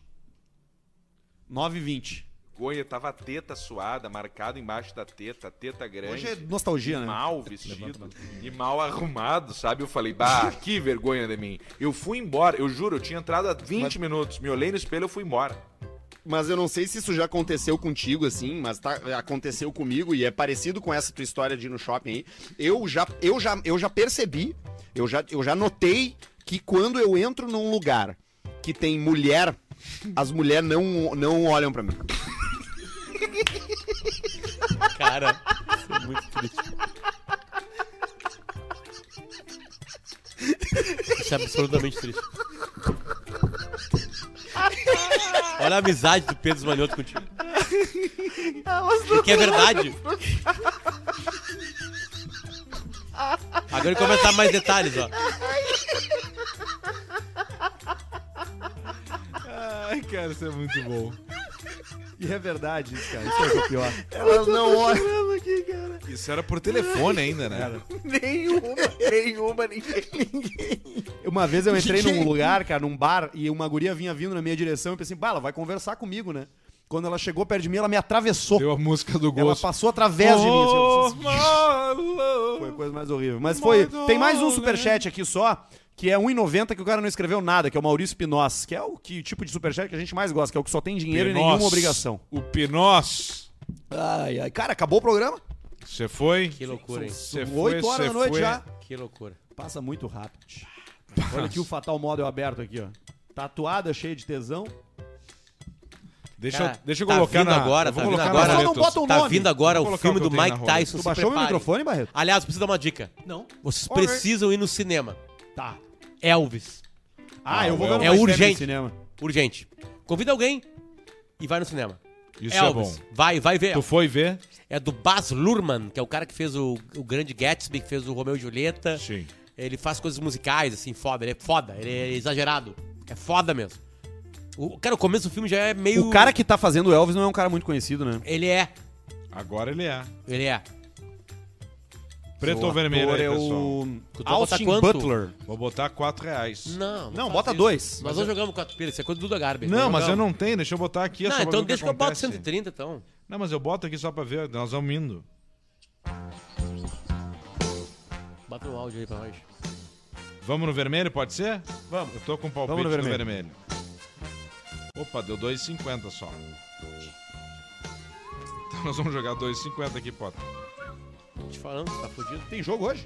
Speaker 4: 9 e 20.
Speaker 11: Gonha, tava a teta suada, marcado embaixo da teta, teta grande.
Speaker 4: Hoje é nostalgia, né?
Speaker 11: Mal vestido e mal arrumado, sabe? Eu falei, bah, que vergonha de mim. Eu fui embora, eu juro, eu tinha entrado há 20 minutos, me olhei no espelho e fui embora.
Speaker 7: Mas eu não sei se isso já aconteceu contigo, assim, mas tá- aconteceu comigo e é parecido com essa tua história de ir no shopping aí. Eu já, eu já, eu já percebi, eu já, eu já notei que quando eu entro num lugar que tem mulher as mulheres não, não olham pra mim.
Speaker 3: Cara, isso é muito triste. Isso é absolutamente triste. Olha a amizade do Pedro Esmanhoto contigo. Porque é verdade. Agora ele começa a dar mais detalhes, ó.
Speaker 2: Ai, cara, isso é muito bom.
Speaker 4: E é verdade isso, cara. Isso é o pior.
Speaker 7: Elas não olham.
Speaker 2: Isso era por telefone ainda, né?
Speaker 7: Nenhuma, nenhuma, ninguém.
Speaker 4: Uma vez eu entrei num lugar, cara, num bar, e uma guria vinha vindo na minha direção e eu pensei, bah, ela vai conversar comigo, né? Quando ela chegou perto de mim, ela me atravessou.
Speaker 2: Deu a música do
Speaker 4: Ela
Speaker 2: gosto.
Speaker 4: passou através de mim. assim, eu-
Speaker 7: Oh,
Speaker 2: Marlon.
Speaker 4: Foi a coisa mais horrível. Mas foi. Tem mais um superchat aqui só, que é 1,90 que o cara não escreveu nada, que é o Maurício Pinós, que é o que, tipo de superchat que a gente mais gosta, que é o que só tem dinheiro e nenhuma
Speaker 2: Pinós.
Speaker 4: obrigação.
Speaker 2: O Pinós.
Speaker 4: Ai, ai. Cara, acabou o programa?
Speaker 2: Você foi?
Speaker 3: Que loucura, hein?
Speaker 2: Você
Speaker 4: São
Speaker 2: foi,
Speaker 4: oito horas
Speaker 2: você
Speaker 4: da noite
Speaker 2: foi.
Speaker 4: já.
Speaker 3: Que loucura.
Speaker 4: Passa muito rápido. Olha aqui o Fatal Model aberto aqui, ó. Tatuada, cheia de tesão.
Speaker 2: Deixa,
Speaker 3: Cara,
Speaker 2: eu, deixa eu
Speaker 3: tá
Speaker 2: colocar
Speaker 3: vindo
Speaker 2: na...
Speaker 3: agora,
Speaker 2: eu vou
Speaker 3: tá vindo
Speaker 2: colocar na
Speaker 3: agora.
Speaker 2: roleta.
Speaker 4: Só não um bota o
Speaker 3: Tá
Speaker 4: nome.
Speaker 3: vindo agora
Speaker 2: Vou
Speaker 3: o
Speaker 2: colocar
Speaker 3: filme
Speaker 2: o que eu
Speaker 3: do
Speaker 2: tenho na
Speaker 3: Mike
Speaker 2: roda.
Speaker 3: Tyson.
Speaker 4: Tu
Speaker 3: se
Speaker 4: baixou meu
Speaker 3: preparem.
Speaker 4: microfone, Barreto?
Speaker 3: Aliás, preciso dar uma dica.
Speaker 4: Não.
Speaker 3: Vocês precisam ir no cinema.
Speaker 4: Tá.
Speaker 3: Elvis.
Speaker 4: Ah, eu vou
Speaker 2: é
Speaker 4: ver no
Speaker 3: é
Speaker 4: Fast Family
Speaker 3: urgente.
Speaker 4: cinema.
Speaker 3: Urgente. Convida alguém e vai no cinema.
Speaker 2: Isso
Speaker 3: Elvis.
Speaker 2: é bom.
Speaker 3: Vai, vai ver.
Speaker 2: Tu foi ver?
Speaker 3: É do Baz Luhrmann, que é o cara que fez o, o grande Gatsby, que fez o Romeu e Julieta.
Speaker 2: Sim.
Speaker 3: Ele faz coisas musicais, assim, foda. Ele é foda, ele é exagerado. É foda mesmo. O, cara, o começo do filme já é meio...
Speaker 4: O cara que tá fazendo o Elvis não é um cara muito conhecido, né?
Speaker 3: Ele é,
Speaker 2: Agora ele é.
Speaker 3: ele é.
Speaker 2: Preto
Speaker 4: O
Speaker 2: ou
Speaker 4: ator
Speaker 2: vermelho aí,
Speaker 4: é
Speaker 2: pessoal.
Speaker 4: o
Speaker 3: Tu vai botar
Speaker 4: Austin
Speaker 3: quanto?
Speaker 4: Butler.
Speaker 2: Vou botar 4 reais.
Speaker 3: Não,
Speaker 4: Não,
Speaker 3: faz
Speaker 4: bota
Speaker 3: isso.
Speaker 4: dois.
Speaker 3: Nós não jogamos quatro pilhas, isso é coisa do Duda Garber.
Speaker 2: Não,
Speaker 3: Nós
Speaker 2: mas eu
Speaker 3: jogamos.
Speaker 2: não tenho. Deixa eu botar aqui. é só
Speaker 3: Não,
Speaker 2: pra ver
Speaker 3: então
Speaker 2: o
Speaker 3: deixa que eu boto
Speaker 2: acontece.
Speaker 3: 130, então.
Speaker 2: Não, mas eu boto aqui só pra ver. Nós vamos indo.
Speaker 3: Bota um áudio aí pra nós.
Speaker 2: Vamos no vermelho, pode ser? Vamos. Eu tô com palpite
Speaker 4: Vamos no
Speaker 2: no
Speaker 4: vermelho.
Speaker 2: vermelho. Opa, deu 2,50 só. Então nós vamos jogar 2,50 aqui, Potter.
Speaker 3: Te falando, tá fudido.
Speaker 4: Tem jogo hoje?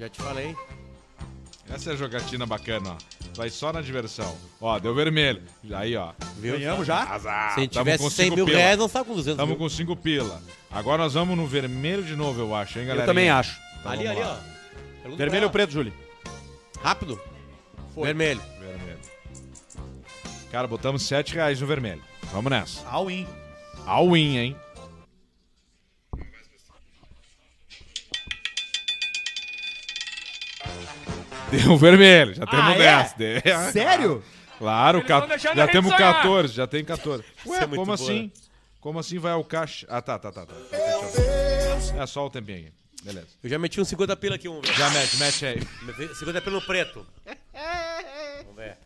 Speaker 3: Já te falei.
Speaker 2: Essa é a jogatina bacana, ó. Vai só na diversão. Ó, deu vermelho. Aí, ó.
Speaker 3: Viu?
Speaker 4: Ganhamos já?
Speaker 3: Se a gente
Speaker 2: tamo com
Speaker 3: tivesse 100
Speaker 2: cinco
Speaker 3: mil
Speaker 2: pila.
Speaker 3: reais, não tá com 200
Speaker 2: Tamo
Speaker 3: mil.
Speaker 2: com 5 pila. Agora nós vamos no vermelho de novo, eu acho, hein, galera?
Speaker 4: Eu também acho.
Speaker 3: ali, ali, ó. Pergunta
Speaker 4: Vermelho ou
Speaker 3: pra
Speaker 4: preto, Júlio?
Speaker 3: ela. Rápido. Vermelho.
Speaker 2: Vermelho. Cara, botamos 7 reais no vermelho. Vamos nessa.
Speaker 4: All-in.
Speaker 2: All win, hein? Deu um vermelho, já temos
Speaker 4: Ah, é?
Speaker 2: 10. Deu.
Speaker 4: Sério?
Speaker 2: Claro, ca- já temos 14, já tem 14. Ué,
Speaker 3: é muito
Speaker 2: como
Speaker 3: boa,
Speaker 2: assim?
Speaker 3: né?
Speaker 2: Como assim vai ao caixa? Ah, tá, tá, tá. tá. É só o tempinho aí. Beleza.
Speaker 3: Eu já meti uns 50 pila aqui, vamos ver.
Speaker 2: Já mete, mete aí.
Speaker 3: Me vê- 50 pila no preto. Vamos ver.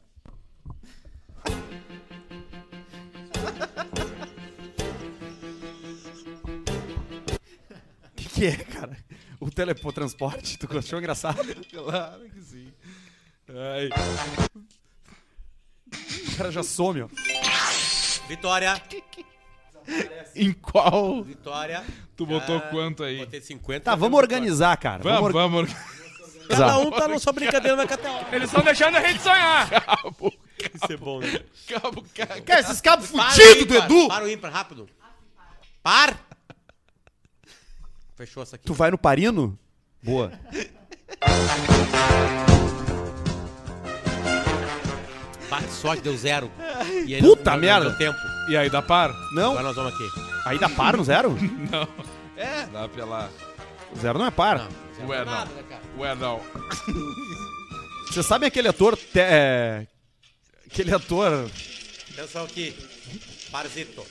Speaker 4: O que, que é, cara? O teletransporte? Tu achou engraçado?
Speaker 2: Claro que sim. Ai.
Speaker 4: O cara já some, ó.
Speaker 3: Vitória.
Speaker 2: Em qual?
Speaker 3: Vitória.
Speaker 2: Tu botou quanto aí?
Speaker 3: Botei 50.
Speaker 4: Tá, vamos organizar, cara.
Speaker 2: Vamos,
Speaker 4: organizar.
Speaker 2: vamos.
Speaker 3: Cada um tá na sua brincadeira na categoria. Eles estão deixando a gente sonhar. Isso é bom, né?
Speaker 2: Cabo, cara.
Speaker 4: Cara, esses cabos
Speaker 3: Para o
Speaker 4: fudidos do
Speaker 3: ímpar,
Speaker 4: Edu!
Speaker 3: Para o ímpar, rápido. Par. Fechou essa aqui.
Speaker 4: Tu vai no Parino? Boa.
Speaker 3: Bah, que sorte, deu zero. E aí
Speaker 4: Puta
Speaker 3: não- não
Speaker 4: merda.
Speaker 3: deu tempo.
Speaker 2: E aí, dá par?
Speaker 4: Não,
Speaker 3: Agora nós vamos aqui.
Speaker 4: aí dá par no zero?
Speaker 2: É. Dá pela.
Speaker 4: Zero não é par.
Speaker 2: Ué, não.
Speaker 3: Nada, né, cara?
Speaker 2: Ué, não.
Speaker 4: Vocês sabem aquele ator. te- é, Aquele ator.
Speaker 3: Atenção aqui. Parzito.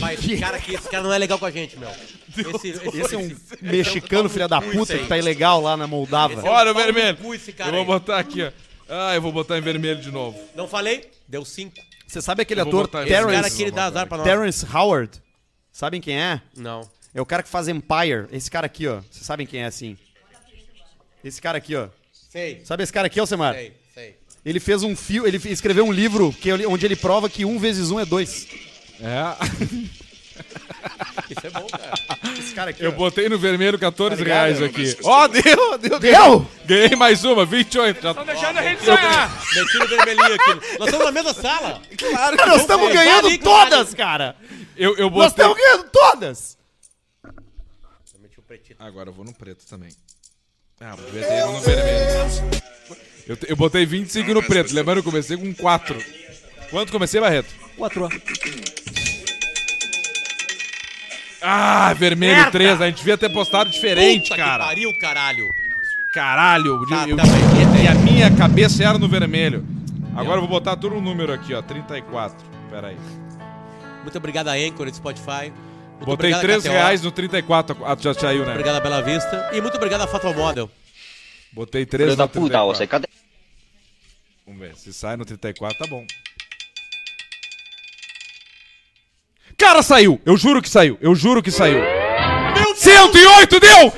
Speaker 3: Pai, esse cara aqui, esse cara não é legal com a gente, meu. Esse, esse,
Speaker 4: Esse é um mexicano, filha da puta, que tá ilegal lá na Moldava.
Speaker 3: Esse é um
Speaker 2: Olha o
Speaker 3: pau no
Speaker 2: vermelho.
Speaker 3: cu esse cara
Speaker 2: Eu vou
Speaker 3: aí.
Speaker 2: botar aqui, ó. Ah, eu vou botar em vermelho de novo.
Speaker 3: Não falei? Deu cinco.
Speaker 4: Você sabe aquele
Speaker 2: Eu vou
Speaker 4: ator
Speaker 2: botar esse
Speaker 3: Esse cara
Speaker 4: Terrence,
Speaker 3: aqui, ele dá azar pra nós.
Speaker 4: Terrence Howard? Sabem quem é?
Speaker 3: Não.
Speaker 4: É o cara que faz Empire. Esse cara aqui, ó. Vocês sabem quem é, assim. Esse cara aqui, ó.
Speaker 3: Sei,
Speaker 4: Sabe esse cara aqui, Alcemar?
Speaker 3: sei, sei.
Speaker 4: Ele fez um fio, ele escreveu um livro que ele- onde ele prova que um vezes um é dois.
Speaker 2: É.
Speaker 3: Isso é bom, cara.
Speaker 4: Esse cara aqui,
Speaker 2: Eu
Speaker 4: ó.
Speaker 2: botei no vermelho 14
Speaker 4: Obrigado,
Speaker 2: reais
Speaker 4: meu,
Speaker 2: aqui.
Speaker 4: mas-
Speaker 2: Ó, deu, deu,
Speaker 1: Deu?
Speaker 2: Ganhei mais uma, 28. Já...
Speaker 8: Deixando a gente sonhar.
Speaker 3: Meti no vermelhinho aqui. Nós estamos na mesma sala.
Speaker 1: Claro, nós estamos ganhando
Speaker 3: Vale,
Speaker 1: todas, cara.
Speaker 2: Eu, eu
Speaker 1: Nós
Speaker 2: botei...
Speaker 1: estamos ganhando todas.
Speaker 2: Agora eu vou no preto também. Ah, vou meter no vermelho. Eu, te- eu botei 25 no preto, lembrando que eu comecei com 4. Quanto comecei, Barreto?
Speaker 1: Quatro.
Speaker 2: Ah, vermelho
Speaker 1: Merda!
Speaker 2: 3, a gente devia ter postado diferente,
Speaker 3: Puta Que
Speaker 2: cara.
Speaker 3: pariu, caralho.
Speaker 2: Caralho, eu-
Speaker 3: Tá,
Speaker 2: eu-
Speaker 3: tá bem.
Speaker 2: e a minha cabeça era no vermelho. Agora eu vou botar tudo um número aqui, ó, 34. Pera aí.
Speaker 3: Muito obrigado a Anchor e Spotify. Muito
Speaker 2: Botei
Speaker 3: obrigado a
Speaker 2: 3
Speaker 3: KTO.
Speaker 2: reais no 34, ah, tu já saiu, né?
Speaker 3: Obrigado a Bela Vista. E muito obrigado a Fatal Model.
Speaker 2: Botei 3 no
Speaker 12: da puta,
Speaker 2: 34.
Speaker 12: você cadê?
Speaker 2: Vamos ver, se sai no 34, tá bom. Cara, saiu! Eu juro que saiu, eu juro que saiu. 108 deu!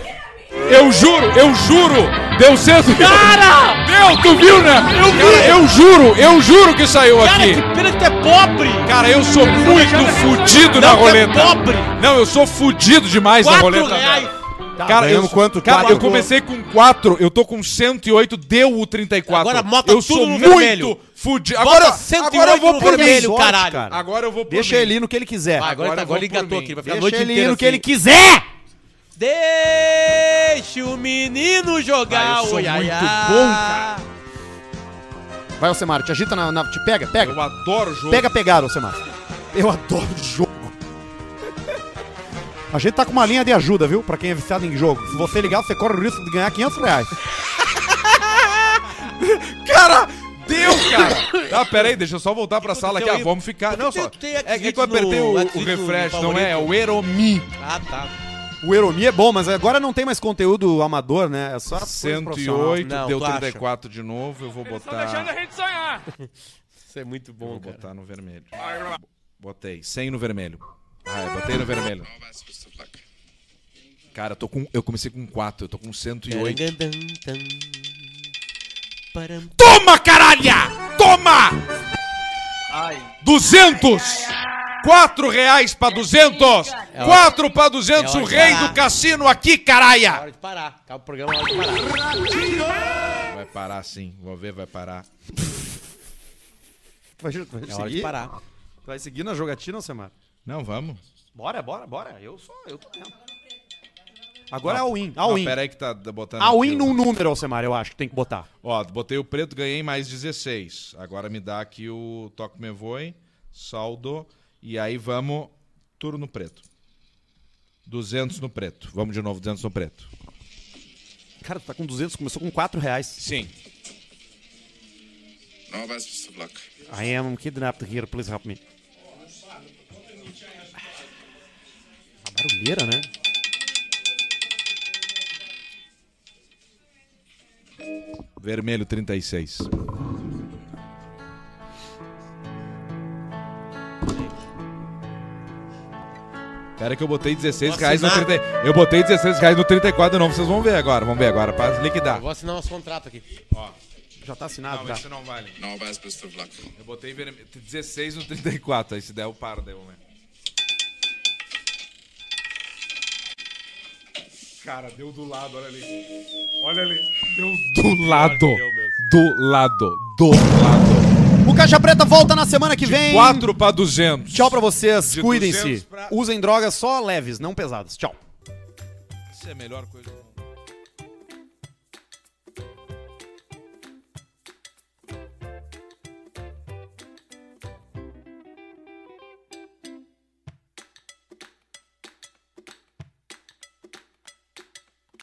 Speaker 2: Eu juro, eu juro! Deu 108! Cara! Deu, tu viu, né? Eu vi! Cara, eu juro, eu juro que saiu aqui!
Speaker 3: pena que tu é pobre.
Speaker 2: Cara, eu sou muito fudido na
Speaker 3: Não, tu é
Speaker 2: roleta!
Speaker 3: pobre.
Speaker 2: Não, eu sou fudido demais na
Speaker 3: Quatro
Speaker 2: roleta!
Speaker 3: reais.
Speaker 2: Cara, eu,
Speaker 1: ganhamos quanto?
Speaker 2: cara
Speaker 1: Quatro.
Speaker 2: eu comecei com 4, eu tô com 108, deu o 34.
Speaker 3: Agora bota
Speaker 2: eu
Speaker 3: tudo
Speaker 2: sou
Speaker 3: no
Speaker 2: muito
Speaker 3: vermelho.
Speaker 2: fudido.
Speaker 3: Bota
Speaker 2: Agora,
Speaker 3: 108
Speaker 2: agora eu vou
Speaker 3: no
Speaker 2: por
Speaker 3: vermelho,
Speaker 2: mim.
Speaker 1: Sorte,
Speaker 3: caralho.
Speaker 1: cara.
Speaker 2: Agora eu vou por
Speaker 1: Deixa
Speaker 2: mim.
Speaker 1: ele ir no que ele quiser.
Speaker 3: Ah, agora,
Speaker 2: Agora
Speaker 3: tá,
Speaker 2: eu
Speaker 3: agora
Speaker 2: vou
Speaker 3: ele
Speaker 2: por
Speaker 3: engatou
Speaker 2: mim.
Speaker 3: aqui. Vai ficar a noite
Speaker 1: Deixa ele ir
Speaker 3: inteira
Speaker 1: no que ele
Speaker 3: assim.
Speaker 1: quiser.
Speaker 3: Deixa o menino jogar.
Speaker 1: Ah, eu sou
Speaker 3: oi, ai,
Speaker 1: muito
Speaker 3: ai.
Speaker 1: bom, cara. Vai, Alcemar, te agita na, na- Te pega, pega.
Speaker 2: Eu adoro jogo.
Speaker 1: Pega pegar, Alcemar. Eu adoro jogo. A gente tá com uma linha de ajuda, viu? Pra quem é viciado em jogo. Se você ligar, você corre o risco de ganhar 500 reais.
Speaker 2: Cara, deu, cara. Tá, pera aí, deixa eu só voltar pra sala aqui.
Speaker 3: teu
Speaker 2: Ah,
Speaker 3: aí-
Speaker 2: vamos ficar.
Speaker 3: tu
Speaker 2: Não,
Speaker 3: tem-
Speaker 2: só.
Speaker 3: tu tem
Speaker 2: É que
Speaker 3: Xvideos
Speaker 2: eu apertei
Speaker 3: no-
Speaker 2: o, o
Speaker 3: Xvideos no
Speaker 2: refresh, não é? É
Speaker 3: favorito?
Speaker 2: o Eromi.
Speaker 3: Ah, tá.
Speaker 1: O Eromi é bom, mas agora não tem mais conteúdo amador, né? É só... coisa profissional.
Speaker 2: 108,
Speaker 3: Não,
Speaker 2: deu
Speaker 3: tu acha?
Speaker 2: 34 de novo. Eu vou
Speaker 8: Deixando a
Speaker 2: botar.
Speaker 8: gente sonhar.
Speaker 3: Isso é muito bom,
Speaker 2: Vou
Speaker 3: cara.
Speaker 2: botar no vermelho. Botei 100 no vermelho. Ah, eu botei no vermelho. Cara, eu, tô com, eu comecei com 4, eu tô com 108.
Speaker 3: Param.
Speaker 2: Toma, caralha! Toma! 200! 4 reais pra 200!
Speaker 3: É hora-
Speaker 2: 4 pra 200,
Speaker 3: é
Speaker 2: o
Speaker 3: hora de
Speaker 2: rei
Speaker 3: parar.
Speaker 2: do cassino aqui,
Speaker 3: É
Speaker 2: caralho!
Speaker 3: hora de parar. Acaba o programa, é hora de parar.
Speaker 2: Vai parar sim, vou ver, vai parar.
Speaker 1: Vai, vai
Speaker 3: É hora de
Speaker 1: seguir?
Speaker 3: parar.
Speaker 1: Vai seguir na jogatina, Alcemar?
Speaker 2: Não, vamos.
Speaker 1: Bora, bora, bora. Eu sou... Eu tô dentro. Agora é all-in,
Speaker 2: Não,
Speaker 1: all-in.
Speaker 2: pera aí que tá botando.
Speaker 1: All-in
Speaker 2: aqui o-
Speaker 1: num número, Alcemar, eu acho que tem que botar.
Speaker 2: Ó, botei o preto, ganhei mais 16. Agora me dá aqui o toque me voe, saldo, e aí vamos, turno no preto. 200 no preto. Vamos de novo, 200 no preto.
Speaker 1: Cara, tu tá com 200, começou com 4 reais.
Speaker 2: Sim.
Speaker 1: I am kidnapped here, please help me. A barulheira, né?
Speaker 2: Vermelho 36. Pera que eu botei 16
Speaker 3: Vou
Speaker 2: reais no
Speaker 3: assinar.
Speaker 2: 30... Eu botei 16 reais no 34 de novo, vocês vão ver agora. Vamos ver agora, pra liquidar.
Speaker 3: Eu vou assinar nosso contrato aqui.
Speaker 1: Já tá assinado,
Speaker 2: Não,
Speaker 1: já.
Speaker 2: esse não vale. Não, best of luck. Eu botei vermelho- 16 no 34, aí se der eu paro, daí eu lembro. Cara, deu do lado, olha ali. Olha ali. Deu do lado. é Do lado. Do lado.
Speaker 1: O Caixa Preta volta na semana que vem.
Speaker 2: 4 pra 200.
Speaker 1: Tchau pra Tipo, vocês,
Speaker 2: De
Speaker 1: cuidem-se.
Speaker 2: 200 pra-
Speaker 1: Usem drogas só leves, não pesadas. Tchau.
Speaker 2: Isso é a melhor coisa do mundo.